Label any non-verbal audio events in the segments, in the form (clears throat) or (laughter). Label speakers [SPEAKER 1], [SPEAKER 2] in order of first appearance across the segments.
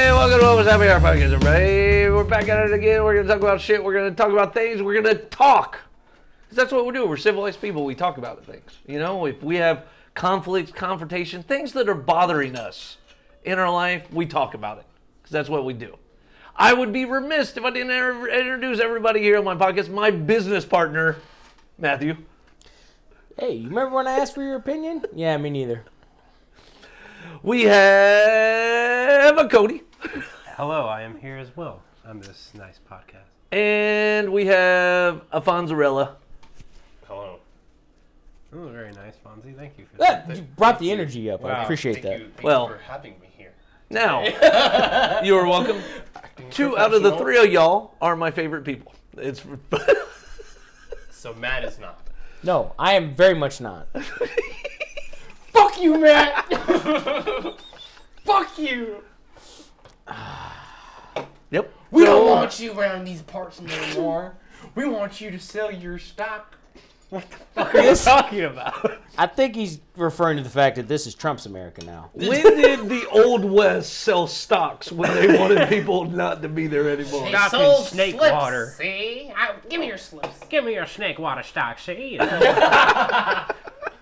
[SPEAKER 1] what's happening? Our podcast, everybody. We're back at it again. We're gonna talk about shit. We're gonna talk about things. We're gonna talk. 'Cause that's what we do. We're civilized people. We talk about things. You know, if we have conflicts, confrontation, things that are bothering us in our life, we talk about it. Because that's what we do. I would be remiss if I didn't ever introduce everybody here on my podcast. My business partner, Matthew.
[SPEAKER 2] Hey, you remember when I asked for your opinion? Yeah, me (laughs) neither.
[SPEAKER 1] We have a Cody.
[SPEAKER 3] Hello, I am here as well on this nice podcast.
[SPEAKER 1] And we have a Fonzarella.
[SPEAKER 4] Hello.
[SPEAKER 3] Oh, very nice, Fonzie. Thank you for
[SPEAKER 2] Ah,
[SPEAKER 3] that.
[SPEAKER 2] you brought the energy up. I
[SPEAKER 3] Wow.
[SPEAKER 2] appreciate
[SPEAKER 4] Thank
[SPEAKER 2] that.
[SPEAKER 4] You, thank
[SPEAKER 1] Well-
[SPEAKER 4] you for having me here.
[SPEAKER 1] Now,
[SPEAKER 4] (laughs)
[SPEAKER 1] you are welcome. Two out of the
[SPEAKER 4] professional.
[SPEAKER 1] three of y'all are my favorite people. It's (laughs)
[SPEAKER 4] So Matt is not.
[SPEAKER 2] No, I am very much (laughs) not. Fuck you,
[SPEAKER 4] (laughs)
[SPEAKER 2] Matt.
[SPEAKER 4] Fuck you.
[SPEAKER 1] yep.
[SPEAKER 4] We don't
[SPEAKER 1] So,
[SPEAKER 4] want you around these parts anymore. we want you to sell your stock.
[SPEAKER 2] This,
[SPEAKER 3] Talking about.
[SPEAKER 2] I think he's referring to the fact that this is Trump's America (laughs) now.
[SPEAKER 4] (laughs)
[SPEAKER 1] When did the old west sell stocks when they wanted people not to be there anymore?
[SPEAKER 3] Stock and sold snake slips, water.
[SPEAKER 4] See? give me your slips.
[SPEAKER 3] Give me your snake water
[SPEAKER 4] (laughs)
[SPEAKER 3] stock, see?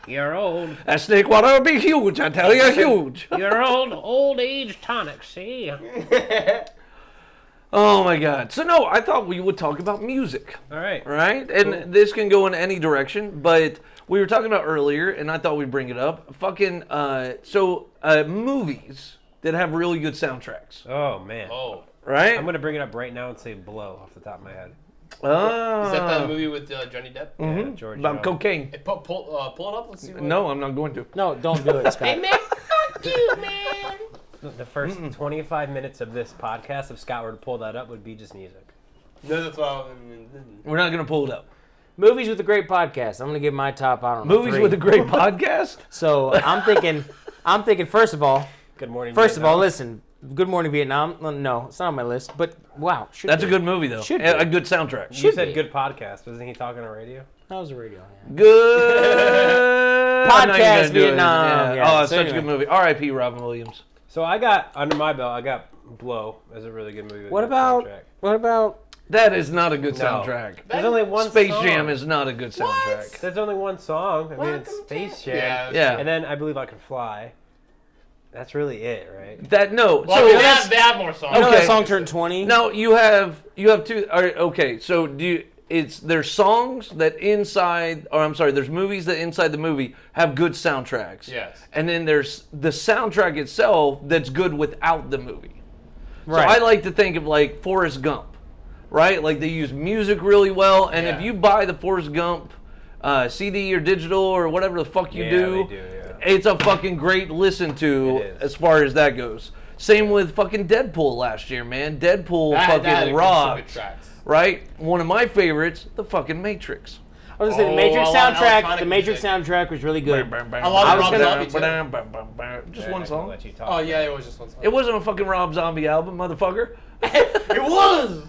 [SPEAKER 3] your old,
[SPEAKER 1] That snake water would be huge. I tell you, huge.
[SPEAKER 3] your old, old age tonic, see? All
[SPEAKER 1] Oh my God. So no, I thought we would talk about music.
[SPEAKER 3] right.
[SPEAKER 1] right? And this can go in any direction, but we were talking about earlier, and I thought we'd bring it up. Fucking, uh, so uh, movies that have really good soundtracks,
[SPEAKER 3] Oh man,
[SPEAKER 4] Oh.
[SPEAKER 1] right?
[SPEAKER 3] I'm gonna bring it up right now and say blow off the top of my head.
[SPEAKER 1] Ah.
[SPEAKER 4] Is that that movie with uh, Johnny Depp?
[SPEAKER 2] Hmm? Mm-hmm.
[SPEAKER 3] Yeah, George.
[SPEAKER 1] about
[SPEAKER 3] you know.
[SPEAKER 1] cocaine?
[SPEAKER 4] Hey, pull, pull, uh, pull it up. Let's see. What
[SPEAKER 1] No, I'm not going to.
[SPEAKER 2] No, don't do
[SPEAKER 3] (laughs)
[SPEAKER 2] it, Scott.
[SPEAKER 4] man, fuck you, man.
[SPEAKER 3] The 1st 25 minutes of this podcast, if Scott were to pull that up, would be just music.
[SPEAKER 4] No, that's why.
[SPEAKER 1] We're not going to pull it up.
[SPEAKER 2] Movies with a great podcast. I'm gonna give my top. I don't know.
[SPEAKER 1] Movies
[SPEAKER 2] three.
[SPEAKER 1] with a great podcast.
[SPEAKER 2] So I'm thinking. I'm thinking. First of all,
[SPEAKER 3] Good morning.
[SPEAKER 2] first of all,
[SPEAKER 3] Vietnam.
[SPEAKER 2] listen. Good Morning Vietnam. uh, No, it's not on my list. But wow, should
[SPEAKER 1] That's a
[SPEAKER 2] be.
[SPEAKER 1] good movie though.
[SPEAKER 2] Should be.
[SPEAKER 1] A a good soundtrack.
[SPEAKER 3] you
[SPEAKER 2] should
[SPEAKER 3] said
[SPEAKER 2] be.
[SPEAKER 3] good podcast. Wasn't he talking on radio?
[SPEAKER 2] That was a radio. yeah. (laughs)
[SPEAKER 1] Good I'm not even gonna
[SPEAKER 2] Podcast
[SPEAKER 1] do it.
[SPEAKER 2] Vietnam, yeah.
[SPEAKER 1] Oh, it's
[SPEAKER 2] So
[SPEAKER 1] such a
[SPEAKER 2] anyway.
[SPEAKER 1] good movie. R.I.P. Robin Williams.
[SPEAKER 3] So I got under my belt. I got Blow as a really good movie. with
[SPEAKER 2] What
[SPEAKER 3] a good
[SPEAKER 2] about?
[SPEAKER 3] soundtrack.
[SPEAKER 2] What about?
[SPEAKER 1] That is not a good
[SPEAKER 3] No.
[SPEAKER 1] soundtrack.
[SPEAKER 3] There's only one.
[SPEAKER 1] Space
[SPEAKER 3] song.
[SPEAKER 1] Jam is not a good soundtrack.
[SPEAKER 3] There's only one song. I mean, it's Space Jam.
[SPEAKER 4] Yeah.
[SPEAKER 1] Yeah.
[SPEAKER 3] And then I believe I can fly. That's really it, right?
[SPEAKER 1] That no.
[SPEAKER 4] Well,
[SPEAKER 1] so
[SPEAKER 4] we have, they have more songs.
[SPEAKER 2] I know
[SPEAKER 1] Okay.
[SPEAKER 2] that song turned twenty.
[SPEAKER 1] Now you have you have two. All right, okay, so do you, it's there's songs that inside, or I'm sorry, there's movies that inside the movie have good soundtracks.
[SPEAKER 4] Yes.
[SPEAKER 1] And then there's the soundtrack itself that's good without the movie.
[SPEAKER 2] right.
[SPEAKER 1] So I like to think of like Forrest Gump, right? Like they use music really well, and if
[SPEAKER 4] Yeah.
[SPEAKER 1] you buy the Forrest Gump uh, CD or digital or whatever the fuck you
[SPEAKER 3] Yeah,
[SPEAKER 1] do,
[SPEAKER 3] they do, yeah.
[SPEAKER 1] it's a fucking great listen to
[SPEAKER 3] It is.
[SPEAKER 1] as far as that goes. Same with fucking Deadpool last year, man. Deadpool
[SPEAKER 4] That- that had
[SPEAKER 1] fucking
[SPEAKER 4] some good
[SPEAKER 1] rocked,
[SPEAKER 4] tracks.
[SPEAKER 1] right? One of my favorites, the fucking Matrix.
[SPEAKER 2] I was gonna say
[SPEAKER 4] Oh,
[SPEAKER 2] the Matrix
[SPEAKER 4] I want
[SPEAKER 2] soundtrack.
[SPEAKER 4] electronic
[SPEAKER 2] The Matrix
[SPEAKER 4] music.
[SPEAKER 2] soundtrack was really good.
[SPEAKER 4] I love
[SPEAKER 2] Rob
[SPEAKER 1] Just one
[SPEAKER 3] I can
[SPEAKER 1] song.
[SPEAKER 3] Let you talk.
[SPEAKER 4] Oh yeah, it was just one song.
[SPEAKER 1] It wasn't a fucking Rob Zombie album, motherfucker.
[SPEAKER 4] It was.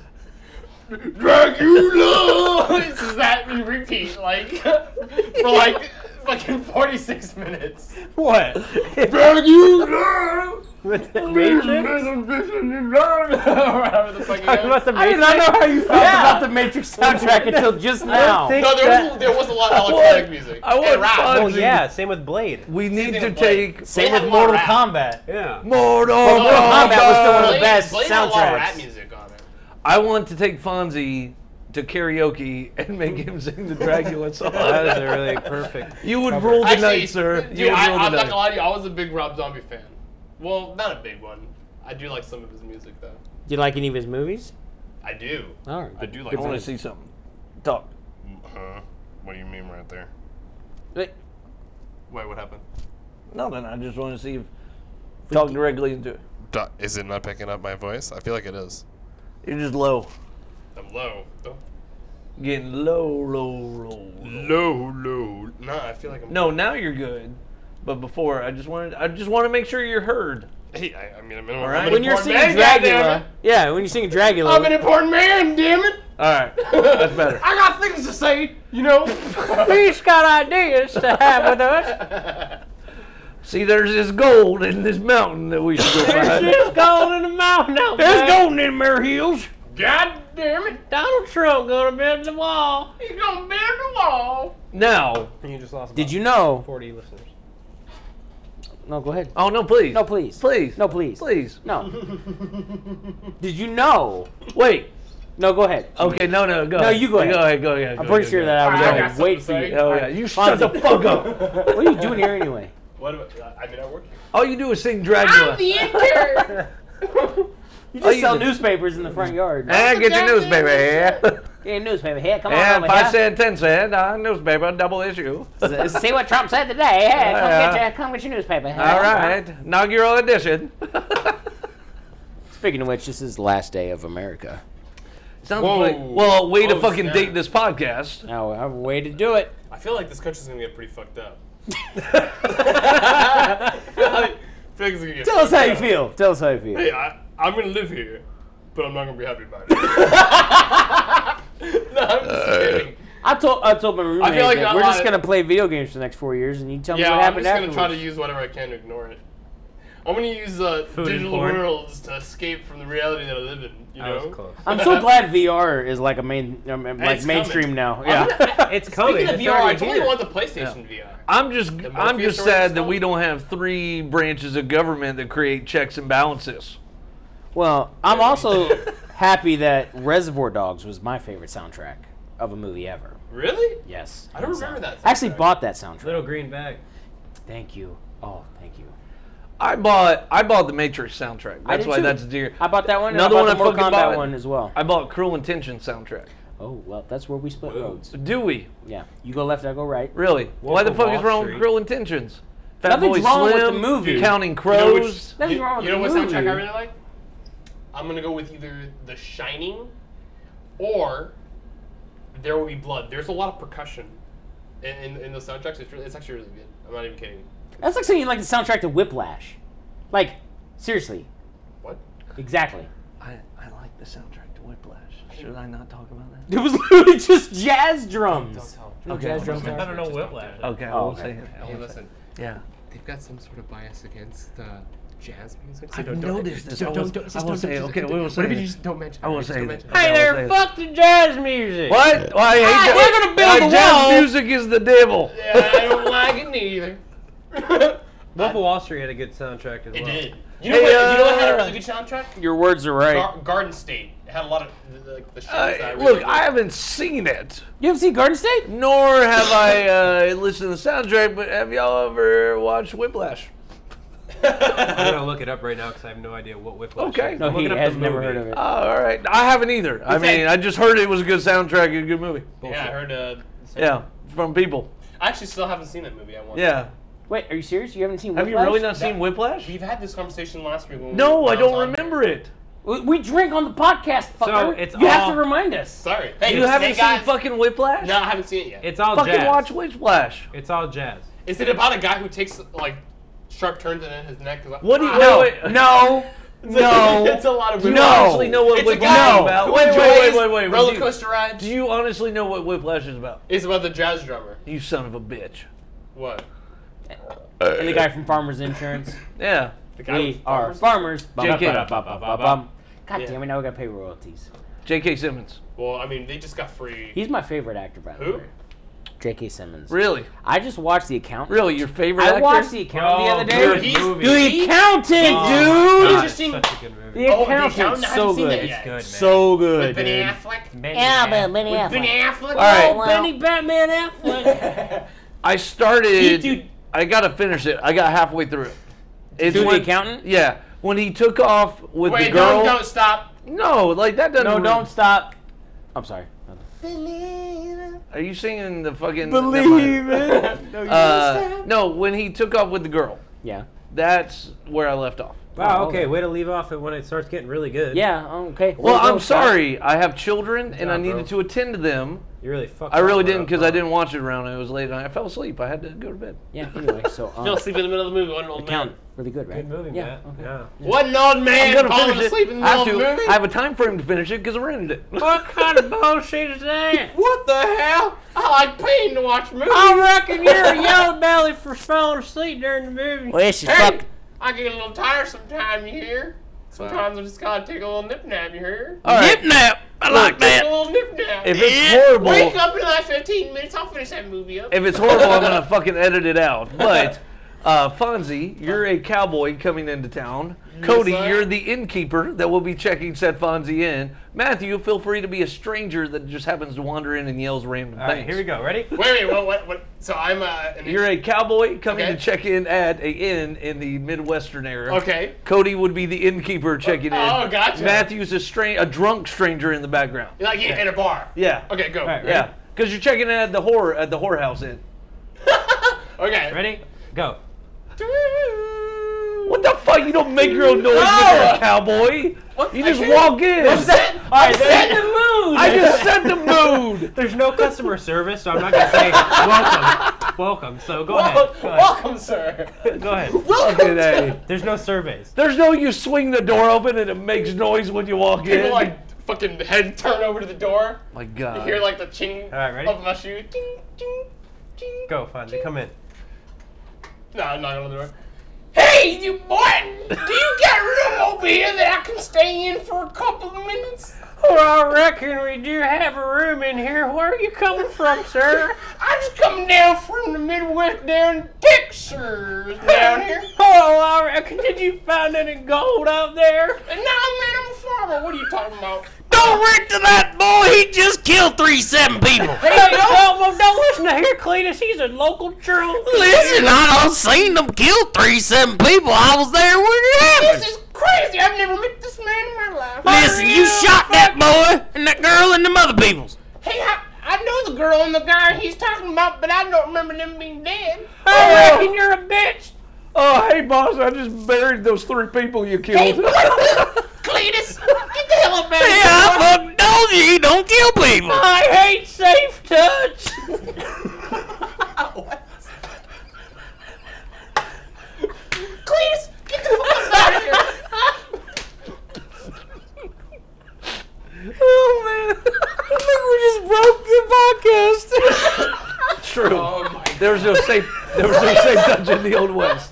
[SPEAKER 4] Dracula. this is that we repeat like for like fucking forty six minutes.
[SPEAKER 2] (laughs)
[SPEAKER 3] What?
[SPEAKER 4] Dracula.
[SPEAKER 3] (laughs) With the Matrix?
[SPEAKER 4] Whatever the fuck it
[SPEAKER 3] Talking
[SPEAKER 4] is.
[SPEAKER 3] about the
[SPEAKER 2] I did
[SPEAKER 3] Matrix?
[SPEAKER 2] not know how you felt
[SPEAKER 3] Yeah.
[SPEAKER 2] about the Matrix soundtrack
[SPEAKER 3] (laughs)
[SPEAKER 2] until just now.
[SPEAKER 3] think-
[SPEAKER 4] No, there was, there was a lot of electronic music.
[SPEAKER 1] I want
[SPEAKER 4] and rap.
[SPEAKER 1] fun.
[SPEAKER 3] Oh yeah, same with Blade.
[SPEAKER 1] We need
[SPEAKER 4] thing
[SPEAKER 1] to
[SPEAKER 4] with Blade.
[SPEAKER 1] take
[SPEAKER 2] Same
[SPEAKER 4] They
[SPEAKER 2] with
[SPEAKER 4] had more
[SPEAKER 2] Mortal
[SPEAKER 4] rap.
[SPEAKER 2] Kombat.
[SPEAKER 3] Yeah.
[SPEAKER 1] Mortal
[SPEAKER 4] Oh,
[SPEAKER 2] Mortal Kombat was still one of
[SPEAKER 4] Blade,
[SPEAKER 2] the best
[SPEAKER 4] Blade had a lot of
[SPEAKER 2] soundtracks.
[SPEAKER 4] rap music on it.
[SPEAKER 1] I want to take Fonzie to karaoke and make him sing the Dracula
[SPEAKER 3] That
[SPEAKER 1] song.
[SPEAKER 3] was a really perfect.
[SPEAKER 1] you would rule the night, sir. you
[SPEAKER 4] Dude,
[SPEAKER 1] would
[SPEAKER 4] I,
[SPEAKER 1] rule the
[SPEAKER 4] I'm not
[SPEAKER 1] night.
[SPEAKER 4] gonna lie to you. I was a big Rob Zombie fan. Well, not a big one. I do like some of his music though.
[SPEAKER 2] Do you like any of his movies?
[SPEAKER 4] I do.
[SPEAKER 2] All right.
[SPEAKER 4] I do
[SPEAKER 1] I
[SPEAKER 4] like.
[SPEAKER 1] want to see something. Talk.
[SPEAKER 4] Huh? What do you mean right there?
[SPEAKER 2] Wait,
[SPEAKER 4] Wait, what happened?
[SPEAKER 1] Nothing. I just want to see if talk directly into it.
[SPEAKER 4] Is it not picking up my voice? I feel like it is.
[SPEAKER 1] You're just low,
[SPEAKER 4] I'm low.
[SPEAKER 1] getting low, low, low.
[SPEAKER 4] Low, low. Nah, I feel like I'm.
[SPEAKER 1] No, now you're good. But before, I just wanted, I just want to make sure you're heard.
[SPEAKER 4] Hey, I, I mean, I'm, in,
[SPEAKER 1] right.
[SPEAKER 4] I'm an
[SPEAKER 2] When you're
[SPEAKER 4] important
[SPEAKER 2] singing
[SPEAKER 4] man,
[SPEAKER 2] Dracula,
[SPEAKER 4] goddammit.
[SPEAKER 2] yeah, when you're singing Dracula,
[SPEAKER 4] I'm an important man, damn it.
[SPEAKER 1] All right, that's (laughs) better.
[SPEAKER 4] I got things
[SPEAKER 2] (laughs)
[SPEAKER 4] to say, you know.
[SPEAKER 2] he's got ideas to have with us.
[SPEAKER 1] See, there's this gold in this mountain that we should go find.
[SPEAKER 2] There's gold in the mountain out
[SPEAKER 1] There's
[SPEAKER 2] there.
[SPEAKER 1] gold in there hills.
[SPEAKER 4] God damn it!
[SPEAKER 2] Donald Trump gonna build the wall.
[SPEAKER 4] He's gonna build the wall.
[SPEAKER 1] Now,
[SPEAKER 3] You just lost.
[SPEAKER 2] Did
[SPEAKER 3] about
[SPEAKER 2] you know?
[SPEAKER 3] 40 listeners?
[SPEAKER 2] No, go ahead.
[SPEAKER 1] oh no, please,
[SPEAKER 2] No, please.
[SPEAKER 1] please,
[SPEAKER 2] No, please.
[SPEAKER 1] please.
[SPEAKER 2] No. Did you know?
[SPEAKER 1] Wait.
[SPEAKER 2] No, go ahead.
[SPEAKER 1] Okay, no, no, go.
[SPEAKER 2] No,
[SPEAKER 1] ahead.
[SPEAKER 2] you go ahead.
[SPEAKER 1] Go ahead, go ahead.
[SPEAKER 2] I'm
[SPEAKER 1] go
[SPEAKER 2] pretty
[SPEAKER 1] ahead,
[SPEAKER 2] sure
[SPEAKER 1] go
[SPEAKER 2] that I was
[SPEAKER 4] Alright, I
[SPEAKER 2] gonna
[SPEAKER 4] got
[SPEAKER 2] wait for
[SPEAKER 4] something to
[SPEAKER 2] you.
[SPEAKER 4] say.
[SPEAKER 1] ahead. Oh yeah, you shut the fuck up.
[SPEAKER 2] (laughs) What are you doing here anyway?
[SPEAKER 4] What? About, I mean, I work here.
[SPEAKER 1] All you do is sing Dracula.
[SPEAKER 4] intern.
[SPEAKER 5] (laughs)
[SPEAKER 2] (laughs) You
[SPEAKER 1] Oh,
[SPEAKER 2] just
[SPEAKER 1] you
[SPEAKER 2] sell
[SPEAKER 1] do.
[SPEAKER 2] newspapers in the front yard.
[SPEAKER 1] And get your news, baby. (laughs) Yeah.
[SPEAKER 2] Get a newspaper. Hey, come on
[SPEAKER 1] And
[SPEAKER 2] over
[SPEAKER 1] five
[SPEAKER 2] here.
[SPEAKER 1] cent, ten cent, uh, newspaper, double issue.
[SPEAKER 2] S- (laughs) See what Trump said today. Hey, come
[SPEAKER 1] Yeah.
[SPEAKER 2] get your come get your newspaper.
[SPEAKER 1] All right, inaugural edition.
[SPEAKER 2] Speaking of which, this is the last day of America.
[SPEAKER 1] Sounds
[SPEAKER 4] Whoa.
[SPEAKER 1] like well, way to
[SPEAKER 4] Whoa,
[SPEAKER 1] fucking
[SPEAKER 4] snap.
[SPEAKER 1] date this podcast.
[SPEAKER 2] Now, a way to do (laughs) it.
[SPEAKER 4] I feel like this country's gonna get pretty
[SPEAKER 2] (laughs)
[SPEAKER 4] fucked up. (laughs) Tell
[SPEAKER 2] Tell us how you feel. Tell us how you feel.
[SPEAKER 4] Hey, I, I'm gonna live here, but I'm not gonna be
[SPEAKER 2] (laughs)
[SPEAKER 4] happy about it. (laughs) no, I'm just kidding.
[SPEAKER 2] I told I told my roommate
[SPEAKER 4] feel like
[SPEAKER 2] that
[SPEAKER 4] a
[SPEAKER 2] we're
[SPEAKER 4] lot
[SPEAKER 2] just
[SPEAKER 4] of-
[SPEAKER 2] gonna play video games for the next four years, and you tell
[SPEAKER 4] Yeah,
[SPEAKER 2] me what
[SPEAKER 4] I'm
[SPEAKER 2] happened
[SPEAKER 4] just gonna try to
[SPEAKER 2] afterwards.
[SPEAKER 4] use whatever I can to ignore it. I'm gonna use uh,
[SPEAKER 3] and
[SPEAKER 4] digital
[SPEAKER 3] porn.
[SPEAKER 4] worlds to escape from the reality that I live in. You
[SPEAKER 3] I
[SPEAKER 4] know.
[SPEAKER 3] was close.
[SPEAKER 4] (laughs)
[SPEAKER 2] I'm so glad VR is like a main um, like
[SPEAKER 4] it's
[SPEAKER 2] mainstream
[SPEAKER 4] coming.
[SPEAKER 2] now.
[SPEAKER 4] I'm
[SPEAKER 2] Yeah.
[SPEAKER 4] gonna-
[SPEAKER 3] It's coming.
[SPEAKER 4] Speaking of
[SPEAKER 3] It's
[SPEAKER 4] VR, I
[SPEAKER 3] already
[SPEAKER 4] totally
[SPEAKER 3] here.
[SPEAKER 4] want the PlayStation VR.
[SPEAKER 1] I'm just, I'm
[SPEAKER 4] Morpheus
[SPEAKER 1] just
[SPEAKER 4] story is
[SPEAKER 1] sad that
[SPEAKER 4] coming.
[SPEAKER 1] we don't have three branches of government that create checks and balances.
[SPEAKER 2] Well, I'm also (laughs) happy that Reservoir Dogs was my favorite soundtrack of a movie ever.
[SPEAKER 4] Really?
[SPEAKER 2] Yes.
[SPEAKER 4] I don't remember that.
[SPEAKER 2] I actually
[SPEAKER 4] soundtrack.
[SPEAKER 2] bought that soundtrack.
[SPEAKER 3] Little green bag.
[SPEAKER 2] Thank you. Oh, thank you.
[SPEAKER 1] I bought, I bought the Matrix soundtrack.
[SPEAKER 2] I
[SPEAKER 1] That's
[SPEAKER 2] did
[SPEAKER 1] why
[SPEAKER 2] too.
[SPEAKER 1] that's dear.
[SPEAKER 2] I bought that one. and
[SPEAKER 1] Another
[SPEAKER 2] I bought
[SPEAKER 1] one
[SPEAKER 2] the
[SPEAKER 1] I
[SPEAKER 2] Mortal
[SPEAKER 1] fucking
[SPEAKER 2] Kombat
[SPEAKER 1] bought.
[SPEAKER 2] one as well.
[SPEAKER 1] I bought Cruel Intention soundtrack.
[SPEAKER 2] Oh well, that's where we split roads.
[SPEAKER 1] Do we
[SPEAKER 2] Yeah, you go left, I go right.
[SPEAKER 1] really? Why the
[SPEAKER 3] of
[SPEAKER 1] fuck
[SPEAKER 3] Wall
[SPEAKER 1] is wrong with
[SPEAKER 3] Street.
[SPEAKER 1] Cruel Intentions? Fat
[SPEAKER 2] Nothing's
[SPEAKER 1] Boy
[SPEAKER 2] wrong with the
[SPEAKER 1] Slim,
[SPEAKER 2] movie.
[SPEAKER 1] Counting
[SPEAKER 4] You know which-
[SPEAKER 1] Crows.
[SPEAKER 2] Nothing's
[SPEAKER 4] you-
[SPEAKER 2] wrong with
[SPEAKER 4] you know
[SPEAKER 2] the
[SPEAKER 4] what soundtrack I
[SPEAKER 2] movie.
[SPEAKER 4] really like? I'm gonna go with either The Shining or There Will Be Blood. There's a lot of percussion in, in, in those soundtracks. It's, really, it's actually really good. I'm not even kidding.
[SPEAKER 2] That's like saying you like the soundtrack to Whiplash. Like, seriously,
[SPEAKER 4] What?
[SPEAKER 2] exactly. (laughs)
[SPEAKER 1] I, I like the soundtrack to Whiplash. Should I not talk about that?
[SPEAKER 2] It was literally just jazz drums.
[SPEAKER 1] Okay.
[SPEAKER 2] Jazz drums.
[SPEAKER 3] I don't know
[SPEAKER 4] Just don't
[SPEAKER 3] Whiplash.
[SPEAKER 4] do that.
[SPEAKER 1] Okay, I
[SPEAKER 2] Oh,
[SPEAKER 1] won't
[SPEAKER 2] okay.
[SPEAKER 1] say it. I
[SPEAKER 4] Hey,
[SPEAKER 1] won't say
[SPEAKER 4] listen.
[SPEAKER 1] it. Yeah.
[SPEAKER 4] They've got some sort of bias against uh, jazz music.
[SPEAKER 1] I've noticed this. I was- I will say it. Okay, we will
[SPEAKER 4] What
[SPEAKER 1] say
[SPEAKER 4] if
[SPEAKER 1] it.
[SPEAKER 4] you just don't mention
[SPEAKER 1] I will
[SPEAKER 4] just
[SPEAKER 1] say
[SPEAKER 4] don't
[SPEAKER 1] that.
[SPEAKER 4] mention
[SPEAKER 1] Okay,
[SPEAKER 2] Hey
[SPEAKER 1] I'll say
[SPEAKER 2] there,
[SPEAKER 1] it.
[SPEAKER 2] fuck the jazz music.
[SPEAKER 1] What? Well, I hate
[SPEAKER 2] Ah,
[SPEAKER 1] that.
[SPEAKER 2] we're gonna build
[SPEAKER 1] Uh,
[SPEAKER 2] a
[SPEAKER 1] jazz
[SPEAKER 2] wall.
[SPEAKER 1] music is the devil.
[SPEAKER 4] Yeah, I don't like it neither.
[SPEAKER 3] Wolf of Wall Street had a good soundtrack as
[SPEAKER 4] It
[SPEAKER 3] well.
[SPEAKER 4] did. You know
[SPEAKER 1] Hey,
[SPEAKER 4] what? you know what had
[SPEAKER 1] uh,
[SPEAKER 4] a really good soundtrack?
[SPEAKER 2] Your words are right.
[SPEAKER 4] Gar- Garden State. It had a lot of the, like the shows that I
[SPEAKER 1] Uh,
[SPEAKER 4] really
[SPEAKER 1] look,
[SPEAKER 4] liked.
[SPEAKER 1] I haven't seen it,
[SPEAKER 2] You haven't seen Garden State?
[SPEAKER 1] nor have I uh, (laughs) listened to the soundtrack. But have y'all ever watched Whiplash?
[SPEAKER 3] I'm gonna look it up right now because I have no idea what Whiplash.
[SPEAKER 1] Okay.
[SPEAKER 3] is.
[SPEAKER 1] No,
[SPEAKER 2] No,
[SPEAKER 3] I'm
[SPEAKER 2] he
[SPEAKER 3] looking up
[SPEAKER 2] has
[SPEAKER 3] the
[SPEAKER 2] never
[SPEAKER 3] movie.
[SPEAKER 2] heard of it.
[SPEAKER 1] Oh, all right, I haven't either. I
[SPEAKER 4] Okay.
[SPEAKER 1] mean, I just heard it was a good soundtrack and a good movie.
[SPEAKER 4] Yeah, I heard. Uh, the
[SPEAKER 1] Yeah,
[SPEAKER 4] soundtrack.
[SPEAKER 1] from people.
[SPEAKER 4] I actually still haven't seen that movie. I want.
[SPEAKER 1] Yeah.
[SPEAKER 2] Wait, are you serious? You haven't seen
[SPEAKER 1] Have
[SPEAKER 2] Whiplash?
[SPEAKER 1] you really not seen
[SPEAKER 4] That-
[SPEAKER 1] Whiplash?
[SPEAKER 4] We've had this conversation last week. When
[SPEAKER 1] No,
[SPEAKER 4] we, when
[SPEAKER 1] I
[SPEAKER 4] was
[SPEAKER 1] don't
[SPEAKER 4] on
[SPEAKER 1] remember
[SPEAKER 4] here.
[SPEAKER 1] it.
[SPEAKER 2] We, we drink on the podcast, fucker.
[SPEAKER 3] it's
[SPEAKER 2] you have
[SPEAKER 3] all-
[SPEAKER 2] to remind us.
[SPEAKER 4] Sorry. Hey,
[SPEAKER 1] You
[SPEAKER 4] they
[SPEAKER 1] haven't
[SPEAKER 4] got-
[SPEAKER 1] seen fucking Whiplash?
[SPEAKER 4] No, I haven't seen it yet.
[SPEAKER 3] It's all
[SPEAKER 1] Fucking
[SPEAKER 3] jazz.
[SPEAKER 1] watch Whiplash.
[SPEAKER 3] It's all jazz.
[SPEAKER 4] Is it about a guy who takes like sharp turns and then his neck is like?
[SPEAKER 1] What do you
[SPEAKER 4] Ah!
[SPEAKER 1] No,
[SPEAKER 2] No,
[SPEAKER 1] wait.
[SPEAKER 2] no,
[SPEAKER 4] (laughs) It's a-
[SPEAKER 2] no.
[SPEAKER 4] (laughs) it's a lot of.
[SPEAKER 1] Do you
[SPEAKER 4] Whiplash.
[SPEAKER 1] honestly know what
[SPEAKER 4] It's a
[SPEAKER 1] Whiplash
[SPEAKER 4] guy
[SPEAKER 1] is
[SPEAKER 2] No.
[SPEAKER 1] about?
[SPEAKER 4] who
[SPEAKER 1] Wait, wait, wait,
[SPEAKER 4] enjoys
[SPEAKER 1] wait, wait.
[SPEAKER 4] Roller
[SPEAKER 1] Do-
[SPEAKER 4] coaster rides.
[SPEAKER 1] Do you honestly know what Whiplash is about?
[SPEAKER 4] It's about the jazz drummer.
[SPEAKER 1] You son of a bitch.
[SPEAKER 4] What?
[SPEAKER 2] And the guy from Farmers Insurance.
[SPEAKER 1] Yeah.
[SPEAKER 4] The guy
[SPEAKER 2] we
[SPEAKER 4] with
[SPEAKER 2] are
[SPEAKER 4] farmers?
[SPEAKER 2] farmers.
[SPEAKER 1] JK.
[SPEAKER 2] Ba-ba-ba-ba-ba-ba-bum. God
[SPEAKER 4] Yeah.
[SPEAKER 2] damn it! Now we gotta pay royalties.
[SPEAKER 1] J.K. Simmons.
[SPEAKER 4] Well, I mean, they just got free.
[SPEAKER 2] He's my favorite actor, by the
[SPEAKER 4] Who?
[SPEAKER 2] way. J.K. Simmons.
[SPEAKER 1] Really?
[SPEAKER 2] I just watched The Accountant.
[SPEAKER 1] Really? Your favorite
[SPEAKER 2] I
[SPEAKER 1] actor?
[SPEAKER 2] watched The Accountant the
[SPEAKER 3] Oh,
[SPEAKER 2] other
[SPEAKER 3] good
[SPEAKER 2] day.
[SPEAKER 4] He's-
[SPEAKER 3] movie.
[SPEAKER 2] The Accountant,
[SPEAKER 3] Oh,
[SPEAKER 2] dude.
[SPEAKER 3] God,
[SPEAKER 4] Interesting-
[SPEAKER 3] Such a good movie.
[SPEAKER 2] The
[SPEAKER 4] Oh, The
[SPEAKER 2] Accountant's
[SPEAKER 4] Accountant, I haven't
[SPEAKER 2] so
[SPEAKER 4] seen that
[SPEAKER 2] good.
[SPEAKER 4] yet.
[SPEAKER 3] It's good, man.
[SPEAKER 2] So good,
[SPEAKER 4] With Benny
[SPEAKER 2] dude.
[SPEAKER 4] Affleck.
[SPEAKER 3] Many
[SPEAKER 2] Yeah,
[SPEAKER 3] men.
[SPEAKER 2] but Benny
[SPEAKER 4] With Benny
[SPEAKER 2] Affleck.
[SPEAKER 4] Affleck.
[SPEAKER 1] All right.
[SPEAKER 2] Benny Batman Affleck. (laughs)
[SPEAKER 1] I
[SPEAKER 4] He-
[SPEAKER 1] started.
[SPEAKER 4] dude.
[SPEAKER 1] I gotta finish it. I got halfway through. it. It's
[SPEAKER 2] Do the
[SPEAKER 1] when- (laughs)
[SPEAKER 2] accountant?
[SPEAKER 1] Yeah. When he took off with
[SPEAKER 4] Wait,
[SPEAKER 1] the girl.
[SPEAKER 4] don't, don't stop.
[SPEAKER 1] No, like that doesn't.
[SPEAKER 2] No,
[SPEAKER 1] really-
[SPEAKER 2] don't stop. I'm sorry.
[SPEAKER 1] Are you singing the fucking?
[SPEAKER 2] Believe
[SPEAKER 1] Never mind.
[SPEAKER 2] it. No, you
[SPEAKER 1] Uh, no, when he took off with the girl.
[SPEAKER 2] (laughs) Yeah.
[SPEAKER 1] That's where I left off.
[SPEAKER 3] Wow.
[SPEAKER 2] Oh,
[SPEAKER 3] Okay.
[SPEAKER 2] okay.
[SPEAKER 3] Way to leave off it when it starts getting really good.
[SPEAKER 2] Yeah. Okay.
[SPEAKER 1] Well,
[SPEAKER 2] Don't
[SPEAKER 1] I'm
[SPEAKER 2] stop.
[SPEAKER 1] sorry. I have children and
[SPEAKER 3] Yeah,
[SPEAKER 1] I needed to
[SPEAKER 3] bro.
[SPEAKER 1] attend to them.
[SPEAKER 3] You really fucked.
[SPEAKER 1] I
[SPEAKER 3] that
[SPEAKER 1] really
[SPEAKER 3] one
[SPEAKER 1] didn't
[SPEAKER 3] up,
[SPEAKER 1] because I
[SPEAKER 3] huh?
[SPEAKER 1] didn't watch it around. It was late and I fell asleep. I had to go to bed.
[SPEAKER 2] Yeah. Anyway, so um,
[SPEAKER 5] Fell asleep in the middle of the movie. What an old man.
[SPEAKER 2] count really good, right?
[SPEAKER 3] Good movie,
[SPEAKER 2] yeah.
[SPEAKER 3] Matt.
[SPEAKER 2] okay.
[SPEAKER 3] Yeah.
[SPEAKER 5] What an old man
[SPEAKER 1] I'm
[SPEAKER 5] falling asleep in the
[SPEAKER 1] I have
[SPEAKER 5] middle of the
[SPEAKER 1] to-
[SPEAKER 5] movie.
[SPEAKER 1] I have a time frame to finish it because I rented it.
[SPEAKER 2] What kind
[SPEAKER 1] (laughs)
[SPEAKER 2] of bullshit is that?
[SPEAKER 5] What the hell? I like paying to watch movies.
[SPEAKER 2] I reckon you're a yellow belly for
[SPEAKER 3] falling asleep during the movie.
[SPEAKER 2] Well, this is
[SPEAKER 5] hey,
[SPEAKER 2] fuck.
[SPEAKER 5] I get a little tired sometime. You hear? Sometimes I just gotta take a little nip nap. You hear?
[SPEAKER 1] All right.
[SPEAKER 2] nap. I like
[SPEAKER 5] Take
[SPEAKER 2] that.
[SPEAKER 5] a little nip nap.
[SPEAKER 1] If it's horrible,
[SPEAKER 5] Wake up in like 15 minutes. I'll finish that movie up.
[SPEAKER 1] if it's horrible, I'm gonna fucking edit it out. But uh, Fonzie, you're a cowboy coming into town. Cody,
[SPEAKER 5] sir.
[SPEAKER 1] you're the innkeeper that will be checking said Fonzie in. Matthew, feel free to be a stranger that just happens to wander in and yells random
[SPEAKER 3] All
[SPEAKER 1] things.
[SPEAKER 3] right, here we go. Ready?
[SPEAKER 5] wait, wait, what, what, what? So I'm uh, an
[SPEAKER 1] You're a cowboy coming
[SPEAKER 5] Okay.
[SPEAKER 1] to check in at a inn in the Midwestern era.
[SPEAKER 5] okay.
[SPEAKER 1] Cody would be the innkeeper checking in.
[SPEAKER 5] Oh, gotcha.
[SPEAKER 1] Matthew's a stra- a drunk stranger in the background.
[SPEAKER 5] Like in, in a bar.
[SPEAKER 1] Yeah.
[SPEAKER 5] Okay, go.
[SPEAKER 3] Alright,
[SPEAKER 1] Yeah. Because you're checking in at the whore at the whorehouse inn.
[SPEAKER 5] Okay.
[SPEAKER 3] Ready? Go.
[SPEAKER 1] What the fuck? You don't make your own noise, Mr. Cowboy.
[SPEAKER 5] What?
[SPEAKER 1] You
[SPEAKER 5] I
[SPEAKER 1] just
[SPEAKER 5] can't-
[SPEAKER 1] walk in.
[SPEAKER 5] What's that?
[SPEAKER 3] All right,
[SPEAKER 5] I'm
[SPEAKER 3] set the
[SPEAKER 5] set.
[SPEAKER 3] mood.
[SPEAKER 1] I just set the mood.
[SPEAKER 5] (laughs)
[SPEAKER 3] There's no customer service, so I'm not gonna say welcome. Welcome. So go ahead.
[SPEAKER 5] Welcome,
[SPEAKER 3] Go ahead.
[SPEAKER 5] (laughs)
[SPEAKER 1] (laughs)
[SPEAKER 5] welcome, sir.
[SPEAKER 3] Go ahead.
[SPEAKER 1] Fucking A.
[SPEAKER 3] There's no surveys.
[SPEAKER 1] There's no you swing the door open and it makes noise when you walk in.
[SPEAKER 5] People like fucking head turn over to the door.
[SPEAKER 1] My
[SPEAKER 5] You
[SPEAKER 1] God.
[SPEAKER 5] hear like the ching
[SPEAKER 3] Alright, ready?
[SPEAKER 5] of my shoe. Ching, ching, ching.
[SPEAKER 3] Go, Fonzie. Come in.
[SPEAKER 5] No, I'm knocking on the door. Hey, you boy! Do you got room over here that I can stay in for a couple of minutes?
[SPEAKER 3] Well, Oh, I reckon we do have a room in here. Where are you coming from, sir?
[SPEAKER 5] I'm just coming down from the Midwest down to Texas (laughs) down here.
[SPEAKER 3] Oh, I reckon. Did you find any gold out there?
[SPEAKER 5] And now, man, I'm a farmer. What are you talking about?
[SPEAKER 2] Don't rent to that boy. He just killed three seven people.
[SPEAKER 3] Hey, don't, well, don't listen to here, Cletus. He's a local drunk.
[SPEAKER 2] Listen, I done seen them kill three seven people. I was there when it happened.
[SPEAKER 5] This is crazy. I've never met this man in my life.
[SPEAKER 6] Oh,
[SPEAKER 2] Listen, you shot that boy and that girl and them other peoples.
[SPEAKER 5] Hey, I, I know the girl and the guy he's talking about, but I don't remember them being dead.
[SPEAKER 3] I reckon you're a bitch.
[SPEAKER 1] Oh, hey, boss, I just buried those three people you
[SPEAKER 5] Hey,
[SPEAKER 1] killed. (laughs)
[SPEAKER 5] Cletus, get the hell up out of
[SPEAKER 2] Yeah,
[SPEAKER 5] here.
[SPEAKER 2] I fucking told you he don't kill people.
[SPEAKER 3] I hate safe touch.
[SPEAKER 5] Cletus, get the fuck out of here.
[SPEAKER 1] oh, man.
[SPEAKER 2] I think we just broke the podcast.
[SPEAKER 5] (laughs)
[SPEAKER 1] It's true.
[SPEAKER 5] Oh my
[SPEAKER 1] There was no safe. There was no
[SPEAKER 3] (laughs)
[SPEAKER 1] safe touch in the old west.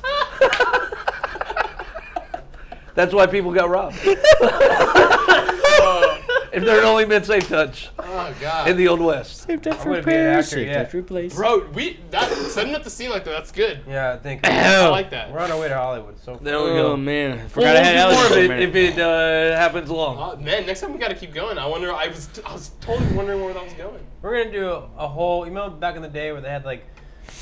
[SPEAKER 1] That's why people got robbed. if there had only been safe touch
[SPEAKER 5] Oh god.
[SPEAKER 1] in the old west,
[SPEAKER 2] Safe touch
[SPEAKER 3] would've been an
[SPEAKER 2] repair,
[SPEAKER 3] actor,
[SPEAKER 2] safe
[SPEAKER 3] yeah.
[SPEAKER 2] touch replace.
[SPEAKER 5] Bro, we that setting up the scene like that, that's good.
[SPEAKER 3] Yeah, I think uh,
[SPEAKER 5] I like that.
[SPEAKER 3] we're on our way to Hollywood. So
[SPEAKER 1] there we
[SPEAKER 2] Oh
[SPEAKER 1] go.
[SPEAKER 2] man, I
[SPEAKER 1] Well,
[SPEAKER 2] forgot I had
[SPEAKER 1] we'll do
[SPEAKER 2] Alex
[SPEAKER 1] more
[SPEAKER 2] for a
[SPEAKER 1] of it if
[SPEAKER 2] minute.
[SPEAKER 1] it uh, happens long.
[SPEAKER 5] Oh man, next time we gotta keep going. I wonder I was I was totally wondering where that was going.
[SPEAKER 3] we're gonna do a, a whole. You remember back in the day where they had like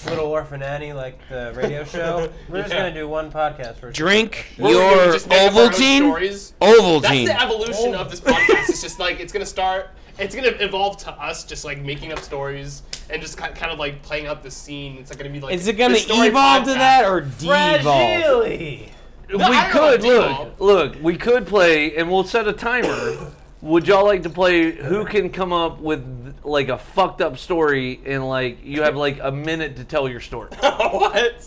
[SPEAKER 3] Little Orphan Annie, like the radio
[SPEAKER 5] (laughs)
[SPEAKER 3] show. We're just
[SPEAKER 5] Yeah.
[SPEAKER 3] gonna do one podcast for
[SPEAKER 2] Drink
[SPEAKER 5] What we're gonna do
[SPEAKER 2] your
[SPEAKER 5] is just make up our own
[SPEAKER 2] Ovaltine.
[SPEAKER 5] stories. That's
[SPEAKER 2] Ovaltine.
[SPEAKER 5] the evolution of this podcast. It's just like it's gonna start. It's gonna evolve to us just like making up stories and just ki- kind of like playing out the scene. It's not gonna be like.
[SPEAKER 2] Is it gonna
[SPEAKER 5] the story
[SPEAKER 2] evolve to
[SPEAKER 5] podcast.
[SPEAKER 2] that or devolve?
[SPEAKER 3] Fragile.
[SPEAKER 1] we
[SPEAKER 5] I don't
[SPEAKER 1] could
[SPEAKER 5] know,
[SPEAKER 1] look, look. We could play, and we'll set a timer. Would y'all like to play? Who can come up with like a fucked up story? And like you have like a minute to tell your story.
[SPEAKER 5] (laughs) what?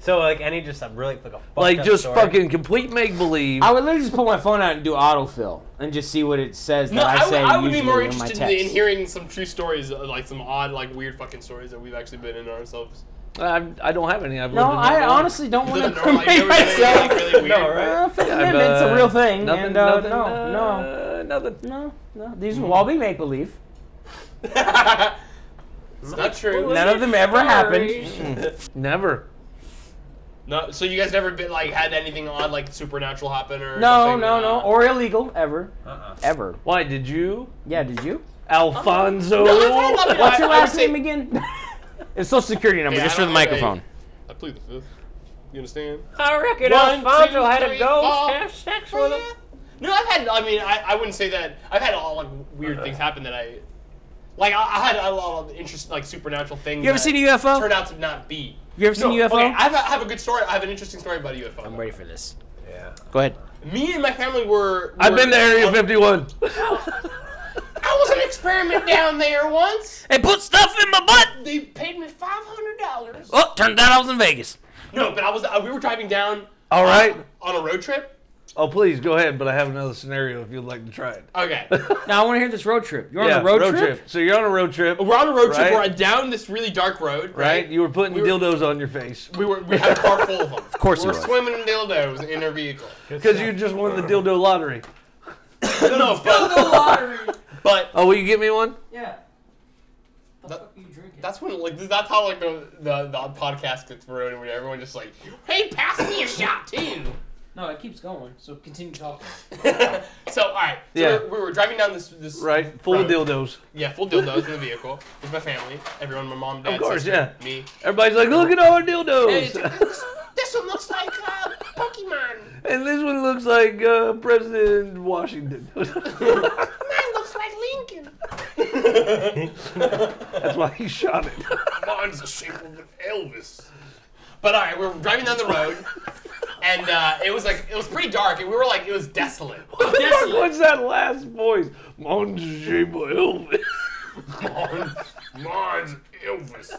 [SPEAKER 3] So like any just a really like a fucked
[SPEAKER 1] like
[SPEAKER 3] up
[SPEAKER 1] just
[SPEAKER 3] story.
[SPEAKER 1] fucking complete make believe.
[SPEAKER 2] I would literally just pull my phone out and do autofill and just see what it says
[SPEAKER 5] No,
[SPEAKER 2] that
[SPEAKER 5] I,
[SPEAKER 2] I, say
[SPEAKER 5] would, I would be
[SPEAKER 2] usually
[SPEAKER 5] more
[SPEAKER 2] in my
[SPEAKER 5] interested
[SPEAKER 2] text.
[SPEAKER 5] in, hearing some true stories, uh, like some odd, like weird fucking stories that we've actually been in ourselves.
[SPEAKER 1] I, I don't have any. I've
[SPEAKER 2] no,
[SPEAKER 1] lived in my
[SPEAKER 2] I
[SPEAKER 1] life.
[SPEAKER 2] honestly don't want to
[SPEAKER 5] Like, never, like,
[SPEAKER 2] incriminate
[SPEAKER 5] never been anything,
[SPEAKER 2] myself.
[SPEAKER 5] like, really weird.
[SPEAKER 3] No, right?
[SPEAKER 2] Uh, Fifth
[SPEAKER 1] I've,
[SPEAKER 2] Amendment's a
[SPEAKER 1] uh,
[SPEAKER 2] real thing,
[SPEAKER 1] Nothing,
[SPEAKER 2] and uh,
[SPEAKER 1] nothing,
[SPEAKER 2] no,
[SPEAKER 1] uh,
[SPEAKER 2] no,
[SPEAKER 1] nothing.
[SPEAKER 2] no, no. These will all be make believe.
[SPEAKER 5] (laughs) it's not true.
[SPEAKER 2] None of them ever happened.
[SPEAKER 1] Never.
[SPEAKER 5] No, so you guys never been like had anything odd, like supernatural happen or
[SPEAKER 2] No,
[SPEAKER 5] something,
[SPEAKER 2] no,
[SPEAKER 5] uh,
[SPEAKER 2] no, or illegal ever,
[SPEAKER 3] Uh-uh.
[SPEAKER 2] ever.
[SPEAKER 1] Why did you,
[SPEAKER 2] Yeah, did you?
[SPEAKER 1] Alfonso?
[SPEAKER 5] No, I've had nothing.
[SPEAKER 2] What's your
[SPEAKER 5] I- I would
[SPEAKER 2] last
[SPEAKER 5] say-
[SPEAKER 2] name
[SPEAKER 5] (laughs)
[SPEAKER 2] again? It's social security number,
[SPEAKER 5] Yeah,
[SPEAKER 2] just
[SPEAKER 5] I
[SPEAKER 2] for the
[SPEAKER 5] don't have any.
[SPEAKER 2] microphone.
[SPEAKER 5] I plead the fifth. You understand?
[SPEAKER 3] I reckon
[SPEAKER 5] One,
[SPEAKER 3] Alfonso
[SPEAKER 5] two,
[SPEAKER 3] had
[SPEAKER 5] three,
[SPEAKER 3] a ghost
[SPEAKER 5] four. Oh,
[SPEAKER 3] have sex with him.
[SPEAKER 5] No, I've had. I mean, I, I wouldn't say that. I've had all like weird things happen that I, like I, I had a lot of interest, like supernatural things.
[SPEAKER 2] You ever
[SPEAKER 5] that
[SPEAKER 2] seen a UFO?
[SPEAKER 5] Turned out to not be.
[SPEAKER 2] You ever seen
[SPEAKER 5] No,
[SPEAKER 2] a UFO?
[SPEAKER 5] Okay, I have a, I have a good story. I have an interesting story about a UFO.
[SPEAKER 2] I'm ready for this.
[SPEAKER 3] Yeah.
[SPEAKER 2] Go ahead.
[SPEAKER 5] Me and my family were.
[SPEAKER 2] Oh.
[SPEAKER 1] I've
[SPEAKER 2] (laughs)
[SPEAKER 5] were-
[SPEAKER 1] been to Area
[SPEAKER 5] uh,
[SPEAKER 1] 51.
[SPEAKER 5] I wasn't experiment (laughs) down there once.
[SPEAKER 2] They put stuff in my butt.
[SPEAKER 5] They paid me five hundred dollars.
[SPEAKER 2] Oh, turned out I was in Vegas.
[SPEAKER 5] No, but I was. Uh, we were driving down
[SPEAKER 1] All right.
[SPEAKER 5] on a road trip.
[SPEAKER 1] Oh, please go ahead, but I have another scenario if you'd like to try it.
[SPEAKER 2] (laughs)
[SPEAKER 5] Okay,
[SPEAKER 2] Now I want to hear this road trip. You're on a road, trip.
[SPEAKER 1] So you're on a road trip,
[SPEAKER 5] we're on a road trip.
[SPEAKER 1] Right.
[SPEAKER 5] We're down this really dark road, right?
[SPEAKER 1] right? You were putting
[SPEAKER 5] We were-
[SPEAKER 1] dildos on your face
[SPEAKER 5] we were we had a car full
[SPEAKER 2] (laughs)
[SPEAKER 5] of them. Of
[SPEAKER 2] course
[SPEAKER 5] we're
[SPEAKER 2] you were.
[SPEAKER 3] (laughs)
[SPEAKER 5] swimming in dildos in our
[SPEAKER 1] (laughs)
[SPEAKER 5] vehicle.
[SPEAKER 1] because you just won the dildo lottery.
[SPEAKER 5] no, no, but, (laughs) but
[SPEAKER 1] Oh, will you get me one?
[SPEAKER 3] Yeah.
[SPEAKER 5] That-
[SPEAKER 3] fuck you drinking?
[SPEAKER 5] that's when like this- that's how like the the, the podcast gets ruined when everyone just like, hey, pass me a shot too.
[SPEAKER 3] No, it keeps going. So continue talking.
[SPEAKER 5] (laughs) so all right, so
[SPEAKER 1] Yeah.
[SPEAKER 5] we were driving down this this
[SPEAKER 1] Right, full of
[SPEAKER 5] Right.
[SPEAKER 1] dildos.
[SPEAKER 5] yeah full dildos in the vehicle with my family, everyone, my mom, dad,
[SPEAKER 1] course,
[SPEAKER 5] sister,
[SPEAKER 1] yeah. (laughs)
[SPEAKER 5] me.
[SPEAKER 1] Everybody's like, look at all our
[SPEAKER 5] Hey,
[SPEAKER 1] dildos, (laughs)
[SPEAKER 5] this, this one looks like uh, Pokemon.
[SPEAKER 1] and this one looks like uh, President Washington. (laughs)
[SPEAKER 5] Mine looks like Lincoln.
[SPEAKER 1] That's why he shot it. (laughs)
[SPEAKER 5] Mine's the shape of an Elvis. But all right, we're driving down the road, and uh, it was like it was pretty dark, and we were like it was desolate.
[SPEAKER 1] What the fuck was that last voice? Mine's the shape of Elvis. (laughs)
[SPEAKER 5] Mine's, mine's Elvis.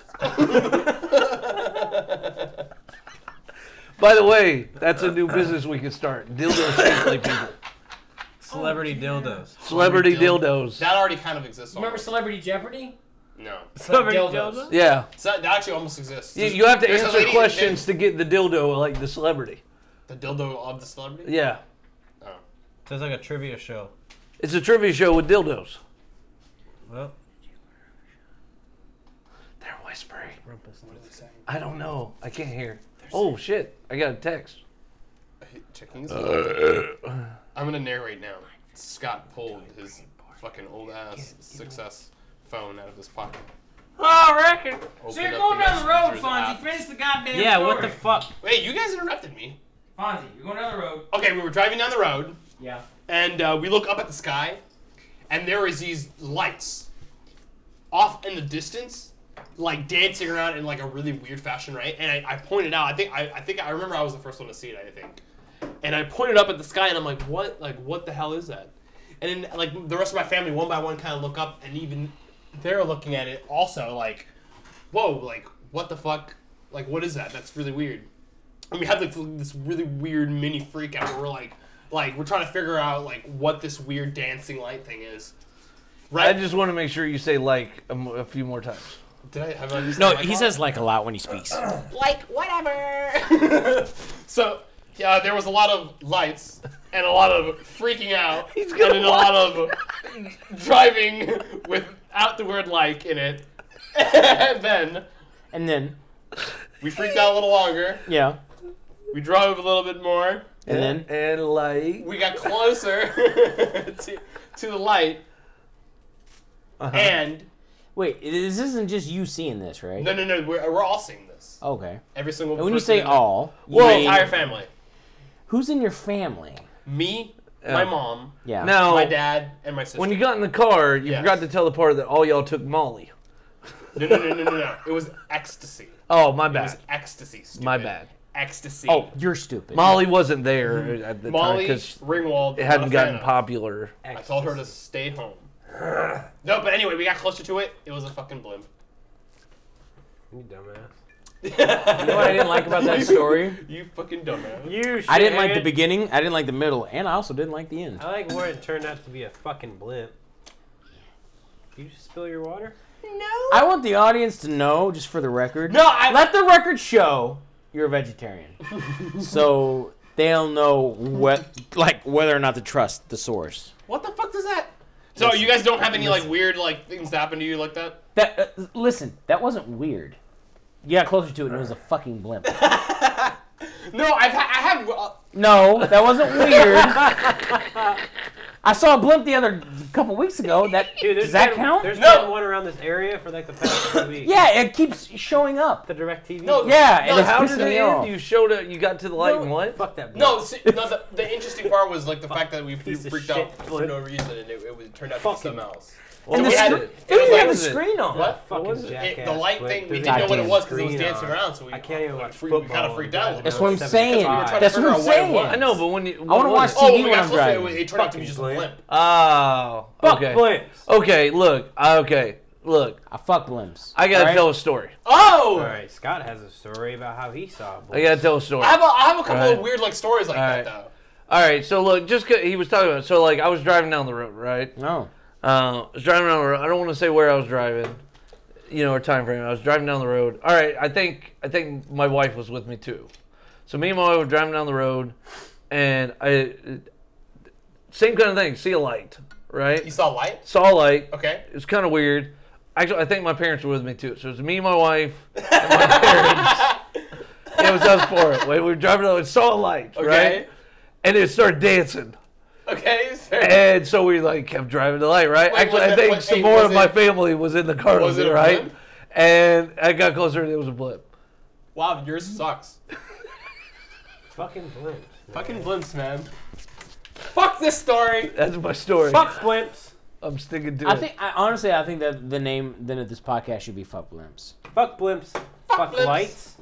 [SPEAKER 1] By the way, that's a new business we can start. Dildo shapely people.
[SPEAKER 5] Oh,
[SPEAKER 3] Celebrity dildos.
[SPEAKER 1] Celebrity dildos.
[SPEAKER 5] That already kind of exists.
[SPEAKER 7] Remember
[SPEAKER 5] already.
[SPEAKER 7] Celebrity Jeopardy?
[SPEAKER 5] No,
[SPEAKER 3] Celebrity
[SPEAKER 7] Dildos.
[SPEAKER 3] dildos.
[SPEAKER 1] Yeah.
[SPEAKER 5] so that, that actually almost exists.
[SPEAKER 1] You, you have to
[SPEAKER 5] There's a
[SPEAKER 1] answer
[SPEAKER 5] lady-
[SPEAKER 1] questions to get the dildo like the celebrity.
[SPEAKER 5] The dildo of the celebrity.
[SPEAKER 1] Yeah.
[SPEAKER 5] Oh.
[SPEAKER 3] Sounds like a trivia show.
[SPEAKER 1] It's a trivia show with dildos.
[SPEAKER 3] Well,
[SPEAKER 1] They're whispering. I don't know. I can't hear. Oh shit. I got a text. (coughs)
[SPEAKER 5] Checking this out. I'm gonna narrate now. Scott pulled his fucking old ass success phone out of his pocket.
[SPEAKER 7] Oh, reckon. So
[SPEAKER 5] Opened
[SPEAKER 7] you're
[SPEAKER 5] up
[SPEAKER 7] going
[SPEAKER 5] the
[SPEAKER 7] down the road,
[SPEAKER 5] Messenger's
[SPEAKER 7] Fonzie.
[SPEAKER 5] app.
[SPEAKER 7] Finish the goddamn
[SPEAKER 3] yeah.
[SPEAKER 7] story.
[SPEAKER 3] What the fuck?
[SPEAKER 5] Wait, you guys interrupted me.
[SPEAKER 7] Fonzie, you're going down the road.
[SPEAKER 5] Okay, we were driving down the road,
[SPEAKER 7] Yeah.
[SPEAKER 5] and uh, we look up at the sky, and there is these lights off in the distance, like dancing around in like a really weird fashion, right? And I, I pointed out, I think I, I think I remember I was the first one to see it, I think. And I pointed up at the sky, and I'm like, what? Like, what the hell is that? And then like the rest of my family, one by one, kind of look up, and even they're looking at it also, like, whoa, like what the fuck? Like, what is that? That's really weird. and we have this, this really weird mini freak out where we're like like we're trying to figure out like what this weird dancing light thing is
[SPEAKER 1] I
[SPEAKER 5] right
[SPEAKER 1] just want to make sure you say like a, m- a few more times.
[SPEAKER 5] did i have I used
[SPEAKER 2] No,
[SPEAKER 5] the mic
[SPEAKER 2] he
[SPEAKER 5] on?
[SPEAKER 2] says like a lot when he
[SPEAKER 3] (clears throat)
[SPEAKER 2] speaks.
[SPEAKER 5] like whatever (laughs) so yeah there was a lot of lights and a lot of freaking out
[SPEAKER 1] (laughs) He's
[SPEAKER 5] and
[SPEAKER 1] gonna
[SPEAKER 5] then a lot of (laughs) driving without the word like in it (laughs) and then
[SPEAKER 2] And then,
[SPEAKER 5] we freaked out a little longer
[SPEAKER 2] yeah.
[SPEAKER 5] we drove a little bit more
[SPEAKER 2] And then,
[SPEAKER 1] and like
[SPEAKER 5] we got closer (laughs) to, to the light
[SPEAKER 1] Uh-huh.
[SPEAKER 5] and
[SPEAKER 2] wait, this isn't just you seeing this, right?
[SPEAKER 5] no no no we're, we're all seeing this
[SPEAKER 2] Okay.
[SPEAKER 5] every single
[SPEAKER 2] And when you
[SPEAKER 5] person
[SPEAKER 2] say
[SPEAKER 5] in-
[SPEAKER 2] all, you
[SPEAKER 5] the
[SPEAKER 2] mean
[SPEAKER 5] entire family
[SPEAKER 2] who's in your family?
[SPEAKER 5] me my
[SPEAKER 1] Yeah.
[SPEAKER 5] mom
[SPEAKER 2] Yeah.
[SPEAKER 1] now
[SPEAKER 5] my dad and my sister
[SPEAKER 1] when you got in the car, you
[SPEAKER 5] Yes.
[SPEAKER 1] forgot to tell the part that all y'all took Molly.
[SPEAKER 5] no, no no no no no it was ecstasy
[SPEAKER 1] Oh my
[SPEAKER 5] it was
[SPEAKER 1] bad.
[SPEAKER 5] ecstasy stupid.
[SPEAKER 1] My bad.
[SPEAKER 5] ecstasy
[SPEAKER 2] Oh, you're stupid.
[SPEAKER 1] Molly wasn't there at the time
[SPEAKER 5] Molly
[SPEAKER 1] because it
[SPEAKER 5] Ringwald not a
[SPEAKER 1] hadn't
[SPEAKER 5] fan
[SPEAKER 1] gotten
[SPEAKER 5] of.
[SPEAKER 1] popular.
[SPEAKER 5] I told her to stay home no but anyway we got closer to it it was a fucking blimp
[SPEAKER 3] You dumbass.
[SPEAKER 2] You know what I didn't like about that story?
[SPEAKER 5] you fucking
[SPEAKER 3] (laughs)
[SPEAKER 5] dumbass
[SPEAKER 3] You.
[SPEAKER 2] I didn't like the
[SPEAKER 3] shithead.
[SPEAKER 2] beginning, I didn't like the middle, and I also didn't like the end.
[SPEAKER 3] I like where it turned out to be a fucking blimp. You just spill your water?
[SPEAKER 2] I want the audience to know, just for the record.
[SPEAKER 5] no I
[SPEAKER 2] Let the record show you're a (laughs) vegetarian. so they'll know what like whether or not to trust the source.
[SPEAKER 5] What the fuck does that? So you guys don't have any like weird like things that happen to you like that?
[SPEAKER 2] That uh, listen, that wasn't weird. You got closer to it and it was a fucking (laughs) blimp.
[SPEAKER 5] No, I've ha- I have. Uh,
[SPEAKER 2] No, that wasn't (laughs) weird. I saw a blimp the other couple weeks ago. That
[SPEAKER 3] Dude,
[SPEAKER 2] does that
[SPEAKER 3] been,
[SPEAKER 2] count?
[SPEAKER 3] There's
[SPEAKER 5] No.
[SPEAKER 3] been one around this area for like
[SPEAKER 2] (coughs)
[SPEAKER 3] the past two weeks.
[SPEAKER 2] Yeah, it keeps showing up.
[SPEAKER 3] The direct TV.
[SPEAKER 5] No,
[SPEAKER 2] Yeah, and
[SPEAKER 5] No,
[SPEAKER 2] it's
[SPEAKER 5] how
[SPEAKER 1] How
[SPEAKER 2] pissing
[SPEAKER 1] did
[SPEAKER 2] me
[SPEAKER 1] it
[SPEAKER 2] off.
[SPEAKER 1] end? You showed up. You got to the light and what?
[SPEAKER 3] Fuck that.
[SPEAKER 5] no, see, no. The, the interesting part was like the fact that we
[SPEAKER 3] Piece of
[SPEAKER 5] freaked out
[SPEAKER 3] shit.
[SPEAKER 5] for no reason and it, it was, turned out to be
[SPEAKER 3] Fucking-
[SPEAKER 5] something else.
[SPEAKER 1] What
[SPEAKER 2] and the
[SPEAKER 1] was
[SPEAKER 2] screen.
[SPEAKER 1] it?
[SPEAKER 2] They didn't
[SPEAKER 1] What
[SPEAKER 2] have a
[SPEAKER 1] was it?
[SPEAKER 2] screen on.
[SPEAKER 5] What?
[SPEAKER 3] Fucking
[SPEAKER 1] was it?
[SPEAKER 3] jackass.
[SPEAKER 5] It- the light
[SPEAKER 3] put
[SPEAKER 5] thing, we
[SPEAKER 3] the
[SPEAKER 5] didn't know what it was 'cause it
[SPEAKER 3] goddamn
[SPEAKER 5] was
[SPEAKER 3] screen
[SPEAKER 5] dancing
[SPEAKER 3] on.
[SPEAKER 5] around, so we-
[SPEAKER 3] I can't even
[SPEAKER 5] we
[SPEAKER 3] watch
[SPEAKER 5] freaked- we
[SPEAKER 3] football.
[SPEAKER 5] kinda freaked out a little
[SPEAKER 2] That's
[SPEAKER 5] bit.
[SPEAKER 2] what I'm saying.
[SPEAKER 5] were trying to
[SPEAKER 2] That's what I'm
[SPEAKER 5] figure out what it
[SPEAKER 2] saying.
[SPEAKER 5] was.
[SPEAKER 1] I know, but when you.
[SPEAKER 2] wanna
[SPEAKER 1] what was
[SPEAKER 2] watch
[SPEAKER 1] it?
[SPEAKER 5] Oh, when
[SPEAKER 2] TV
[SPEAKER 5] we
[SPEAKER 2] when
[SPEAKER 5] got
[SPEAKER 2] I'm
[SPEAKER 5] closer, it,
[SPEAKER 2] driving.
[SPEAKER 5] it turned out to
[SPEAKER 3] Fucking
[SPEAKER 5] be just a
[SPEAKER 3] blimp.
[SPEAKER 5] blimp.
[SPEAKER 1] Oh.
[SPEAKER 2] Fuck
[SPEAKER 1] okay.
[SPEAKER 2] blimps.
[SPEAKER 1] Okay, look. Okay, look.
[SPEAKER 2] I fuck blimps.
[SPEAKER 1] I gotta
[SPEAKER 2] alright?
[SPEAKER 1] tell a story.
[SPEAKER 5] Oh!
[SPEAKER 3] All right, Scott has a story about how he saw.
[SPEAKER 1] I gotta tell a story.
[SPEAKER 5] I have a, I have a couple
[SPEAKER 1] Alright.
[SPEAKER 5] of weird like stories like
[SPEAKER 1] Alright.
[SPEAKER 5] that though.
[SPEAKER 1] All right, so look, just 'cause he was talking about. So like, I was driving down the road, right?
[SPEAKER 2] No.
[SPEAKER 1] Uh, I was driving down the road. I don't want to say where I was driving, you know, or time frame. I was driving down the road. All right, I think I think my wife was with me too. So me and my wife were driving down the road, and I same kind of thing. See a light,
[SPEAKER 5] You
[SPEAKER 1] right?
[SPEAKER 5] saw light?
[SPEAKER 1] Saw a light.
[SPEAKER 5] Okay.
[SPEAKER 1] It was kind of weird. Actually, I think my parents were with me too. So it was me, my wife, and my parents. it was us four. We were driving down. It saw a light,
[SPEAKER 5] Okay.
[SPEAKER 1] right? And it started dancing.
[SPEAKER 5] Okay. so-
[SPEAKER 1] And so we like kept driving the light, right?
[SPEAKER 5] Wait,
[SPEAKER 1] Actually,
[SPEAKER 5] was
[SPEAKER 1] I
[SPEAKER 5] it-
[SPEAKER 1] think
[SPEAKER 5] wait,
[SPEAKER 1] some
[SPEAKER 5] hey,
[SPEAKER 1] more
[SPEAKER 5] was
[SPEAKER 1] of my
[SPEAKER 5] it-
[SPEAKER 1] family was in the car
[SPEAKER 5] Was
[SPEAKER 1] with me,
[SPEAKER 5] it a
[SPEAKER 1] right?
[SPEAKER 5] blimp?
[SPEAKER 1] And I got closer and it was a blip.
[SPEAKER 5] Wow, yours sucks.
[SPEAKER 3] Fucking blimps.
[SPEAKER 5] Fucking blimps, man. Fuck this story.
[SPEAKER 1] That's my story.
[SPEAKER 3] Fuck blimps.
[SPEAKER 1] I'm sticking to
[SPEAKER 2] I
[SPEAKER 1] it.
[SPEAKER 2] think I, honestly I think that the name then of this podcast should be fuck blimps.
[SPEAKER 3] Fuck blimps. Fuck
[SPEAKER 5] blimps.
[SPEAKER 3] lights.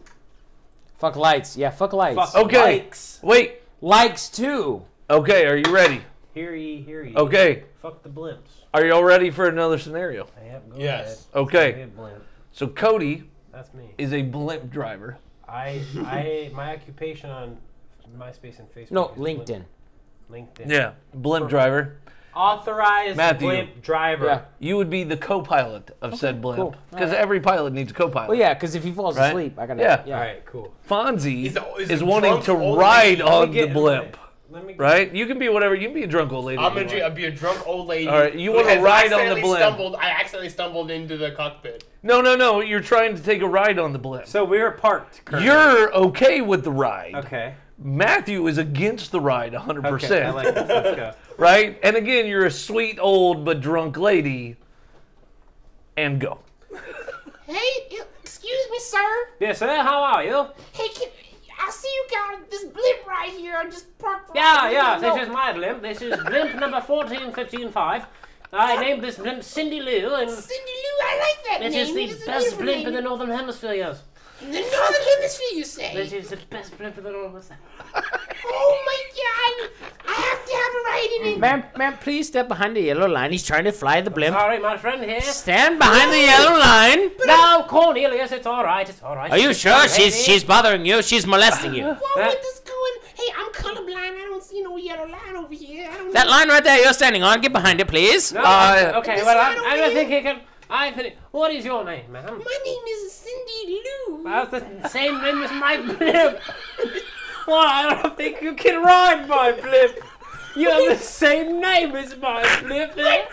[SPEAKER 2] Fuck lights. Yeah, fuck lights. Oh.
[SPEAKER 3] Fuck
[SPEAKER 1] Okay.
[SPEAKER 3] likes.
[SPEAKER 1] Wait.
[SPEAKER 2] Likes too.
[SPEAKER 1] Okay, are you ready?
[SPEAKER 3] Hear ye, hear ye.
[SPEAKER 1] Okay.
[SPEAKER 3] Fuck the blimps.
[SPEAKER 1] Are y'all ready for another scenario?
[SPEAKER 3] I am go
[SPEAKER 5] Yes.
[SPEAKER 3] ahead. Be a
[SPEAKER 1] Okay.
[SPEAKER 3] blimp.
[SPEAKER 1] So Cody
[SPEAKER 3] That's me.
[SPEAKER 1] is a blimp driver.
[SPEAKER 3] I I my occupation on MySpace and Facebook.
[SPEAKER 2] No,
[SPEAKER 3] is blimp.
[SPEAKER 2] LinkedIn.
[SPEAKER 3] LinkedIn.
[SPEAKER 1] Yeah. Blimp driver.
[SPEAKER 3] Authorized
[SPEAKER 1] Matthew.
[SPEAKER 3] blimp driver.
[SPEAKER 2] Yeah.
[SPEAKER 1] You would be the co-pilot of said
[SPEAKER 2] cool.
[SPEAKER 1] blimp because
[SPEAKER 2] Alright.
[SPEAKER 1] every pilot needs a co-pilot.
[SPEAKER 2] Well, Oh, yeah, because if he falls
[SPEAKER 1] Right?
[SPEAKER 2] asleep, I gotta.
[SPEAKER 1] Yeah.
[SPEAKER 3] All right, cool.
[SPEAKER 1] Fonzie
[SPEAKER 5] Is the- is
[SPEAKER 1] is
[SPEAKER 5] the
[SPEAKER 1] wanting
[SPEAKER 5] drunk
[SPEAKER 1] to
[SPEAKER 5] old
[SPEAKER 1] ride
[SPEAKER 5] lady-
[SPEAKER 1] on
[SPEAKER 3] Let me
[SPEAKER 1] the
[SPEAKER 3] get-
[SPEAKER 1] blimp,
[SPEAKER 3] Let me get,
[SPEAKER 1] right? You can be whatever. You can be a drunk old lady.
[SPEAKER 5] I'm
[SPEAKER 1] if you
[SPEAKER 5] gonna
[SPEAKER 1] want.
[SPEAKER 5] dr- be a drunk old lady.
[SPEAKER 1] All right, you
[SPEAKER 5] who
[SPEAKER 1] wanna
[SPEAKER 5] has
[SPEAKER 1] ride on the
[SPEAKER 5] accidentally
[SPEAKER 1] blimp.
[SPEAKER 5] Stumbled, I accidentally stumbled into the cockpit.
[SPEAKER 1] No, no, no. You're trying to take a ride on the blimp.
[SPEAKER 3] So we were parked. Currently.
[SPEAKER 1] You're okay with the ride.
[SPEAKER 3] okay.
[SPEAKER 1] Matthew is against the ride 100%.
[SPEAKER 3] Okay. I like this. Let's go.
[SPEAKER 1] Right? And again, you're a sweet old but drunk lady. And go.
[SPEAKER 6] Hey, you- excuse me, sir.
[SPEAKER 3] Yeah. So then, how are you?
[SPEAKER 6] Hey, can, I see you got this blimp right here. I just parked. Right
[SPEAKER 8] Yeah,
[SPEAKER 3] Ah,
[SPEAKER 6] here.
[SPEAKER 8] yeah,
[SPEAKER 6] No.
[SPEAKER 8] this is my blimp. This is blimp number 14155. I named this blimp Cindy Lou, and this
[SPEAKER 6] Cindy Lou, I like that name.
[SPEAKER 8] is
[SPEAKER 6] It's
[SPEAKER 8] the
[SPEAKER 6] a
[SPEAKER 8] best
[SPEAKER 6] beautiful
[SPEAKER 8] blimp in the
[SPEAKER 6] name.
[SPEAKER 8] Northern Hemisphere, yes.
[SPEAKER 6] In the Northern Hemisphere, you say?
[SPEAKER 8] This is the best blimp in the Northern Hemisphere.
[SPEAKER 6] Oh my God! I have to have a ride in it.
[SPEAKER 2] Ma'am, ma'am, please step behind the yellow line. He's trying to fly the blimp.
[SPEAKER 8] Sorry, my friend here.
[SPEAKER 2] Stand behind the yellow line.
[SPEAKER 8] Now, Cornelius, it's alright, it's alright.
[SPEAKER 2] Are you sure she's she's bothering you? She's molesting you.
[SPEAKER 6] Whoa,
[SPEAKER 8] that-
[SPEAKER 6] what is going? Hey, I'm colorblind. I don't see no yellow line over here. I don't.
[SPEAKER 2] That line right there you're standing on. Get behind it, please.
[SPEAKER 8] No,
[SPEAKER 1] Uh,
[SPEAKER 8] okay,
[SPEAKER 6] This
[SPEAKER 8] well,
[SPEAKER 6] line
[SPEAKER 8] I,
[SPEAKER 6] over
[SPEAKER 8] I don't
[SPEAKER 6] here.
[SPEAKER 8] think he can. I think. What is your name, ma'am?
[SPEAKER 6] My name is Cindy Lou.
[SPEAKER 8] That's the same name as my blimp. Well, I don't think you can ride my blimp. You have the same name as my blimp. eh?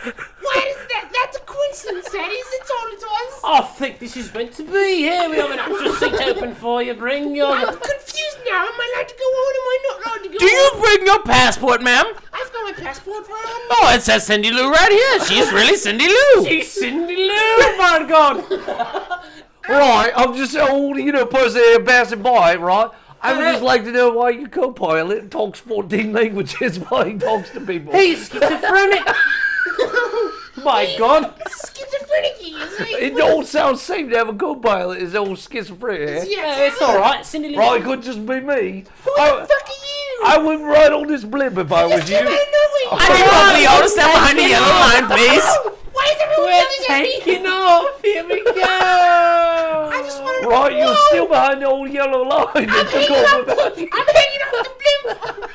[SPEAKER 6] Why is that? That's a coincidence. That is. It's all it was.
[SPEAKER 2] Oh,
[SPEAKER 8] I think this is meant to be. Here we have an extra seat open for you. Bring your.
[SPEAKER 6] I'm confused now. Am I allowed to go on? Am I not allowed to go
[SPEAKER 2] Do you
[SPEAKER 6] on?
[SPEAKER 2] bring your passport, ma'am?
[SPEAKER 6] I've got my passport wrong. (laughs)
[SPEAKER 2] Oh, it says Cindy Lou right here. She's really Cindy Lou.
[SPEAKER 8] Hey, Cindy Lou, my God!
[SPEAKER 1] Right. I'm just an old, you know, pussy bastard boy, right? I would just like to know why your co-pilot talks 14 languages (laughs) while he talks to people.
[SPEAKER 8] He's schizophrenic. my God!
[SPEAKER 6] Schizophrenic, is
[SPEAKER 1] It
[SPEAKER 6] it?
[SPEAKER 1] don't sound safe to have a co-pilot is old schizophrenic. eh?
[SPEAKER 6] Yeah,
[SPEAKER 8] Yeah, it's all right, Cindy Lou.
[SPEAKER 1] Right, it could just be me. I,
[SPEAKER 6] Fuck you!
[SPEAKER 1] I wouldn't ride on this blimp if I was
[SPEAKER 6] Just came out
[SPEAKER 1] you.
[SPEAKER 6] of
[SPEAKER 2] I
[SPEAKER 6] nowhere.
[SPEAKER 2] need all the yellow. Step behind the yellow line, please.
[SPEAKER 6] Why is everyone
[SPEAKER 8] We're
[SPEAKER 6] yelling at me?
[SPEAKER 8] taking off. Here we
[SPEAKER 6] (laughs)
[SPEAKER 8] go.
[SPEAKER 6] I just wanted to
[SPEAKER 1] Right, you're
[SPEAKER 6] Whoa.
[SPEAKER 1] still behind the old yellow line.
[SPEAKER 6] I'm
[SPEAKER 1] that took
[SPEAKER 6] hanging
[SPEAKER 1] off
[SPEAKER 6] off the,
[SPEAKER 1] without you.
[SPEAKER 6] I'm hanging off the blimp.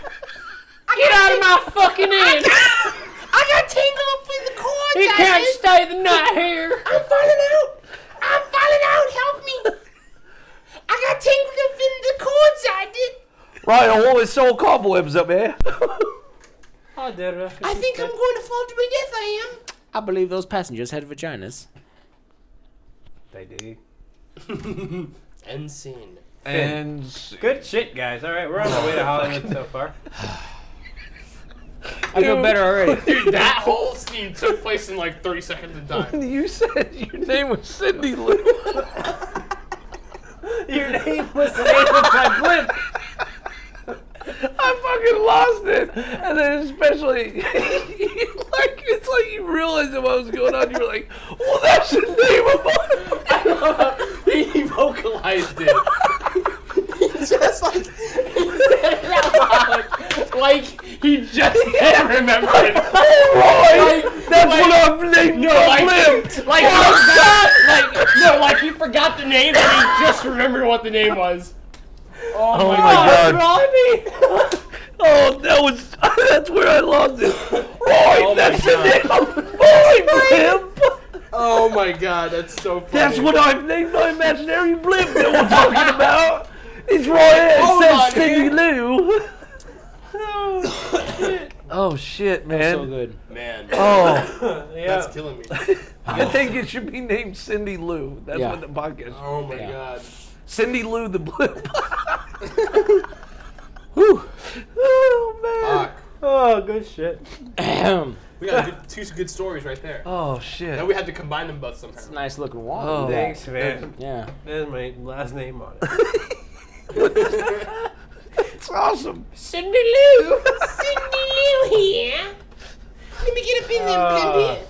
[SPEAKER 6] I
[SPEAKER 8] Get out
[SPEAKER 6] got
[SPEAKER 8] of my fucking head.
[SPEAKER 6] I got tangled up in the cords.
[SPEAKER 8] You
[SPEAKER 6] I
[SPEAKER 8] can't
[SPEAKER 6] did.
[SPEAKER 8] stay the night here.
[SPEAKER 6] I'm falling out. I'm falling out. Help me. I got tangled up in the cords. I did.
[SPEAKER 1] Right, I always saw cobwebs up there.
[SPEAKER 8] I did it.
[SPEAKER 6] I think I'm going to fall to my death. I am.
[SPEAKER 2] I believe those passengers had vaginas.
[SPEAKER 3] They do.
[SPEAKER 5] End scene.
[SPEAKER 1] and
[SPEAKER 3] Good shit, guys. All right, we're on our way to Hollywood so far.
[SPEAKER 2] I feel better
[SPEAKER 8] (laughs)
[SPEAKER 2] already.
[SPEAKER 5] Dude, that whole scene took place in like 30 seconds of time.
[SPEAKER 1] you said your name was Cindy Lou.
[SPEAKER 3] Your name was the name of my blimp.
[SPEAKER 1] I fucking lost it. And then especially, (laughs) like, it's like you realizing what was going on, you were like, well, that's the name of my.
[SPEAKER 5] he vocalized it.
[SPEAKER 2] Just like
[SPEAKER 5] like he just
[SPEAKER 1] (laughs)
[SPEAKER 5] can't remember it.
[SPEAKER 1] Oh, right! That's
[SPEAKER 5] like-
[SPEAKER 1] what I'm named
[SPEAKER 5] No,
[SPEAKER 1] for,
[SPEAKER 5] like, (laughs)
[SPEAKER 1] Blimp! (laughs) Oh
[SPEAKER 5] like, he forgot, like, no, like he forgot the name and he just remembered what the name was.
[SPEAKER 1] Oh my god. Oh, that was. (laughs) That's where I lost it. Roy, that's the name of my blimp!
[SPEAKER 5] Oh my god, that's so funny.
[SPEAKER 1] That's what I've named my imaginary blimp that we're talking about. It's Roy and says Cindy Lou. Oh shit, man.
[SPEAKER 2] so good.
[SPEAKER 5] Man,
[SPEAKER 1] Oh,
[SPEAKER 5] that's killing me.
[SPEAKER 1] I think it should be named Cindy Lou. That's
[SPEAKER 2] Yeah.
[SPEAKER 1] what the podcast. is.
[SPEAKER 5] Oh my god.
[SPEAKER 1] Cindy Lou the blimp. (laughs) Whew. Oh man.
[SPEAKER 5] Fuck.
[SPEAKER 8] Oh, good shit.
[SPEAKER 2] Ahem.
[SPEAKER 5] We got a good, two good stories right there.
[SPEAKER 1] Oh shit.
[SPEAKER 5] Now we had to combine them both somehow.
[SPEAKER 2] It's a nice looking wall.
[SPEAKER 1] Oh.
[SPEAKER 3] Thanks, man.
[SPEAKER 2] Yeah.
[SPEAKER 3] There's my last name on it.
[SPEAKER 1] It's awesome.
[SPEAKER 8] Cindy Lou.
[SPEAKER 6] Cindy Lou here. Let me get up in them blimp here.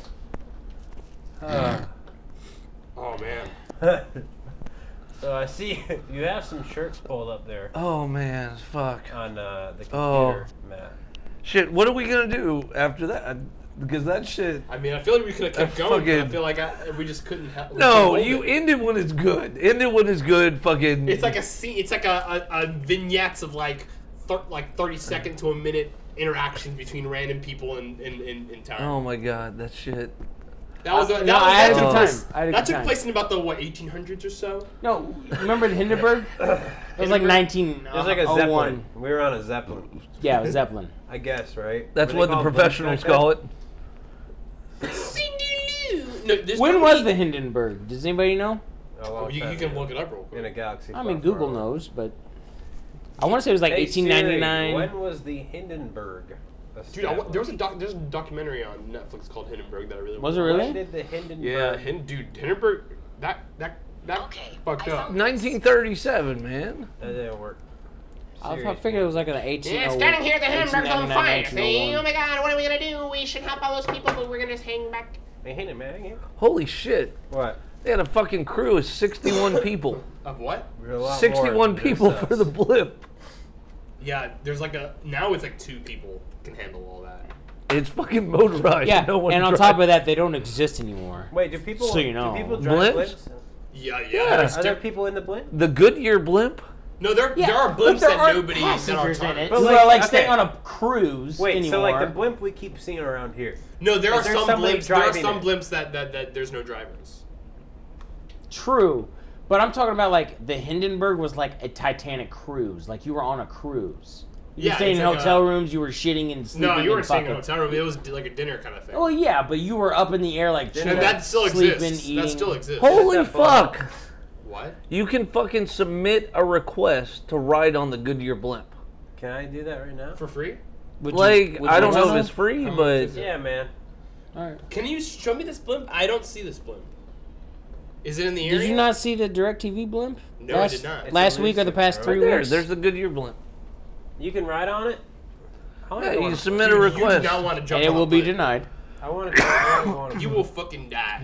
[SPEAKER 5] Oh man.
[SPEAKER 3] (laughs) so I see (laughs) you have some shirts pulled up there
[SPEAKER 1] Oh man, fuck.
[SPEAKER 3] on uh, the
[SPEAKER 1] Oh.
[SPEAKER 3] computer,
[SPEAKER 2] Uh-huh.
[SPEAKER 3] Matt.
[SPEAKER 1] Shit, what are we gonna do after that? Because that shit.
[SPEAKER 5] I mean, I feel like we could have kept
[SPEAKER 1] I
[SPEAKER 5] going. but I
[SPEAKER 1] fucking-
[SPEAKER 5] feel like I, we just couldn't. Ha- we couldn't
[SPEAKER 1] No,
[SPEAKER 5] hold
[SPEAKER 1] you
[SPEAKER 5] it.
[SPEAKER 1] end it when it's good. End it when it's good. Fucking.
[SPEAKER 5] It's like a scene. It's like a, a, a vignettes of like thir- like thirty second to a minute interactions between random people in in, in, in town.
[SPEAKER 1] Oh my god, that shit.
[SPEAKER 5] that was
[SPEAKER 2] I-
[SPEAKER 5] that,
[SPEAKER 2] no,
[SPEAKER 5] was,
[SPEAKER 2] I had
[SPEAKER 5] that
[SPEAKER 2] a
[SPEAKER 5] took
[SPEAKER 2] good
[SPEAKER 5] place-
[SPEAKER 2] time. I had a
[SPEAKER 5] that
[SPEAKER 2] good
[SPEAKER 5] took
[SPEAKER 2] time.
[SPEAKER 5] place in about the what eighteen hundreds or so.
[SPEAKER 2] No, remember the Hindenburg? It was like 19.
[SPEAKER 3] It was like a zeppelin. We were on a zeppelin,
[SPEAKER 2] Yeah, it was Zeppelin.
[SPEAKER 3] I guess, right?
[SPEAKER 1] That's
[SPEAKER 3] Were they
[SPEAKER 1] what the
[SPEAKER 3] called
[SPEAKER 1] professionals
[SPEAKER 3] blimps back
[SPEAKER 1] call it.
[SPEAKER 6] Cindy Lou.
[SPEAKER 5] No, there's
[SPEAKER 2] When
[SPEAKER 5] no
[SPEAKER 2] was
[SPEAKER 5] need-
[SPEAKER 2] the Hindenburg? Does anybody know?
[SPEAKER 3] then? A long
[SPEAKER 5] Oh, you,
[SPEAKER 3] time
[SPEAKER 5] you can
[SPEAKER 3] ago.
[SPEAKER 5] look it up real quick.
[SPEAKER 3] in a galaxy.
[SPEAKER 2] I
[SPEAKER 3] far,
[SPEAKER 2] mean,
[SPEAKER 3] far
[SPEAKER 2] Google
[SPEAKER 3] away.
[SPEAKER 2] knows, but I want to say it was like
[SPEAKER 3] Hey, Siri,
[SPEAKER 2] 1899.
[SPEAKER 3] When was the Hindenburg?
[SPEAKER 5] Dude, I, wa- there was a doc, there's a documentary on Netflix called Hindenburg that I really
[SPEAKER 2] Was it
[SPEAKER 5] wanna
[SPEAKER 2] really?
[SPEAKER 3] When did the Hindenburg?
[SPEAKER 5] Yeah, Hin- dude, Hindenburg, that that that
[SPEAKER 6] Okay,
[SPEAKER 5] fucked
[SPEAKER 6] I
[SPEAKER 5] up.
[SPEAKER 6] found-
[SPEAKER 1] 1937, man.
[SPEAKER 3] That didn't work.
[SPEAKER 2] I
[SPEAKER 3] Siri.
[SPEAKER 2] I figured it was like an oh 18.
[SPEAKER 6] Yeah, standing here, the Hindenburg's on fire. See? Oh
[SPEAKER 2] 1901.
[SPEAKER 6] my god, what are we gonna do? We should help all those people, but we're gonna just hang back.
[SPEAKER 3] Hey, Hindenburg, man. yeah.
[SPEAKER 1] Holy shit.
[SPEAKER 3] What?
[SPEAKER 1] They had a fucking crew of
[SPEAKER 3] (laughs)
[SPEAKER 1] 61 people.
[SPEAKER 5] Of what?
[SPEAKER 3] We were a lot more
[SPEAKER 1] 61
[SPEAKER 3] than uh,
[SPEAKER 1] people
[SPEAKER 3] just
[SPEAKER 1] for
[SPEAKER 3] us.
[SPEAKER 1] the blip.
[SPEAKER 5] Yeah, there's like a now it's like two people can handle all that.
[SPEAKER 1] It's fucking motorized.
[SPEAKER 2] Yeah,
[SPEAKER 1] (laughs) no one
[SPEAKER 2] and on
[SPEAKER 1] drives.
[SPEAKER 2] top of that, they don't exist anymore.
[SPEAKER 3] Wait, do people?
[SPEAKER 2] So you know.
[SPEAKER 3] do people
[SPEAKER 1] Blimps?
[SPEAKER 3] drive blimps?
[SPEAKER 5] Yeah, yeah.
[SPEAKER 1] Yeah.
[SPEAKER 5] there's
[SPEAKER 3] Are there
[SPEAKER 5] two-
[SPEAKER 3] people in the blimp?
[SPEAKER 1] the Goodyear blimp.
[SPEAKER 5] no, there there are
[SPEAKER 2] But
[SPEAKER 5] blimps
[SPEAKER 2] there
[SPEAKER 5] that
[SPEAKER 2] aren't
[SPEAKER 5] nobody that are
[SPEAKER 2] passengers in
[SPEAKER 5] autonomous.
[SPEAKER 2] it.
[SPEAKER 3] But,
[SPEAKER 2] Who
[SPEAKER 3] like,
[SPEAKER 2] are like
[SPEAKER 3] okay.
[SPEAKER 2] staying on a cruise
[SPEAKER 3] Wait,
[SPEAKER 2] anymore.
[SPEAKER 3] so like the blimp we keep seeing around here.
[SPEAKER 5] No, there are
[SPEAKER 3] there
[SPEAKER 5] some
[SPEAKER 3] somebody
[SPEAKER 5] blimps. There are
[SPEAKER 3] driving
[SPEAKER 5] some
[SPEAKER 3] it?
[SPEAKER 5] blimps that, that that there's no drivers.
[SPEAKER 2] True, but I'm talking about like the Hindenburg was like a Titanic cruise. Like you were on a cruise. You
[SPEAKER 5] Yeah,
[SPEAKER 2] were staying
[SPEAKER 5] it's
[SPEAKER 2] in
[SPEAKER 5] like
[SPEAKER 2] hotel
[SPEAKER 5] a-
[SPEAKER 2] rooms. You were shitting and sleeping.
[SPEAKER 5] No, you were
[SPEAKER 2] and
[SPEAKER 5] staying in a
[SPEAKER 2] fucking-
[SPEAKER 5] hotel room. It was like a dinner kind of thing.
[SPEAKER 2] Well, yeah, but you were up in the air like
[SPEAKER 5] and
[SPEAKER 2] chilling,
[SPEAKER 5] that still
[SPEAKER 2] sleeping,
[SPEAKER 5] exists.
[SPEAKER 2] eating.
[SPEAKER 5] That still exists.
[SPEAKER 1] Holy
[SPEAKER 3] (laughs) that bump.
[SPEAKER 1] fuck.
[SPEAKER 5] What?
[SPEAKER 1] You can fucking submit a request to ride on the Goodyear blimp.
[SPEAKER 3] Can I do that right now?
[SPEAKER 5] For free?
[SPEAKER 2] Would you-
[SPEAKER 1] Like,
[SPEAKER 2] would
[SPEAKER 1] I
[SPEAKER 2] you
[SPEAKER 1] don't know
[SPEAKER 2] wanna?
[SPEAKER 1] if it's free,
[SPEAKER 5] How much
[SPEAKER 1] but
[SPEAKER 5] is it?
[SPEAKER 3] Yeah, man.
[SPEAKER 2] All right.
[SPEAKER 5] Can you show me this blimp? I don't see this blimp. Is it in the area?
[SPEAKER 2] Did you not see the Directv blimp?
[SPEAKER 5] No, I
[SPEAKER 2] last,
[SPEAKER 5] did not.
[SPEAKER 2] Last
[SPEAKER 3] It's
[SPEAKER 2] week or the
[SPEAKER 3] amazing,
[SPEAKER 2] past
[SPEAKER 3] bro.
[SPEAKER 2] three
[SPEAKER 1] there,
[SPEAKER 2] weeks?
[SPEAKER 1] there's the Goodyear blimp.
[SPEAKER 3] You can ride on it. I wanna
[SPEAKER 1] Yeah,
[SPEAKER 3] go on
[SPEAKER 1] you
[SPEAKER 3] a-
[SPEAKER 1] submit
[SPEAKER 5] Dude,
[SPEAKER 1] a
[SPEAKER 5] You do
[SPEAKER 1] request.
[SPEAKER 5] not want to jump.
[SPEAKER 2] and it
[SPEAKER 5] on a
[SPEAKER 2] will be
[SPEAKER 5] blimp.
[SPEAKER 2] denied.
[SPEAKER 3] I want to. I wanna go on a
[SPEAKER 5] You will fucking die.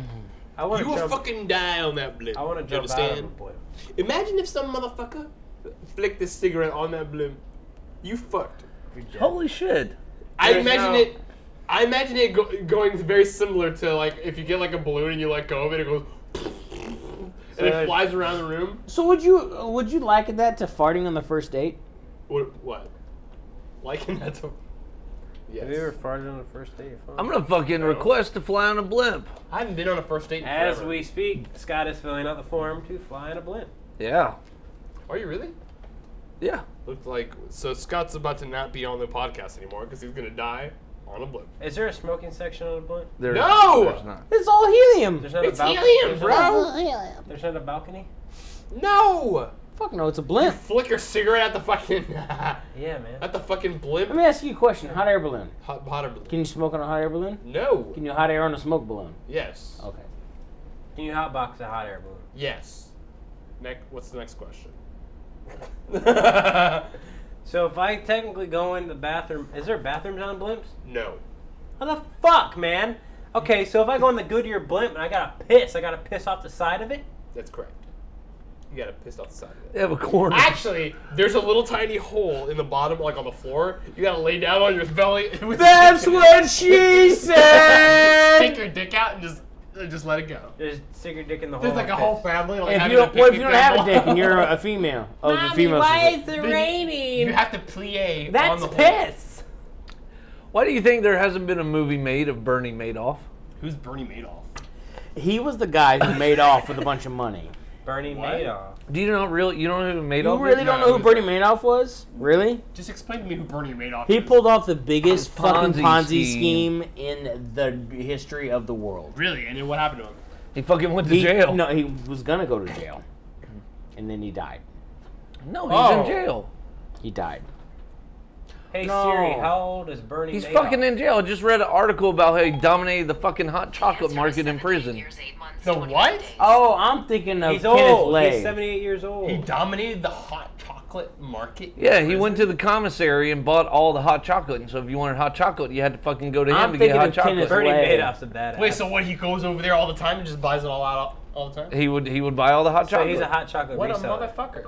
[SPEAKER 3] I want
[SPEAKER 5] You
[SPEAKER 3] to
[SPEAKER 5] will
[SPEAKER 3] jump.
[SPEAKER 5] fucking die on that blimp.
[SPEAKER 3] I want to
[SPEAKER 5] You
[SPEAKER 3] jump out of a
[SPEAKER 5] understand?
[SPEAKER 3] blimp.
[SPEAKER 5] Imagine if some motherfucker flicked this cigarette on that blimp. You fucked.
[SPEAKER 1] Holy shit.
[SPEAKER 5] I
[SPEAKER 3] There's
[SPEAKER 5] imagine
[SPEAKER 3] no-
[SPEAKER 5] it. I imagine it go, going very similar to like if you get like a balloon and you let go of it, it goes. (laughs) And it
[SPEAKER 3] there's-
[SPEAKER 5] flies around the room.
[SPEAKER 2] So would you would you liken that to farting on the first date?
[SPEAKER 5] What? What? Liking that to. Yes.
[SPEAKER 3] Have you ever farted on the first date? Fun?
[SPEAKER 1] I'm gonna fucking request to fly on a blimp.
[SPEAKER 5] I haven't been on a first date. in
[SPEAKER 3] As
[SPEAKER 5] forever.
[SPEAKER 3] we speak, Scott is filling out the form to fly in a blimp.
[SPEAKER 1] Yeah.
[SPEAKER 5] Are you really?
[SPEAKER 1] Yeah.
[SPEAKER 5] Looks like so. Scott's about to not be on the podcast anymore because he's gonna die on a blimp.
[SPEAKER 3] Is there a smoking section on a blimp?
[SPEAKER 1] There's,
[SPEAKER 5] No!
[SPEAKER 1] There's not.
[SPEAKER 2] It's all helium.
[SPEAKER 3] There's not
[SPEAKER 5] It's
[SPEAKER 3] a balcony.
[SPEAKER 5] helium,
[SPEAKER 3] there's not-
[SPEAKER 5] bro.
[SPEAKER 3] there's not a balcony.
[SPEAKER 5] No.
[SPEAKER 2] Fuck no, it's a blimp.
[SPEAKER 5] Flick your cigarette at the fucking (laughs) at
[SPEAKER 3] Yeah, man.
[SPEAKER 5] the fucking blimp.
[SPEAKER 2] Let me ask you a question. Hot air balloon.
[SPEAKER 5] Hot hotter balloon.
[SPEAKER 2] Can you smoke on a hot air balloon?
[SPEAKER 5] No.
[SPEAKER 2] Can you hot air on a smoke balloon?
[SPEAKER 5] Yes.
[SPEAKER 2] Okay.
[SPEAKER 3] Can you hotbox a hot air balloon?
[SPEAKER 5] Yes. Next. What's the next question? (laughs)
[SPEAKER 3] So if I technically go in the bathroom, is there bathrooms on blimps?
[SPEAKER 5] No.
[SPEAKER 3] How the fuck, man? Okay, so if I go on the Goodyear blimp and I gotta piss, I gotta piss off the side of it.
[SPEAKER 5] That's correct. You got to piss off the side of it.
[SPEAKER 1] They have a corner.
[SPEAKER 5] Actually, there's a little tiny hole in the bottom, like on the floor. You gotta lay down on your belly. (laughs) with-
[SPEAKER 2] That's what she
[SPEAKER 5] Take
[SPEAKER 2] said.
[SPEAKER 5] your dick out and just and just let it go.
[SPEAKER 3] Just stick your dick in the hole.
[SPEAKER 5] There's like a
[SPEAKER 3] and
[SPEAKER 5] whole
[SPEAKER 3] piss.
[SPEAKER 5] family. Like
[SPEAKER 2] If
[SPEAKER 5] having
[SPEAKER 2] you don't,
[SPEAKER 5] a
[SPEAKER 2] what if you don't
[SPEAKER 5] picnic
[SPEAKER 2] have a
[SPEAKER 5] table.
[SPEAKER 2] dick and you're a female? Oh, the female.
[SPEAKER 8] is it
[SPEAKER 5] (laughs) You have to plie. on
[SPEAKER 3] That's
[SPEAKER 5] the hole.
[SPEAKER 3] piss.
[SPEAKER 1] Why do you think there hasn't been a movie made of Bernie Madoff?
[SPEAKER 5] Who's Bernie Madoff?
[SPEAKER 2] He was the guy who made off with a bunch of money.
[SPEAKER 3] Bernie
[SPEAKER 5] What?
[SPEAKER 3] Madoff.
[SPEAKER 1] Do you not really? You don't know who Madoff
[SPEAKER 2] You
[SPEAKER 1] is?
[SPEAKER 2] really don't know who Bernie Madoff was? Really?
[SPEAKER 5] Just explain to me who Bernie Madoff
[SPEAKER 2] He
[SPEAKER 5] is.
[SPEAKER 2] pulled off the biggest fucking
[SPEAKER 1] Ponzi
[SPEAKER 2] Ponzi
[SPEAKER 1] scheme.
[SPEAKER 2] scheme in the history of the world.
[SPEAKER 5] Really? And then what happened to him?
[SPEAKER 1] He fucking went to
[SPEAKER 2] He-
[SPEAKER 1] jail.
[SPEAKER 2] No, he was gonna go to jail, and then he died.
[SPEAKER 1] No, he's
[SPEAKER 5] Oh.
[SPEAKER 1] in jail.
[SPEAKER 2] He died.
[SPEAKER 3] Hey
[SPEAKER 2] No.
[SPEAKER 3] Siri, how old is Bernie
[SPEAKER 1] He's
[SPEAKER 3] Madoff?
[SPEAKER 1] fucking in jail. I just read an article about how he dominated the fucking hot chocolate market in prison.
[SPEAKER 5] The what?
[SPEAKER 2] Oh, I'm thinking of
[SPEAKER 3] He's
[SPEAKER 2] Kenneth
[SPEAKER 3] old.
[SPEAKER 2] Lay.
[SPEAKER 3] He's 78 years old.
[SPEAKER 5] He dominated the hot chocolate market. in
[SPEAKER 1] Yeah, he
[SPEAKER 5] prison?
[SPEAKER 1] went to the commissary and bought all the hot chocolate. And so if you wanted hot chocolate, you had to fucking go to him
[SPEAKER 2] I'm
[SPEAKER 1] to get
[SPEAKER 2] thinking
[SPEAKER 1] hot
[SPEAKER 2] of
[SPEAKER 1] chocolate.
[SPEAKER 2] Kenneth
[SPEAKER 3] Bernie
[SPEAKER 2] Lay.
[SPEAKER 3] Madoff's a badass.
[SPEAKER 5] Wait, so what? He goes over there all the time and just buys it all out all- all the time?
[SPEAKER 1] He would he would buy all the hot
[SPEAKER 3] So
[SPEAKER 1] chocolate.
[SPEAKER 3] he's a hot chocolate
[SPEAKER 5] What a
[SPEAKER 3] reseller.
[SPEAKER 5] motherfucker!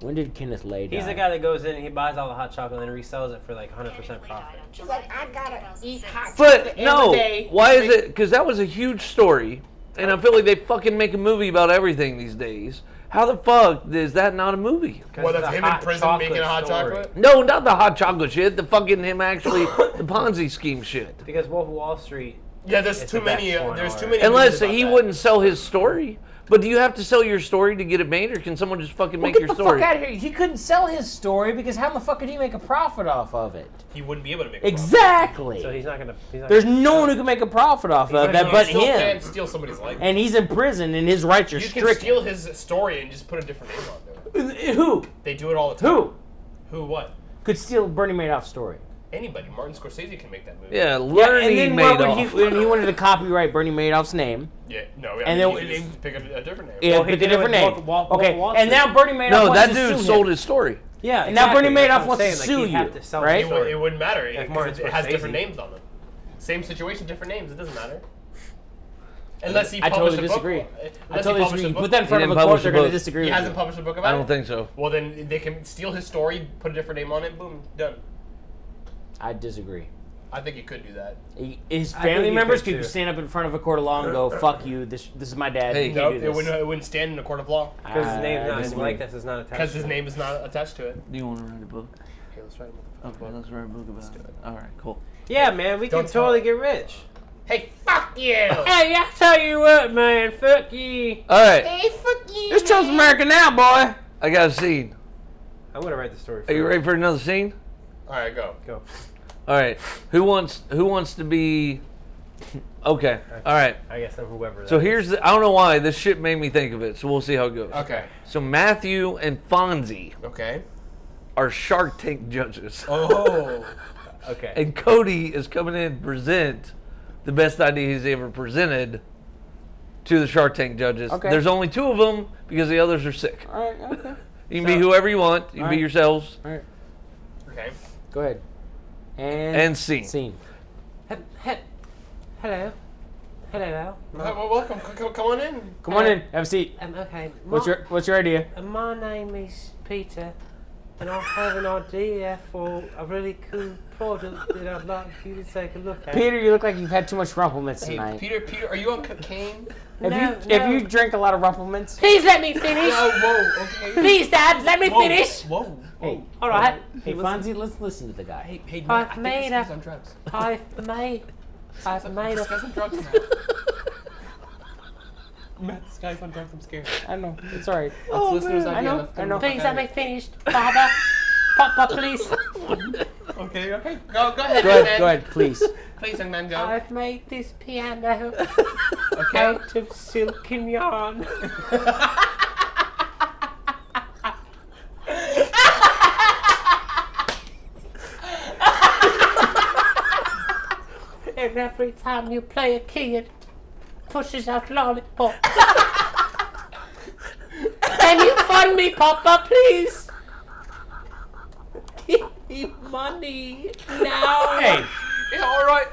[SPEAKER 2] When did Kenneth Lay die?
[SPEAKER 3] He's the guy that goes in and he buys all the hot chocolate and resells it for like 100% profit.
[SPEAKER 6] She's like, I gotta eat hot
[SPEAKER 1] but
[SPEAKER 6] every
[SPEAKER 1] no,
[SPEAKER 6] day.
[SPEAKER 1] why is it? Because that was a huge story, and I feel like they fucking make a movie about everything these days. How the fuck is that not a movie?
[SPEAKER 3] 'Cause
[SPEAKER 5] What,
[SPEAKER 3] it's
[SPEAKER 5] that's
[SPEAKER 3] a
[SPEAKER 5] him in
[SPEAKER 3] hot
[SPEAKER 5] prison making
[SPEAKER 3] chocolate
[SPEAKER 5] a hot
[SPEAKER 3] story.
[SPEAKER 5] chocolate?
[SPEAKER 1] No, not the hot chocolate shit. The fucking him actually the Ponzi scheme
[SPEAKER 2] (laughs)
[SPEAKER 1] shit.
[SPEAKER 3] Because Wolf of Wall Street.
[SPEAKER 5] Yeah, there's
[SPEAKER 3] It's
[SPEAKER 5] too
[SPEAKER 3] the best
[SPEAKER 5] many. Uh,
[SPEAKER 3] one
[SPEAKER 5] there's too
[SPEAKER 3] already.
[SPEAKER 5] many.
[SPEAKER 1] Unless
[SPEAKER 5] movies about
[SPEAKER 1] he
[SPEAKER 5] that.
[SPEAKER 1] wouldn't sell his story. But do you have to sell your story to get it made, or can someone just fucking
[SPEAKER 2] Well,
[SPEAKER 1] make
[SPEAKER 2] get
[SPEAKER 1] your
[SPEAKER 2] the
[SPEAKER 1] story?
[SPEAKER 2] fuck out of here. He couldn't sell his story because how the fuck could he make a profit off of it?
[SPEAKER 5] He wouldn't be able to make. a profit.
[SPEAKER 2] Exactly.
[SPEAKER 3] So he's not gonna. He's not
[SPEAKER 2] There's
[SPEAKER 3] gonna
[SPEAKER 2] no one who can make a profit off of that
[SPEAKER 5] you
[SPEAKER 2] but
[SPEAKER 5] still
[SPEAKER 2] him.
[SPEAKER 5] Can steal somebody's life.
[SPEAKER 2] And he's in prison, and his rights are
[SPEAKER 5] you can
[SPEAKER 2] strict.
[SPEAKER 5] steal his story and just put a different name on it.
[SPEAKER 2] Who?
[SPEAKER 5] They do it all the time.
[SPEAKER 2] Who
[SPEAKER 5] Who? What?
[SPEAKER 2] could steal Bernie Madoff's story?
[SPEAKER 5] Anybody. Martin Scorsese can make that movie.
[SPEAKER 1] Yeah, learning
[SPEAKER 2] and then
[SPEAKER 1] made
[SPEAKER 2] why would
[SPEAKER 1] off.
[SPEAKER 2] he? When he wanted to copyright Bernie Madoff's name,
[SPEAKER 5] Yeah. No. I
[SPEAKER 2] And
[SPEAKER 5] mean,
[SPEAKER 2] then-
[SPEAKER 5] you just pick a, a different name.
[SPEAKER 2] yeah,
[SPEAKER 3] he
[SPEAKER 2] pick a
[SPEAKER 3] did it with
[SPEAKER 2] different name.
[SPEAKER 3] Wolf- Wolf- Wolf
[SPEAKER 2] okay,
[SPEAKER 3] Wall
[SPEAKER 2] and now Bernie Madoff.
[SPEAKER 1] no,
[SPEAKER 2] wants
[SPEAKER 1] that
[SPEAKER 2] to
[SPEAKER 1] dude
[SPEAKER 2] sue
[SPEAKER 1] sold
[SPEAKER 2] him.
[SPEAKER 1] his story.
[SPEAKER 3] Yeah.
[SPEAKER 2] And now Bernie
[SPEAKER 3] exactly. That's
[SPEAKER 2] Madoff
[SPEAKER 3] what
[SPEAKER 2] wants
[SPEAKER 3] I'm
[SPEAKER 2] to
[SPEAKER 3] saying, like,
[SPEAKER 2] sue
[SPEAKER 3] he'd have
[SPEAKER 2] you,
[SPEAKER 3] to sell
[SPEAKER 2] right?
[SPEAKER 3] his
[SPEAKER 5] It, would,
[SPEAKER 3] story.
[SPEAKER 5] it wouldn't matter. It,
[SPEAKER 3] Like
[SPEAKER 5] 'cause
[SPEAKER 3] Martin
[SPEAKER 5] it has different
[SPEAKER 3] Scorsese.
[SPEAKER 5] names on them. Same situation, different names. It
[SPEAKER 2] (laughs)
[SPEAKER 5] doesn't matter. Unless he
[SPEAKER 2] I totally
[SPEAKER 5] published a
[SPEAKER 2] disagree.
[SPEAKER 5] book. Unless
[SPEAKER 2] I totally
[SPEAKER 5] he published
[SPEAKER 2] disagree.
[SPEAKER 5] a
[SPEAKER 2] You
[SPEAKER 5] book.
[SPEAKER 2] put that in front of
[SPEAKER 1] didn't
[SPEAKER 2] a court,
[SPEAKER 1] publish
[SPEAKER 2] they're
[SPEAKER 1] a
[SPEAKER 2] going to
[SPEAKER 1] book.
[SPEAKER 2] disagree.
[SPEAKER 5] he
[SPEAKER 2] with
[SPEAKER 5] hasn't
[SPEAKER 2] you.
[SPEAKER 5] published a book about
[SPEAKER 1] I
[SPEAKER 5] it.
[SPEAKER 1] don't think so.
[SPEAKER 5] Well, then they can steal his story, put a different name on it, boom, done.
[SPEAKER 2] I disagree.
[SPEAKER 5] I think you could do that.
[SPEAKER 2] He- His
[SPEAKER 3] think
[SPEAKER 2] family
[SPEAKER 3] he
[SPEAKER 2] members
[SPEAKER 3] could,
[SPEAKER 2] could
[SPEAKER 3] too.
[SPEAKER 2] stand up in front of a court of law and go, "Fuck you! This this is my dad.
[SPEAKER 1] Hey,
[SPEAKER 2] you
[SPEAKER 5] No,
[SPEAKER 2] can't
[SPEAKER 5] it
[SPEAKER 2] do this."
[SPEAKER 5] wouldn't, it wouldn't stand in a court of law
[SPEAKER 3] Because his name's
[SPEAKER 2] I
[SPEAKER 3] not his
[SPEAKER 2] disagree.
[SPEAKER 3] likeness is not attached.
[SPEAKER 5] because his
[SPEAKER 3] to it.
[SPEAKER 5] name is not attached to it.
[SPEAKER 1] Do you want to write a book?
[SPEAKER 5] Okay, let's try it.
[SPEAKER 1] Okay, let's write a book about it. All right, cool.
[SPEAKER 3] Yeah, man, we
[SPEAKER 5] Don't
[SPEAKER 3] can
[SPEAKER 5] tell-
[SPEAKER 3] totally get rich.
[SPEAKER 5] Hey, fuck you!
[SPEAKER 3] Hey, I tell you what, man, fuck you.
[SPEAKER 1] All right,
[SPEAKER 6] Hey, fuck you.
[SPEAKER 2] This Trump's America now, boy.
[SPEAKER 1] I got a scene.
[SPEAKER 3] I'm gonna write the story. For
[SPEAKER 1] Are you ready for another scene?
[SPEAKER 5] All right, go.
[SPEAKER 3] Go.
[SPEAKER 1] All right, who wants who wants to be? Okay, all right.
[SPEAKER 3] I guess I'm whoever.
[SPEAKER 1] So
[SPEAKER 3] that
[SPEAKER 1] here's the, I don't know why this shit made me think of it. So we'll see how it goes.
[SPEAKER 5] Okay,
[SPEAKER 1] So Matthew and Fonzie
[SPEAKER 5] okay.
[SPEAKER 1] are Shark Tank judges,
[SPEAKER 5] Oh,
[SPEAKER 3] is. (laughs) Okay.
[SPEAKER 1] and Cody is coming in to present the best idea he's ever presented to the Shark Tank judges.
[SPEAKER 2] Okay.
[SPEAKER 1] There's only two of them because the others are sick.
[SPEAKER 2] All (laughs) right, okay.
[SPEAKER 1] You can be whoever you want. You can be
[SPEAKER 2] Alright.
[SPEAKER 1] yourselves
[SPEAKER 2] All right,
[SPEAKER 5] okay.
[SPEAKER 2] go ahead. And,
[SPEAKER 1] and scene.
[SPEAKER 2] scene.
[SPEAKER 8] Hello. Hello, Al.
[SPEAKER 5] Well, well, welcome. Come, come- come on in.
[SPEAKER 2] Come on in, have a seat.
[SPEAKER 8] Um, okay. My,
[SPEAKER 2] What's your What's your idea?
[SPEAKER 8] uh, my name is Peter, and I have an idea for a really cool product that I'd like you to take a look at.
[SPEAKER 2] Peter, you look like you've had too much rumplements
[SPEAKER 5] Hey,
[SPEAKER 2] tonight.
[SPEAKER 5] Peter, Peter, are you on cocaine?
[SPEAKER 2] Have
[SPEAKER 8] No,
[SPEAKER 2] you
[SPEAKER 8] no.
[SPEAKER 2] Have you drank a lot of rumplements?
[SPEAKER 8] Please let me finish.
[SPEAKER 5] Oh, (laughs) whoa, okay.
[SPEAKER 8] Please, Dad, let me
[SPEAKER 5] Whoa,
[SPEAKER 8] finish.
[SPEAKER 5] Whoa, whoa.
[SPEAKER 2] Hey,
[SPEAKER 8] All right.
[SPEAKER 2] hey, Fonzie, let's listen to the guy.
[SPEAKER 5] Hey, hey,
[SPEAKER 8] I've
[SPEAKER 5] Matt, I think
[SPEAKER 8] made
[SPEAKER 5] this guy's
[SPEAKER 8] a-
[SPEAKER 5] on drugs.
[SPEAKER 8] I've made. I've made
[SPEAKER 5] This
[SPEAKER 8] a.
[SPEAKER 5] guy's on drugs now. (laughs) Matt, this guy's on drugs. I'm scared.
[SPEAKER 2] I know it's all right.
[SPEAKER 5] Oh, listeners
[SPEAKER 2] man.
[SPEAKER 5] idea.
[SPEAKER 2] I know,
[SPEAKER 5] Let's go.
[SPEAKER 2] I know.
[SPEAKER 8] Please let me finish, Father. Papa, please.
[SPEAKER 5] Okay, okay. Go, go ahead,
[SPEAKER 2] Go
[SPEAKER 5] young
[SPEAKER 2] ahead,
[SPEAKER 5] man.
[SPEAKER 2] go ahead, please.
[SPEAKER 5] Please, young man, go.
[SPEAKER 8] I've made this piano
[SPEAKER 5] okay.
[SPEAKER 8] out of silk and yarn. and every time you play a key, it pushes out lollipops. Can you fund me, Papa, please? Give me money now.
[SPEAKER 2] Hey,
[SPEAKER 5] Yeah, all right.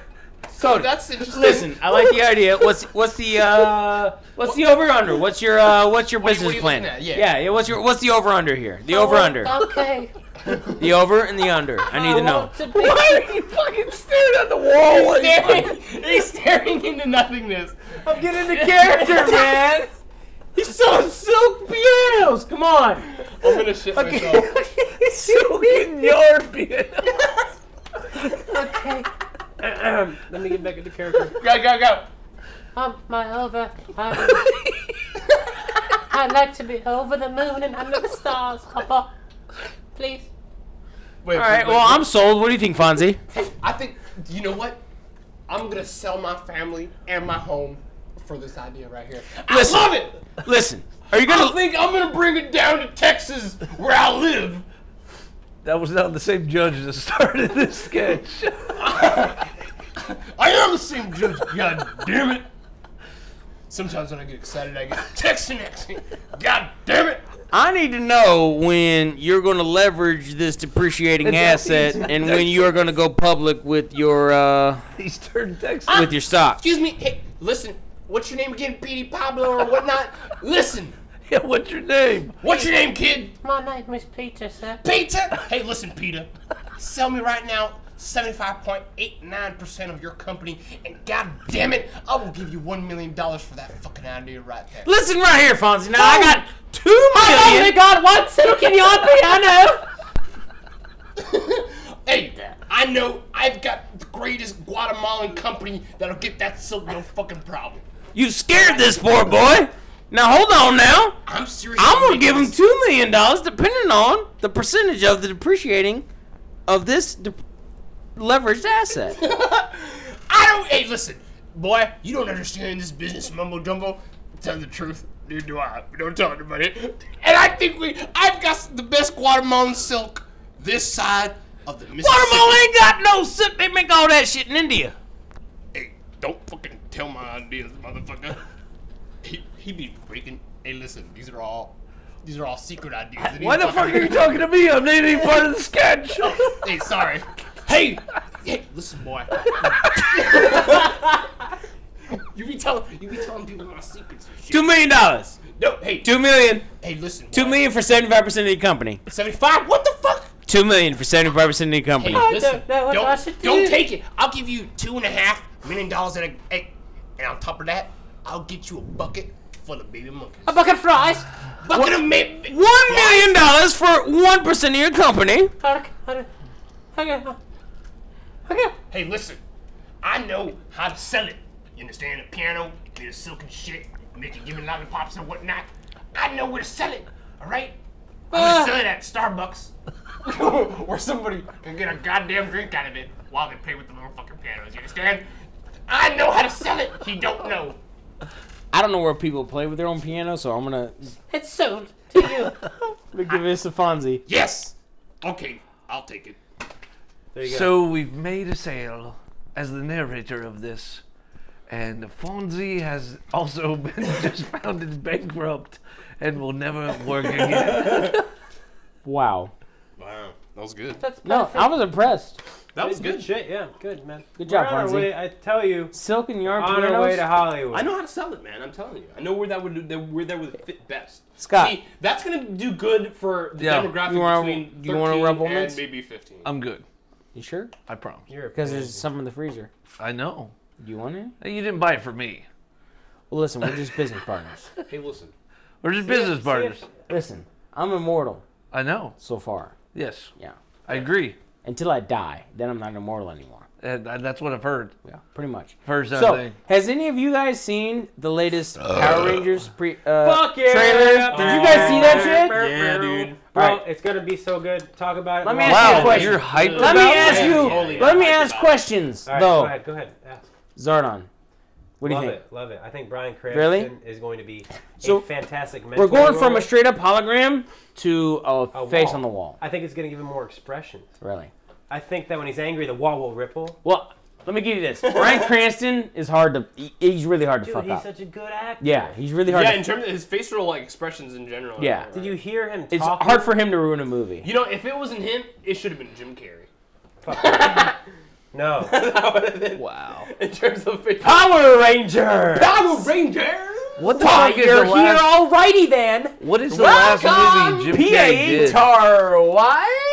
[SPEAKER 1] Cody,
[SPEAKER 5] That's interesting.
[SPEAKER 2] Listen, I like the idea. What's what's the uh what's the over under? What's your uh what's your
[SPEAKER 5] What- what
[SPEAKER 2] business
[SPEAKER 5] are you
[SPEAKER 2] plan?
[SPEAKER 5] looking at?
[SPEAKER 2] Yeah.
[SPEAKER 5] Yeah.
[SPEAKER 2] yeah, What's your what's the over under here? The over under,
[SPEAKER 8] Okay.
[SPEAKER 2] the over and the under. I need to
[SPEAKER 6] (laughs)
[SPEAKER 2] know.
[SPEAKER 1] why are you fucking staring at the wall? like-
[SPEAKER 6] Staring, he's staring into nothingness.
[SPEAKER 2] I'm getting the character, man.
[SPEAKER 8] He's selling silk pianos. Come on.
[SPEAKER 5] I'm gonna shit myself.
[SPEAKER 2] (laughs)
[SPEAKER 1] Fucking yard being-
[SPEAKER 5] (laughs)
[SPEAKER 8] Let me get back into character.
[SPEAKER 5] (laughs) Go go go.
[SPEAKER 9] Pump my over. I'm- I'd like to be over the moon and under the stars, Papa. Please.
[SPEAKER 5] Wait,
[SPEAKER 2] All right. Well, I'm sold. What do you think, Fonzie?
[SPEAKER 5] I think you know what? I'm gonna sell my family and my home for this idea right here.
[SPEAKER 2] Listen.
[SPEAKER 5] I love it.
[SPEAKER 2] Listen, are you
[SPEAKER 5] I
[SPEAKER 2] gonna?
[SPEAKER 5] think I'm gonna bring it down to Texas where I live.
[SPEAKER 1] That was not the same judge that started this
[SPEAKER 2] (laughs)
[SPEAKER 1] sketch.
[SPEAKER 5] I am the same judge. (laughs) God damn it. Sometimes when I get excited, I get Texan accent. God damn it.
[SPEAKER 2] I need to know when you're gonna leverage this depreciating asset and when you are gonna go public with your uh
[SPEAKER 1] He's turned Texas. (laughs)
[SPEAKER 2] with your stock.
[SPEAKER 5] Excuse me. Hey, listen. What's your name again? Petey Pablo or whatnot? Listen.
[SPEAKER 1] Yeah, what's your name?
[SPEAKER 5] What's your name, kid?
[SPEAKER 9] My name is Peter, sir.
[SPEAKER 5] Peter. Hey, listen, Peter. Sell me right now 75.89% of your company, and god damn it, I will give you $1 million for that fucking idea right there.
[SPEAKER 2] Listen right here, Fonzie. Now I got two million.
[SPEAKER 9] Oh God, one silken yard piano!
[SPEAKER 5] Hey, I know I've got the greatest Guatemalan company that'll get that silk no fucking problem.
[SPEAKER 2] You scared this poor boy. Now hold on now.
[SPEAKER 5] I'm serious.
[SPEAKER 2] I'm gonna give him two million dollars, depending on the percentage of the depreciating of this de- leveraged asset.
[SPEAKER 5] I don't. Hey, listen, boy, you don't understand this business mumbo jumbo. Tell the truth, neither do I. We don't talk about it. And I think we, I've got the best Guatemalan silk this side of the Mississippi.
[SPEAKER 2] Guatemala ain't got no sip. They make all that shit in India.
[SPEAKER 5] Hey, don't fucking tell my ideas, motherfucker. He, he be breaking. Hey, listen, these are all, these are all secret ideas. that
[SPEAKER 1] Why
[SPEAKER 5] he's
[SPEAKER 1] the fuck
[SPEAKER 5] fucking-
[SPEAKER 1] are
[SPEAKER 5] (laughs)
[SPEAKER 1] you talking to me? I'm not even part of the
[SPEAKER 2] (laughs)
[SPEAKER 1] sketch.
[SPEAKER 5] Hey, sorry. Hey, hey,
[SPEAKER 1] (laughs)
[SPEAKER 5] listen, boy. you be telling, you be telling people my secrets and shit.
[SPEAKER 2] Two million dollars.
[SPEAKER 5] no, hey,
[SPEAKER 2] Two million.
[SPEAKER 5] hey, listen.
[SPEAKER 2] Two million for seventy-five percent of the company.
[SPEAKER 5] Seventy-five. What the fuck?
[SPEAKER 2] Two million for seventy-five percent of the
[SPEAKER 5] Hey,
[SPEAKER 2] company.
[SPEAKER 5] listen.
[SPEAKER 9] don't know what
[SPEAKER 5] don't,
[SPEAKER 9] I should
[SPEAKER 5] don't
[SPEAKER 9] do.
[SPEAKER 5] take it. I'll give you two and a half million dollars and a, hey, and on top of that, I'll get you a bucket full of baby monkeys.
[SPEAKER 9] A bucket of fries.
[SPEAKER 5] Bucket of baby.
[SPEAKER 2] One million dollars for one percent of your company.
[SPEAKER 9] Okay, okay, okay. okay.
[SPEAKER 5] Hey, listen. I know how to sell it. You understand? The piano, the silk and shit, make it give me lollipops and whatnot. I know where to sell it. All right. I'm gonna sell it at Starbucks, (laughs) where somebody can get a goddamn drink out of it while they play with the little fucking pianos. You understand? I know how to sell it. He don't know.
[SPEAKER 2] I don't know where people play with their own piano, so I'm gonna
[SPEAKER 9] It's sold to you.
[SPEAKER 2] (laughs) give this to Fonzie.
[SPEAKER 5] Yes. Okay, I'll take it.
[SPEAKER 1] So we've made a sale as the narrator of this, and Fonzie has also (laughs) been just founded bankrupt and will never (laughs) work again.
[SPEAKER 2] Wow.
[SPEAKER 5] Wow, that was good.
[SPEAKER 9] That's
[SPEAKER 2] No, I was impressed.
[SPEAKER 5] That was
[SPEAKER 3] Good shit, yeah, good man.
[SPEAKER 2] Good job,
[SPEAKER 3] We're on our
[SPEAKER 2] Fonzie.
[SPEAKER 3] way, I tell you,
[SPEAKER 2] Silk and yarn
[SPEAKER 3] on our way to
[SPEAKER 2] pianos.
[SPEAKER 3] Hollywood.
[SPEAKER 5] I know how to sell it, man. I'm telling you. I know where that would that- where that would fit best.
[SPEAKER 2] Scott.
[SPEAKER 5] See, that's gonna do good for the
[SPEAKER 1] Yeah.
[SPEAKER 5] demographic
[SPEAKER 2] You wanna-
[SPEAKER 5] between
[SPEAKER 2] you wanna
[SPEAKER 5] 13
[SPEAKER 2] rub
[SPEAKER 5] and
[SPEAKER 2] almonds?
[SPEAKER 5] maybe 15.
[SPEAKER 1] I'm good.
[SPEAKER 2] You sure?
[SPEAKER 1] I promise.
[SPEAKER 3] You're a
[SPEAKER 2] Because there's some in the freezer.
[SPEAKER 1] I know.
[SPEAKER 2] Do you want it?
[SPEAKER 1] Hey, You didn't buy it for me.
[SPEAKER 2] Well, listen, we're just
[SPEAKER 9] (laughs)
[SPEAKER 2] business partners.
[SPEAKER 5] hey, listen.
[SPEAKER 1] We're just business partners.
[SPEAKER 2] Listen, I'm immortal
[SPEAKER 1] I know.
[SPEAKER 2] so far.
[SPEAKER 1] Yes,
[SPEAKER 2] Yeah.
[SPEAKER 1] I agree.
[SPEAKER 2] Until I die, then I'm not immortal anymore.
[SPEAKER 1] And th- that's what I've heard.
[SPEAKER 2] Yeah, pretty much.
[SPEAKER 1] First
[SPEAKER 2] So,
[SPEAKER 1] thing.
[SPEAKER 2] has any of you guys seen the latest Power Rangers pre uh,
[SPEAKER 3] Fuck yeah!
[SPEAKER 2] trailer? Did you guys see that shit?
[SPEAKER 3] Yeah, dude. Bro,
[SPEAKER 2] Alright.
[SPEAKER 3] it's gonna be so good. Talk about it.
[SPEAKER 2] Let me
[SPEAKER 3] Well,
[SPEAKER 2] ask you a
[SPEAKER 1] Wow,
[SPEAKER 2] question.
[SPEAKER 1] you're hyped.
[SPEAKER 2] Let me
[SPEAKER 1] about
[SPEAKER 2] ask
[SPEAKER 1] it.
[SPEAKER 2] you.
[SPEAKER 5] Totally
[SPEAKER 2] let me
[SPEAKER 5] hyped
[SPEAKER 2] ask
[SPEAKER 5] about it.
[SPEAKER 2] questions
[SPEAKER 3] Alright,
[SPEAKER 2] though.
[SPEAKER 3] go ahead, go ahead. Ask.
[SPEAKER 2] Zardon, what do you
[SPEAKER 3] Love
[SPEAKER 2] think?
[SPEAKER 3] it, love it. I think Brian Cranston
[SPEAKER 2] Really?
[SPEAKER 3] is going to be
[SPEAKER 2] So,
[SPEAKER 3] a fantastic mentor.
[SPEAKER 2] We're going from a
[SPEAKER 3] role.
[SPEAKER 2] straight up hologram to a,
[SPEAKER 3] A
[SPEAKER 2] face
[SPEAKER 3] wall.
[SPEAKER 2] on the wall.
[SPEAKER 3] I think it's gonna give him more expression.
[SPEAKER 2] Really.
[SPEAKER 3] I think that when he's angry, the wall will ripple.
[SPEAKER 2] Well, let me give you this.
[SPEAKER 1] (laughs)
[SPEAKER 2] Brian Cranston is hard to. he- he's really hard to
[SPEAKER 3] Dude,
[SPEAKER 2] fuck
[SPEAKER 3] he's
[SPEAKER 2] up.
[SPEAKER 3] such a good actor.
[SPEAKER 2] yeah, he's really hard.
[SPEAKER 5] Yeah,
[SPEAKER 2] to,
[SPEAKER 5] in terms of his facial like expressions in general.
[SPEAKER 2] Yeah.
[SPEAKER 5] right?
[SPEAKER 3] Did you hear him?
[SPEAKER 2] it's
[SPEAKER 3] talking?
[SPEAKER 2] hard for him to ruin a movie.
[SPEAKER 5] (laughs) You know, if it wasn't him, it should have been Jim Carrey.
[SPEAKER 4] No.
[SPEAKER 10] that would have been
[SPEAKER 1] Wow.
[SPEAKER 10] in terms of facial.
[SPEAKER 3] Power Ranger.
[SPEAKER 10] Power Ranger.
[SPEAKER 1] What the fuck is the last?
[SPEAKER 3] alrighty then.
[SPEAKER 1] What is the last
[SPEAKER 3] Welcome,
[SPEAKER 1] movie Jim
[SPEAKER 2] E
[SPEAKER 1] Carrey did?
[SPEAKER 3] P-A-E-Tar. Why?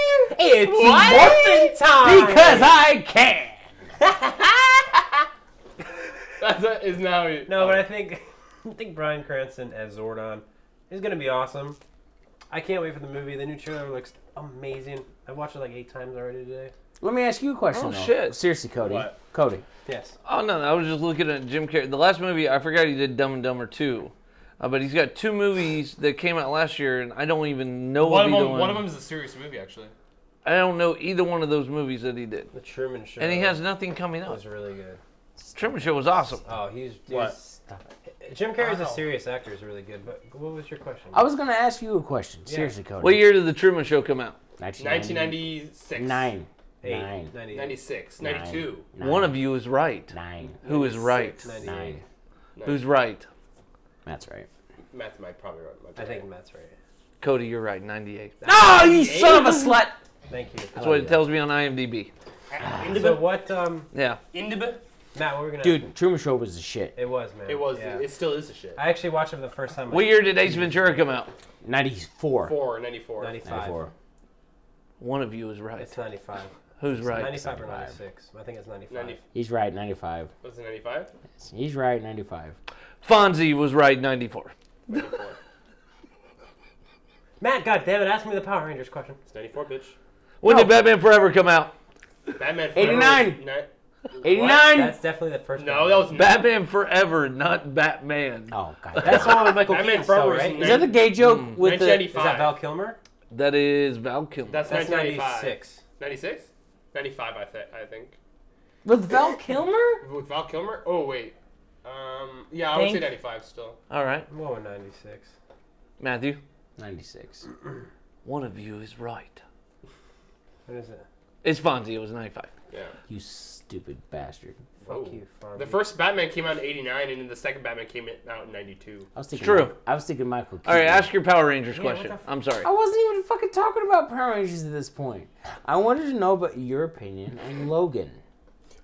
[SPEAKER 4] (laughs)
[SPEAKER 3] It's morphin' time.
[SPEAKER 1] Because
[SPEAKER 3] I can.
[SPEAKER 10] That's that is now. it.
[SPEAKER 4] No, but I
[SPEAKER 3] (laughs)
[SPEAKER 4] think I think Brian Cranston as Zordon is gonna be awesome. I can't wait for the movie. The new trailer looks amazing. I watched it like eight times already today.
[SPEAKER 2] Let me ask you a question.
[SPEAKER 1] Oh,
[SPEAKER 2] though.
[SPEAKER 1] shit.
[SPEAKER 2] Seriously, Cody.
[SPEAKER 10] What?
[SPEAKER 2] Cody.
[SPEAKER 4] Yes.
[SPEAKER 1] Oh no, no, I was just looking at Jim Carrey. The last movie I forgot he did Dumb and Dumber two, uh, but he's got two movies that came out last year, and I don't even know
[SPEAKER 5] One of,
[SPEAKER 1] either
[SPEAKER 5] them,
[SPEAKER 1] one.
[SPEAKER 5] one of them is a serious movie, actually.
[SPEAKER 1] I don't know either one of those movies that he did,
[SPEAKER 4] The Truman Show.
[SPEAKER 1] and he has nothing coming up.
[SPEAKER 4] was really good.
[SPEAKER 1] Truman Show was awesome.
[SPEAKER 4] Oh, he's, he's
[SPEAKER 10] What?
[SPEAKER 4] Jim Carrey's a
[SPEAKER 5] Wow.
[SPEAKER 4] serious actor. He's really good. But what was your question?
[SPEAKER 2] Oh. I was gonna ask you a question. Seriously, Cody.
[SPEAKER 1] What year did the Truman Show come out?
[SPEAKER 2] 1999.
[SPEAKER 5] 1996.
[SPEAKER 2] Nine.
[SPEAKER 4] Eight,
[SPEAKER 2] Nine.
[SPEAKER 4] 98.
[SPEAKER 5] 96.
[SPEAKER 2] Nine.
[SPEAKER 5] 92.
[SPEAKER 2] Nine.
[SPEAKER 1] One of you is right.
[SPEAKER 2] Nine.
[SPEAKER 1] Who is right?
[SPEAKER 4] 98.
[SPEAKER 2] Nine.
[SPEAKER 1] Who's right?
[SPEAKER 2] That's right.
[SPEAKER 5] Matt's might probably right. Matt's
[SPEAKER 4] I think
[SPEAKER 5] right.
[SPEAKER 4] Matt's right.
[SPEAKER 1] Cody, you're right. Ninety-eight.
[SPEAKER 2] Oh, you son of a slut!
[SPEAKER 4] Thank you.
[SPEAKER 1] That's what it tells me on IMDb.
[SPEAKER 4] So what, um,
[SPEAKER 1] Yeah.
[SPEAKER 5] Indiba?
[SPEAKER 4] Matt? What were we gonna?
[SPEAKER 2] Dude, Truman Show was the shit.
[SPEAKER 4] It was man.
[SPEAKER 5] It was.
[SPEAKER 4] Yeah.
[SPEAKER 5] It still is a shit.
[SPEAKER 4] I actually watched it for the first time.
[SPEAKER 1] What year did Ace Ventura come out?
[SPEAKER 2] 94.
[SPEAKER 5] Four, 94.
[SPEAKER 4] Ninety five.
[SPEAKER 2] 94.
[SPEAKER 1] One of you is right.
[SPEAKER 4] It's ninety five.
[SPEAKER 1] Who's right?
[SPEAKER 4] Ninety five or
[SPEAKER 2] 95.
[SPEAKER 4] ninety six. I think it's ninety five.
[SPEAKER 5] 90,
[SPEAKER 2] He's right, 95.
[SPEAKER 5] was it 95?
[SPEAKER 2] He's right, 95.
[SPEAKER 1] Fonzie was right. Ninety-four.
[SPEAKER 5] 94.
[SPEAKER 4] Matt, goddamn it, ask me the Power Rangers question.
[SPEAKER 5] It's 94, bitch.
[SPEAKER 1] When did Batman Forever come out?
[SPEAKER 5] Batman.
[SPEAKER 2] 89.
[SPEAKER 5] Ni-
[SPEAKER 2] 89!
[SPEAKER 4] That's definitely the first.
[SPEAKER 5] No,
[SPEAKER 4] one.
[SPEAKER 5] that was
[SPEAKER 1] Batman Forever, not Batman.
[SPEAKER 2] oh, God.
[SPEAKER 4] That's
[SPEAKER 2] That's
[SPEAKER 4] the one with
[SPEAKER 3] (laughs)
[SPEAKER 4] Michael
[SPEAKER 5] Batman
[SPEAKER 4] Keaton, still,
[SPEAKER 5] Forever was
[SPEAKER 4] right?
[SPEAKER 5] in
[SPEAKER 2] Is that the gay joke with the.
[SPEAKER 5] 1995.
[SPEAKER 4] Is that Val Kilmer?
[SPEAKER 1] That is Val Kilmer.
[SPEAKER 5] That's,
[SPEAKER 4] That's
[SPEAKER 5] 1995.
[SPEAKER 4] 96.
[SPEAKER 5] 96? 95, I, th- I think.
[SPEAKER 2] With Val Kilmer?
[SPEAKER 5] With Val Kilmer? Oh, wait. Um, yeah, I would say
[SPEAKER 2] Think.
[SPEAKER 5] 95 still.
[SPEAKER 1] All right,
[SPEAKER 4] What was 96?
[SPEAKER 1] Matthew.
[SPEAKER 2] 96.
[SPEAKER 1] One of you is right.
[SPEAKER 4] What is it?
[SPEAKER 1] It's Fonzie. It was ninety-five.
[SPEAKER 5] Yeah.
[SPEAKER 2] You stupid bastard.
[SPEAKER 4] Fuck
[SPEAKER 5] Whoa.
[SPEAKER 4] you, Fonzie.
[SPEAKER 5] The first Batman came out in 89, and then the second Batman came out in 92.
[SPEAKER 2] I was thinking.
[SPEAKER 1] True.
[SPEAKER 2] Mi- I was thinking Michael Keaton.
[SPEAKER 1] All right, ask your Power Rangers question. I'm sorry.
[SPEAKER 2] I wasn't even fucking talking about Power Rangers at this point. I wanted to know about your opinion on Logan.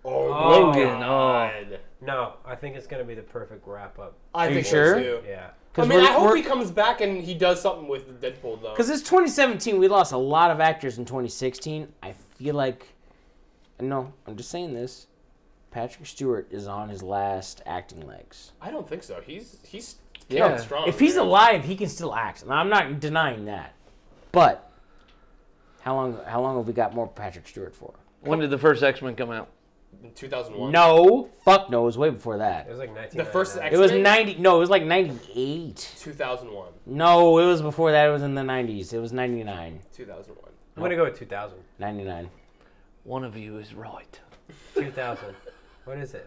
[SPEAKER 4] Oh,
[SPEAKER 1] Logan. Oh.
[SPEAKER 5] God.
[SPEAKER 4] No, I think it's going to be the perfect wrap up.
[SPEAKER 5] I
[SPEAKER 2] you
[SPEAKER 5] think so,
[SPEAKER 2] sure?
[SPEAKER 5] too.
[SPEAKER 4] Yeah.
[SPEAKER 5] I
[SPEAKER 2] 'Cause
[SPEAKER 5] mean,
[SPEAKER 2] we're-
[SPEAKER 5] I hope
[SPEAKER 2] we're-
[SPEAKER 5] he comes back and he does something with Deadpool, though.
[SPEAKER 2] Because it's 2017, we lost a lot of actors in 2016. I feel like, no, I'm just saying this. Patrick Stewart is on his last acting legs.
[SPEAKER 5] I don't think so. He's he's
[SPEAKER 1] Yeah.
[SPEAKER 5] yeah. strong.
[SPEAKER 2] If he's
[SPEAKER 5] man.
[SPEAKER 2] alive, he can still act. Now, I'm not denying that, but how long? How long have we got more Patrick Stewart for?
[SPEAKER 1] When did the first X Men come out?
[SPEAKER 5] in 2001.
[SPEAKER 2] No, fuck no. It was way before
[SPEAKER 4] It
[SPEAKER 2] that.
[SPEAKER 4] was like 19.
[SPEAKER 5] the first
[SPEAKER 2] It was
[SPEAKER 5] X-Men?
[SPEAKER 2] 90. No, it was like 98.
[SPEAKER 5] 2001.
[SPEAKER 2] No, it was before that. It was in the 90s. It was 99.
[SPEAKER 5] 2001.
[SPEAKER 4] I'm going to go with 2000.
[SPEAKER 2] 99.
[SPEAKER 1] One of you is right.
[SPEAKER 4] 2000. what is
[SPEAKER 5] (laughs)
[SPEAKER 4] it?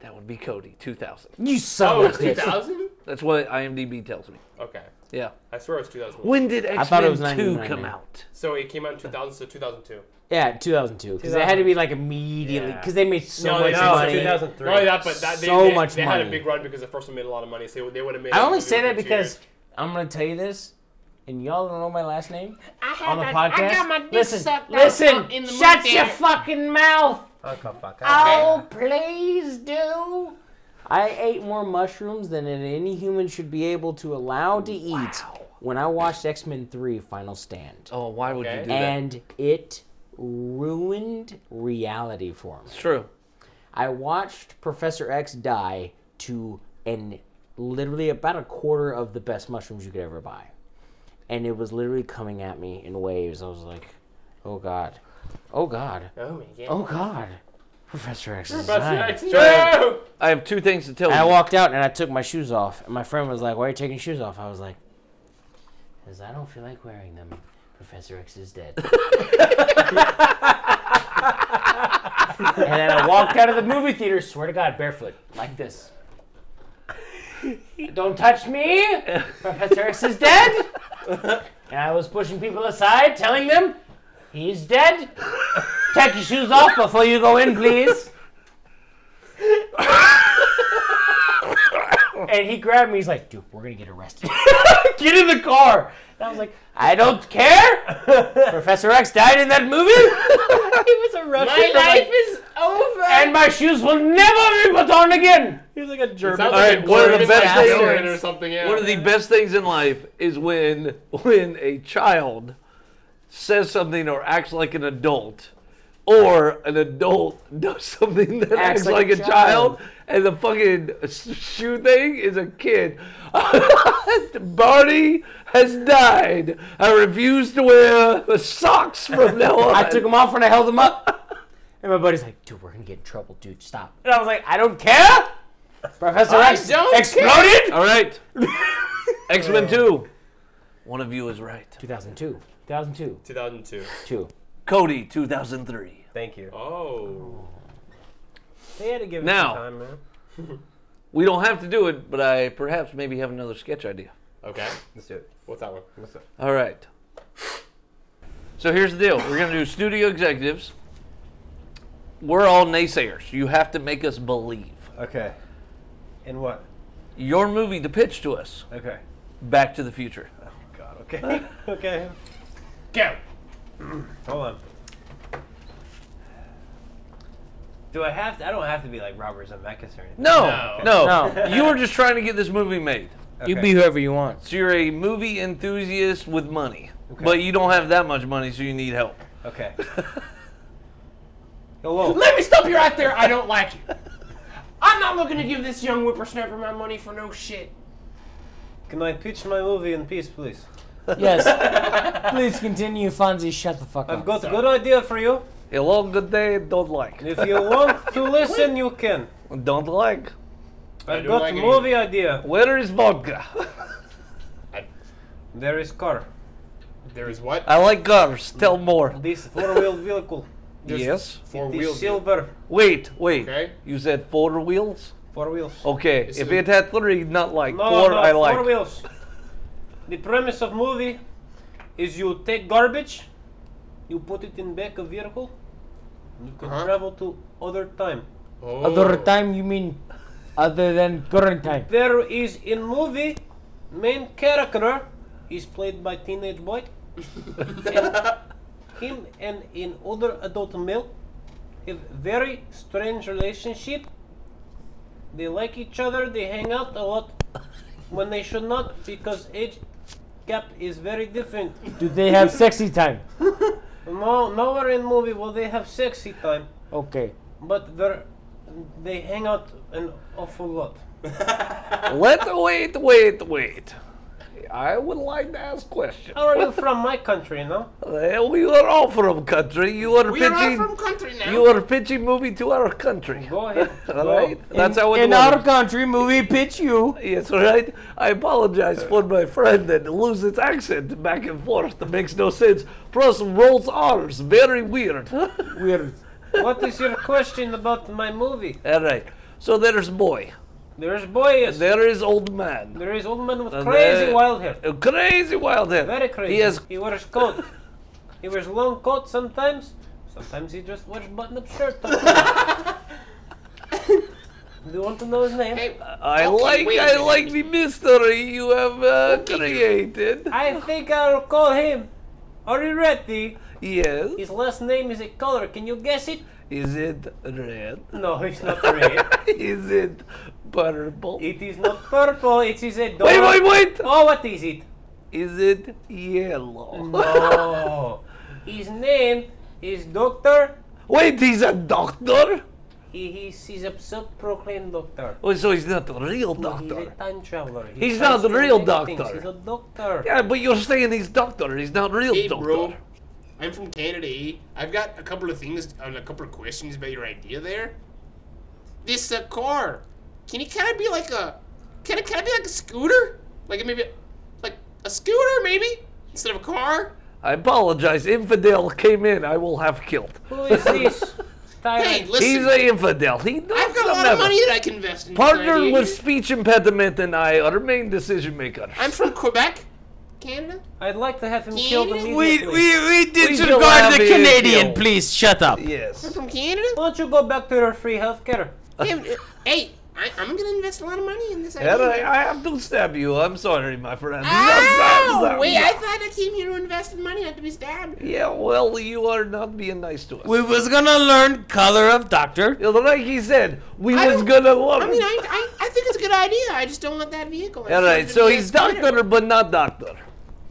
[SPEAKER 1] That would be Cody. Two thousand.
[SPEAKER 2] You son
[SPEAKER 5] Oh,
[SPEAKER 2] of
[SPEAKER 5] it's
[SPEAKER 2] a bitch.
[SPEAKER 5] 2000.
[SPEAKER 1] That's what IMDb tells me.
[SPEAKER 5] Okay,
[SPEAKER 1] Yeah.
[SPEAKER 5] I swear it was 2001.
[SPEAKER 1] When did X
[SPEAKER 2] thought it was
[SPEAKER 1] Men Two
[SPEAKER 2] 99,
[SPEAKER 1] come
[SPEAKER 2] man.
[SPEAKER 1] out?
[SPEAKER 5] So it came out in 2000, so 2002.
[SPEAKER 2] Yeah, 2002. Because it had to be like immediately.
[SPEAKER 4] Yeah.
[SPEAKER 2] Because they made so
[SPEAKER 5] No, they
[SPEAKER 2] much
[SPEAKER 5] did.
[SPEAKER 4] No,
[SPEAKER 2] money.
[SPEAKER 4] it's 2003.
[SPEAKER 5] Not only that, but that, they,
[SPEAKER 2] So
[SPEAKER 5] they,
[SPEAKER 2] much
[SPEAKER 5] they had a
[SPEAKER 2] money.
[SPEAKER 5] big run because the first one made a lot of money. So they would have made.
[SPEAKER 2] I
[SPEAKER 5] a
[SPEAKER 2] only
[SPEAKER 5] movie
[SPEAKER 2] say that
[SPEAKER 5] within two years. (laughs)
[SPEAKER 2] because I'm gonna tell you this, and y'all don't know my last name
[SPEAKER 6] I had
[SPEAKER 2] on the
[SPEAKER 6] my-
[SPEAKER 2] podcast.
[SPEAKER 6] I got my dick
[SPEAKER 2] listen,
[SPEAKER 6] sucked out
[SPEAKER 2] listen,
[SPEAKER 6] up in the
[SPEAKER 2] shut
[SPEAKER 6] movie
[SPEAKER 2] your
[SPEAKER 6] theater.
[SPEAKER 2] fucking mouth.
[SPEAKER 4] Uncle Fuck.
[SPEAKER 2] Oh, please do. I ate more mushrooms than any human should be able to allow to eat when I watched X Men Three: Final Stand,
[SPEAKER 1] Oh, why would you
[SPEAKER 5] Okay.
[SPEAKER 1] do that?
[SPEAKER 2] and it ruined reality for me.
[SPEAKER 1] It's true.
[SPEAKER 2] I watched Professor X die to an literally about a quarter of the best mushrooms you could ever buy. And it was literally coming at me in waves. I was like, oh god. Oh god.
[SPEAKER 5] Oh my god.
[SPEAKER 2] Oh god. Professor X is
[SPEAKER 5] That's
[SPEAKER 2] dying.
[SPEAKER 5] right. No!
[SPEAKER 1] I have two things to tell
[SPEAKER 2] And I
[SPEAKER 1] you.
[SPEAKER 2] walked out and I took my shoes off. And my friend was like, why are you taking your shoes off? I was like, because I don't feel like wearing them. Professor X is dead. and then I walked out of the movie theater, swear to God, barefoot, like this. Don't touch me! Professor X is dead! And I was pushing people aside, telling them, he's dead. Take your shoes off before you go in, please. and he grabbed me, he's like, dude, we're gonna get arrested. (laughs) get in the car. And I was like, I don't (laughs) care. Professor X died in that movie. (laughs) he was a Russian.
[SPEAKER 6] My
[SPEAKER 2] from, like,
[SPEAKER 6] life is over.
[SPEAKER 2] and my shoes will never be put on again.
[SPEAKER 8] He's like a German.
[SPEAKER 5] Sounds
[SPEAKER 1] All
[SPEAKER 5] like
[SPEAKER 1] right,
[SPEAKER 5] a
[SPEAKER 1] one of the
[SPEAKER 5] German
[SPEAKER 1] best
[SPEAKER 5] bastard
[SPEAKER 1] things-
[SPEAKER 5] or something. Yeah.
[SPEAKER 1] One of the best things in life is when when a child says something or acts like an adult, or an adult (laughs) does something that acts, like, a, child. and the fucking shoe thing is a kid. (laughs) Barney has died. I refuse to wear socks (laughs) from now on.
[SPEAKER 2] I took them off and I held them up. And my buddy's like, dude, we're gonna get in trouble, dude. Stop. And I was like, I don't care. Professor
[SPEAKER 6] I
[SPEAKER 2] X
[SPEAKER 6] don't
[SPEAKER 2] exploded.
[SPEAKER 1] All (laughs) right, X Men Two. One of you is right.
[SPEAKER 2] 2002, 2002,
[SPEAKER 5] 2002.
[SPEAKER 2] two.
[SPEAKER 1] Cody, 2003.
[SPEAKER 3] Thank you.
[SPEAKER 5] Oh.
[SPEAKER 3] They had to give it
[SPEAKER 1] Now.
[SPEAKER 3] some time, man.
[SPEAKER 1] We don't have to do it, but I perhaps maybe have another sketch idea.
[SPEAKER 5] Okay.
[SPEAKER 3] Let's do it.
[SPEAKER 5] What's that one?
[SPEAKER 1] All right. So here's the deal. We're going to do studio executives. We're all naysayers. You have to make us believe.
[SPEAKER 3] Okay. And what?
[SPEAKER 1] Your movie to pitch to us,
[SPEAKER 3] Okay.
[SPEAKER 1] Back to the Future.
[SPEAKER 3] God.
[SPEAKER 4] (laughs)
[SPEAKER 3] Okay. okay.
[SPEAKER 5] Go.
[SPEAKER 3] Hold on. Do I have to? I don't have to be like Robert Zemeckis or anything.
[SPEAKER 1] No, no.
[SPEAKER 5] No.
[SPEAKER 2] No.
[SPEAKER 1] you were just trying to get this movie made.
[SPEAKER 3] Okay.
[SPEAKER 2] You be whoever you want.
[SPEAKER 1] So you're a movie enthusiast with money, but you don't have that much money, so you need help.
[SPEAKER 3] Okay. Hello.
[SPEAKER 6] Let me stop you right there. I don't like you. I'm not looking to give this young whippersnapper my money for no shit.
[SPEAKER 3] Can I pitch my movie in peace, please?
[SPEAKER 2] (laughs) Yes. Please continue, Fonzie. Shut the fuck
[SPEAKER 3] I've
[SPEAKER 2] up.
[SPEAKER 3] got a good idea for you.
[SPEAKER 1] A long good day, don't like.
[SPEAKER 3] If you want to listen, you can.
[SPEAKER 1] (laughs) Don't like.
[SPEAKER 5] I
[SPEAKER 3] I've got a movie idea.
[SPEAKER 1] Where is vodka?
[SPEAKER 3] There is car.
[SPEAKER 5] There is
[SPEAKER 6] Uh,
[SPEAKER 5] what?
[SPEAKER 1] I like cars. Tell more.
[SPEAKER 5] (laughs)
[SPEAKER 3] This four-wheel vehicle.
[SPEAKER 1] Yes.
[SPEAKER 5] Four
[SPEAKER 3] This
[SPEAKER 5] wheels.
[SPEAKER 3] silver.
[SPEAKER 1] Wait, wait.
[SPEAKER 5] Okay.
[SPEAKER 1] You said four wheels?
[SPEAKER 3] Four wheels.
[SPEAKER 5] Oh,
[SPEAKER 1] Okay,
[SPEAKER 5] This
[SPEAKER 1] if
[SPEAKER 5] is-
[SPEAKER 1] it had three, not like
[SPEAKER 3] No,
[SPEAKER 1] four,
[SPEAKER 3] no,
[SPEAKER 1] I
[SPEAKER 3] four
[SPEAKER 1] like.
[SPEAKER 3] wheels. The premise of movie is you take garbage, you put it in back of vehicle, and you can
[SPEAKER 5] Uh-huh.
[SPEAKER 3] travel to other time.
[SPEAKER 5] Oh.
[SPEAKER 2] Other time, you mean other than current time?
[SPEAKER 3] There is in movie, main character is played by teenage boy. and him and in other adult male have very strange relationship. They like each other. They hang out a lot when they should not because age gap is very different.
[SPEAKER 2] Do they have sexy time?
[SPEAKER 3] No, nowhere in movie will they have sexy time,
[SPEAKER 2] Okay.
[SPEAKER 3] but they they hang out an awful lot.
[SPEAKER 1] Let wait, wait, wait. I would like to ask questions.
[SPEAKER 3] How are you from my country, no?
[SPEAKER 1] Uh, We are all from country. You are
[SPEAKER 6] We are all
[SPEAKER 1] pitching.
[SPEAKER 6] from country now.
[SPEAKER 1] you are pitching movie to our country.
[SPEAKER 3] Go ahead.
[SPEAKER 1] All (laughs) right, that's
[SPEAKER 2] in,
[SPEAKER 1] how it
[SPEAKER 2] In
[SPEAKER 1] works.
[SPEAKER 2] our country, movie pitch you.
[SPEAKER 1] Yes, all right. I apologize for my friend that loses accent back and forth. That makes no sense. Plus, rolls R's. Very weird.
[SPEAKER 2] Weird.
[SPEAKER 3] What is your question about my movie?
[SPEAKER 1] all right. So there's boy.
[SPEAKER 3] There is boys.
[SPEAKER 1] There is old man.
[SPEAKER 3] There is old man with
[SPEAKER 1] And
[SPEAKER 3] crazy
[SPEAKER 1] there-
[SPEAKER 3] wild hair.
[SPEAKER 1] A crazy wild hair.
[SPEAKER 3] Very crazy.
[SPEAKER 1] He has
[SPEAKER 3] He wears coat. he wears long coat sometimes. Sometimes he just wears button-up shirt. Do you want to know his name?
[SPEAKER 5] Hey,
[SPEAKER 1] I
[SPEAKER 5] Okay,
[SPEAKER 1] like
[SPEAKER 5] wait a
[SPEAKER 1] I
[SPEAKER 5] minute.
[SPEAKER 1] like the mystery you have uh, created.
[SPEAKER 3] I think I'll call him. Are you ready?
[SPEAKER 1] Yes.
[SPEAKER 3] His last name is a color. Can you guess it?
[SPEAKER 1] Is it red? (laughs)
[SPEAKER 3] No, it's not red.
[SPEAKER 1] is it purple?
[SPEAKER 3] it is not purple. It is a
[SPEAKER 1] wait,
[SPEAKER 3] dark.
[SPEAKER 1] wait, wait!
[SPEAKER 3] Oh, what is it?
[SPEAKER 1] Is it yellow?
[SPEAKER 3] No. His name is Doctor.
[SPEAKER 1] (laughs) wait, he's a doctor?
[SPEAKER 3] He, he's, he's a self-proclaimed doctor.
[SPEAKER 1] Oh, so he's not a real
[SPEAKER 3] He's a
[SPEAKER 1] doctor.
[SPEAKER 3] time traveler. He
[SPEAKER 1] He's not
[SPEAKER 3] tries
[SPEAKER 1] a
[SPEAKER 3] to
[SPEAKER 1] real
[SPEAKER 3] make things.
[SPEAKER 1] doctor.
[SPEAKER 3] He's a
[SPEAKER 1] (laughs)
[SPEAKER 3] doctor.
[SPEAKER 1] Yeah, but you're saying he's doctor. He's not real
[SPEAKER 5] hey,
[SPEAKER 1] doctor.
[SPEAKER 5] bro. I'm from Canada. eh? I've got a couple of things and a couple of questions about your idea there. This uh, car, can it kind of be like a, can it kind of be like a scooter? Like maybe, like a scooter maybe instead of a car.
[SPEAKER 1] I apologize. Infidel came in. I will have killed.
[SPEAKER 3] Who is this?
[SPEAKER 5] Hey,
[SPEAKER 3] Tyrant.
[SPEAKER 5] listen,
[SPEAKER 1] Uh, He's an infidel. He
[SPEAKER 5] I've got a lot of money that I can invest in. this
[SPEAKER 1] Partner
[SPEAKER 5] idea
[SPEAKER 1] with
[SPEAKER 5] here.
[SPEAKER 1] speech impediment and I are main decision maker.
[SPEAKER 5] I'm from Quebec, Canada.
[SPEAKER 3] I'd like to have him killed
[SPEAKER 5] We-
[SPEAKER 3] immediately.
[SPEAKER 2] we
[SPEAKER 1] disregard the Canadian,
[SPEAKER 2] Please shut up.
[SPEAKER 1] Yes.
[SPEAKER 5] From Canada.
[SPEAKER 1] (laughs)
[SPEAKER 3] Why don't you go back to your free healthcare?
[SPEAKER 5] Damn, uh, hey, I, I'm gonna invest a lot of money in this idea.
[SPEAKER 1] And I, I have to stab you. I'm sorry, my friend. I'm
[SPEAKER 5] Ow!
[SPEAKER 1] sorry.
[SPEAKER 5] Wait, I thought I came here to invest in money, not to be stabbed.
[SPEAKER 1] Yeah, well, you are not being nice to us.
[SPEAKER 7] We was gonna learn color of doctor.
[SPEAKER 1] You know, like he said, we
[SPEAKER 5] I
[SPEAKER 1] was
[SPEAKER 5] don't-
[SPEAKER 1] gonna love
[SPEAKER 5] I mean, I, I, I think it's a good idea. I just don't want that vehicle. I
[SPEAKER 1] All
[SPEAKER 5] just
[SPEAKER 1] right,
[SPEAKER 5] want it to
[SPEAKER 1] so
[SPEAKER 5] be a
[SPEAKER 1] he's
[SPEAKER 5] scooter.
[SPEAKER 1] doctor, but not doctor.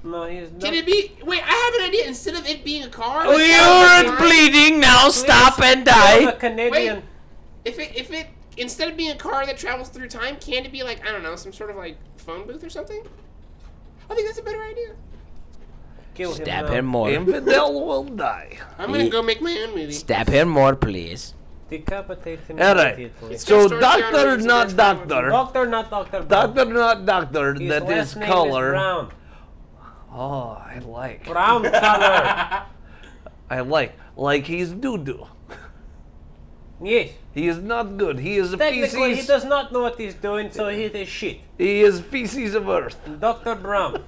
[SPEAKER 2] No, he's not.
[SPEAKER 5] Can it be? Wait, I have an idea. Instead of it being a car,
[SPEAKER 7] We
[SPEAKER 5] let's have
[SPEAKER 7] are
[SPEAKER 5] a car.
[SPEAKER 7] bleeding now. Stop and
[SPEAKER 2] I'm a
[SPEAKER 7] die.
[SPEAKER 2] Canadian.
[SPEAKER 5] If it, if it, instead of being a car that travels through time, can it be like I don't know, some sort of like phone booth or something? I think that's a better idea.
[SPEAKER 2] Kill him.
[SPEAKER 7] Stab
[SPEAKER 2] now.
[SPEAKER 7] him more.
[SPEAKER 1] Infidel will die.
[SPEAKER 5] I'm gonna
[SPEAKER 7] Ye-
[SPEAKER 5] go make my own movie.
[SPEAKER 7] Stab him more, please.
[SPEAKER 2] Decapitate him
[SPEAKER 1] All right.
[SPEAKER 2] immediately.
[SPEAKER 1] So
[SPEAKER 5] Start
[SPEAKER 1] doctor,
[SPEAKER 5] down, he's
[SPEAKER 1] not
[SPEAKER 5] the next
[SPEAKER 1] doctor.
[SPEAKER 2] Doctor, not Doctor Brown.
[SPEAKER 1] Doctor, not doctor.
[SPEAKER 2] His
[SPEAKER 1] That
[SPEAKER 2] last
[SPEAKER 1] is
[SPEAKER 2] name
[SPEAKER 1] color.
[SPEAKER 2] Is brown.
[SPEAKER 1] Oh, I like. (laughs)
[SPEAKER 2] Brown color.
[SPEAKER 1] I like. Like he's doo doo.
[SPEAKER 2] yes.
[SPEAKER 1] He is not good. He is a
[SPEAKER 2] Technically, he
[SPEAKER 1] feces.
[SPEAKER 2] does not know what he's doing, so he is shit.
[SPEAKER 1] He is feces of earth.
[SPEAKER 2] Doctor Brown.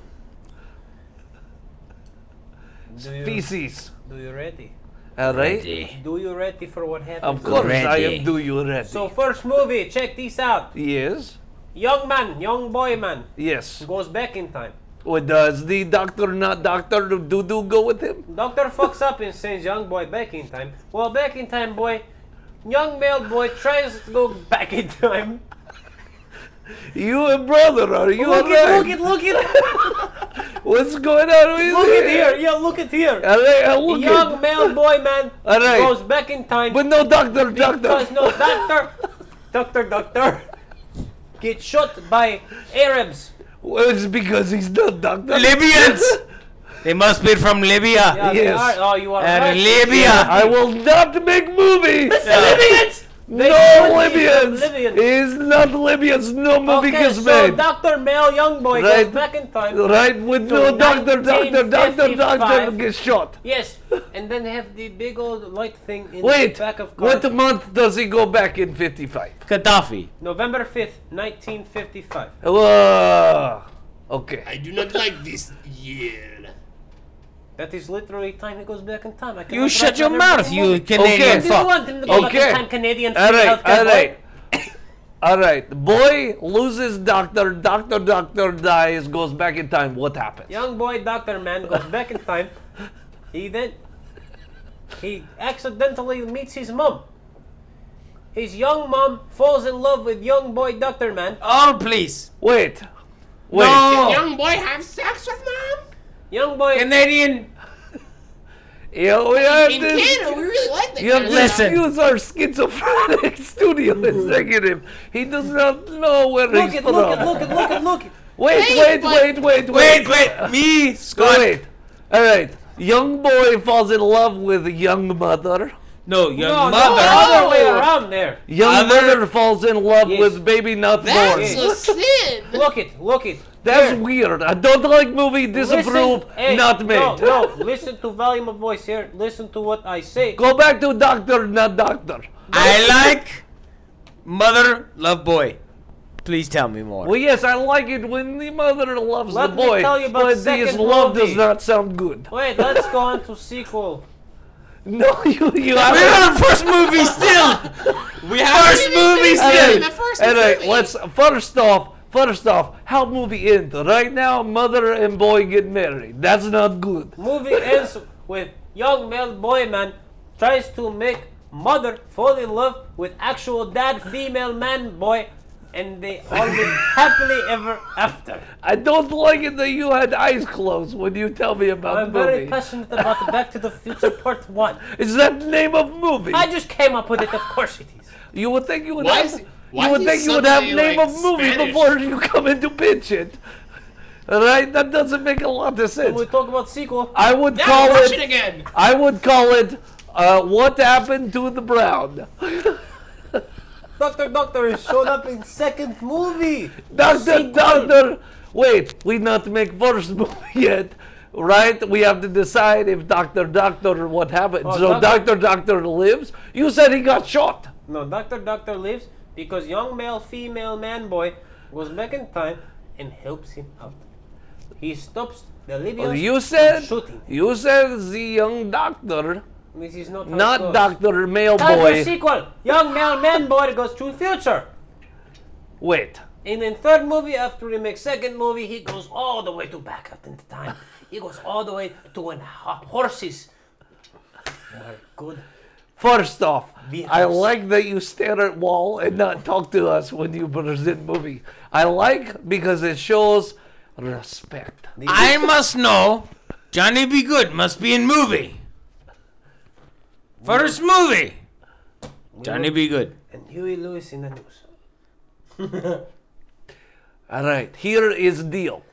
[SPEAKER 2] Do you,
[SPEAKER 1] Feces.
[SPEAKER 2] do you ready?
[SPEAKER 1] All right.
[SPEAKER 7] Ready.
[SPEAKER 2] Do you ready for what happens?
[SPEAKER 1] Of course, I
[SPEAKER 7] Ready.
[SPEAKER 1] am. Do you ready?
[SPEAKER 2] So first movie, check this out.
[SPEAKER 1] yes.
[SPEAKER 2] Young man, young boy man,
[SPEAKER 1] Yes.
[SPEAKER 2] goes back in time.
[SPEAKER 1] Well, does the doctor, not doctor, doo doo go with him?
[SPEAKER 2] Doctor fucks up and sends young boy back in time. Well, back in time boy, young male boy tries to go back in time.
[SPEAKER 1] You and brother, are you
[SPEAKER 2] Look
[SPEAKER 1] alright?
[SPEAKER 2] at, look at, look at,
[SPEAKER 1] What's going on with
[SPEAKER 2] (laughs) look at here. Yeah, look at here.
[SPEAKER 1] All right, I'll look
[SPEAKER 2] Young
[SPEAKER 1] at-
[SPEAKER 2] male boy man
[SPEAKER 1] All right.
[SPEAKER 2] goes back in time.
[SPEAKER 1] But no doctor, doctor.
[SPEAKER 2] Because no doctor, doctor, doctor, gets shot by Arabs.
[SPEAKER 1] Well, it's because he's not doctor. (laughs)
[SPEAKER 7] Libyans. They must be from Libya.
[SPEAKER 2] Yeah, they
[SPEAKER 1] Yes.
[SPEAKER 2] are- oh, you are
[SPEAKER 7] And
[SPEAKER 2] right.
[SPEAKER 7] Libya.
[SPEAKER 1] I will not make movies.
[SPEAKER 2] Libyans.
[SPEAKER 1] No
[SPEAKER 2] should be
[SPEAKER 1] Libyans.
[SPEAKER 2] Libyans.
[SPEAKER 1] Is not Libyans. No movie
[SPEAKER 2] Okay,
[SPEAKER 1] gets
[SPEAKER 2] so
[SPEAKER 1] made.
[SPEAKER 2] Doctor Male Young Boy
[SPEAKER 1] Right.
[SPEAKER 2] goes back in time.
[SPEAKER 1] Right with
[SPEAKER 2] So
[SPEAKER 1] no doctor, doctor, doctor, doctor
[SPEAKER 2] 1955.
[SPEAKER 1] gets shot.
[SPEAKER 2] Yes, and then they have the big old light thing in
[SPEAKER 1] Wait,
[SPEAKER 2] the back of car.
[SPEAKER 1] what month does he go back in 55?
[SPEAKER 7] Gaddafi.
[SPEAKER 2] November fifth, nineteen fifty-five.
[SPEAKER 1] Whoa. Okay.
[SPEAKER 11] I do not like this year.
[SPEAKER 2] That is literally time he goes back in time. I
[SPEAKER 7] You
[SPEAKER 2] cannot
[SPEAKER 7] shut
[SPEAKER 2] write
[SPEAKER 7] your
[SPEAKER 2] another
[SPEAKER 7] mouth,
[SPEAKER 2] movie.
[SPEAKER 7] you Canadian
[SPEAKER 1] Okay.
[SPEAKER 2] What do you
[SPEAKER 7] fuck.
[SPEAKER 2] want him to go back
[SPEAKER 1] Okay.
[SPEAKER 2] in time, Canadian
[SPEAKER 1] All
[SPEAKER 2] free
[SPEAKER 1] right,
[SPEAKER 2] healthcare
[SPEAKER 1] all
[SPEAKER 2] boy?
[SPEAKER 1] right. All right, the boy loses doctor, doctor, doctor dies, goes back in time. What happens?
[SPEAKER 2] Young boy doctor man goes back in time. He then he accidentally meets his mom. His young mom falls in love with young boy doctor man.
[SPEAKER 7] All please.
[SPEAKER 1] Wait, wait.
[SPEAKER 7] No.
[SPEAKER 5] Young boy, have sex with mom.
[SPEAKER 2] Young boy
[SPEAKER 7] Canadian.
[SPEAKER 1] Yeah, we have
[SPEAKER 5] In
[SPEAKER 1] this-
[SPEAKER 5] Canada, we really like that.
[SPEAKER 1] You have
[SPEAKER 5] kind of
[SPEAKER 1] to
[SPEAKER 7] Listen.
[SPEAKER 1] excuse our schizophrenic (laughs) studio executive. He does not know where
[SPEAKER 2] Mm-hmm. look
[SPEAKER 1] he's
[SPEAKER 2] it,
[SPEAKER 1] from.
[SPEAKER 2] look it, look it, look it, look
[SPEAKER 1] (laughs)
[SPEAKER 2] it.
[SPEAKER 1] Wait,
[SPEAKER 5] Hey,
[SPEAKER 1] wait,
[SPEAKER 5] but-
[SPEAKER 1] wait, wait,
[SPEAKER 7] Wait,
[SPEAKER 1] wait,
[SPEAKER 7] wait. Me, Scott.
[SPEAKER 1] wait. All right, young boy falls in love with young mother.
[SPEAKER 7] No, your
[SPEAKER 2] No, no,
[SPEAKER 7] mother.
[SPEAKER 2] other way around there.
[SPEAKER 1] Young
[SPEAKER 7] Other-
[SPEAKER 1] mother falls in love
[SPEAKER 2] Yes.
[SPEAKER 1] with baby not born.
[SPEAKER 5] That's a sin.
[SPEAKER 2] Look it, look it.
[SPEAKER 1] That's
[SPEAKER 2] Here.
[SPEAKER 1] weird. I don't like movie.
[SPEAKER 2] Listen-
[SPEAKER 1] Disapprove.
[SPEAKER 2] hey,
[SPEAKER 1] not made.
[SPEAKER 2] No, no, listen to volume of voice here. Listen to what I say.
[SPEAKER 1] (laughs) Go back to doctor, not doctor.
[SPEAKER 7] I like mother love boy. Please tell me more.
[SPEAKER 1] Well, yes, I like it when the mother loves
[SPEAKER 2] Let
[SPEAKER 1] the
[SPEAKER 2] me
[SPEAKER 1] boy,
[SPEAKER 2] tell you about
[SPEAKER 1] but this
[SPEAKER 2] second
[SPEAKER 1] love
[SPEAKER 2] movie.
[SPEAKER 1] does not sound good.
[SPEAKER 2] Wait, let's go on to sequel.
[SPEAKER 1] (laughs) No, you, you
[SPEAKER 7] We're
[SPEAKER 1] have.
[SPEAKER 7] on first movie (laughs) still.
[SPEAKER 11] We have
[SPEAKER 7] First
[SPEAKER 1] Hey,
[SPEAKER 7] movie still.
[SPEAKER 5] Alright. the first
[SPEAKER 1] hey, hey,
[SPEAKER 5] movie.
[SPEAKER 1] uh, let's first off, first off, how movie end? Right now, mother and boy get married. That's not good.
[SPEAKER 2] Movie ends with young male boy man tries to make mother fall in love with actual dad female man boy, and they all
[SPEAKER 1] (laughs)
[SPEAKER 2] live happily ever after.
[SPEAKER 1] I don't like it that you had eyes closed when you tell me about
[SPEAKER 2] I'm
[SPEAKER 1] the movie.
[SPEAKER 2] very passionate about the Back to the Future Part
[SPEAKER 1] (laughs)
[SPEAKER 2] One.
[SPEAKER 1] Is that the name of movie?
[SPEAKER 2] I just came up with it. Of course it is.
[SPEAKER 1] You would think you would
[SPEAKER 11] Why
[SPEAKER 1] have.
[SPEAKER 11] is it- why
[SPEAKER 1] you
[SPEAKER 11] is
[SPEAKER 1] would
[SPEAKER 11] he
[SPEAKER 1] think you would have
[SPEAKER 11] suddenly,
[SPEAKER 1] name
[SPEAKER 11] like,
[SPEAKER 1] of movie
[SPEAKER 11] Spanish?
[SPEAKER 1] before you come in to pitch it. Right? That doesn't make a lot of
[SPEAKER 2] When we
[SPEAKER 1] sense.
[SPEAKER 2] talk about sequel,
[SPEAKER 1] I would
[SPEAKER 11] Now
[SPEAKER 1] call
[SPEAKER 11] watch it
[SPEAKER 1] it.
[SPEAKER 11] again.
[SPEAKER 1] I would call it. Uh, what happened to the Brown?
[SPEAKER 2] Doctor Doctor is showed up in second movie.
[SPEAKER 1] Doctor, doctor. Wait, we not make first (laughs) movie yet, right? We have to decide if Doctor, doctor, what happened.
[SPEAKER 2] Oh,
[SPEAKER 1] so doctor,
[SPEAKER 2] Doctor-
[SPEAKER 1] doctor lives. You said he got shot.
[SPEAKER 2] No, Doctor Doctor lives because young male female man boy goes back in time and helps him out. He stops the Libyans
[SPEAKER 1] You said.
[SPEAKER 2] from shooting.
[SPEAKER 1] You said the young doctor.
[SPEAKER 2] This is not how it
[SPEAKER 1] Not
[SPEAKER 2] goes.
[SPEAKER 1] Dr. Male
[SPEAKER 2] Time for
[SPEAKER 1] Boy.
[SPEAKER 2] sequel. Young male man boy goes to future.
[SPEAKER 1] Wait.
[SPEAKER 3] And then third movie, after he makes second movie, he goes all the way to back up in time. He goes all the way to when ho- horses were good.
[SPEAKER 1] First off,
[SPEAKER 3] The
[SPEAKER 1] I
[SPEAKER 3] house.
[SPEAKER 1] like that you stare at wall and not talk to us when you present movie. I like because it shows respect.
[SPEAKER 7] I must know. Johnny Be Good must be in movie. First movie. Johnny Be Good.
[SPEAKER 3] And Huey Lewis in the news.
[SPEAKER 1] All right, here is deal.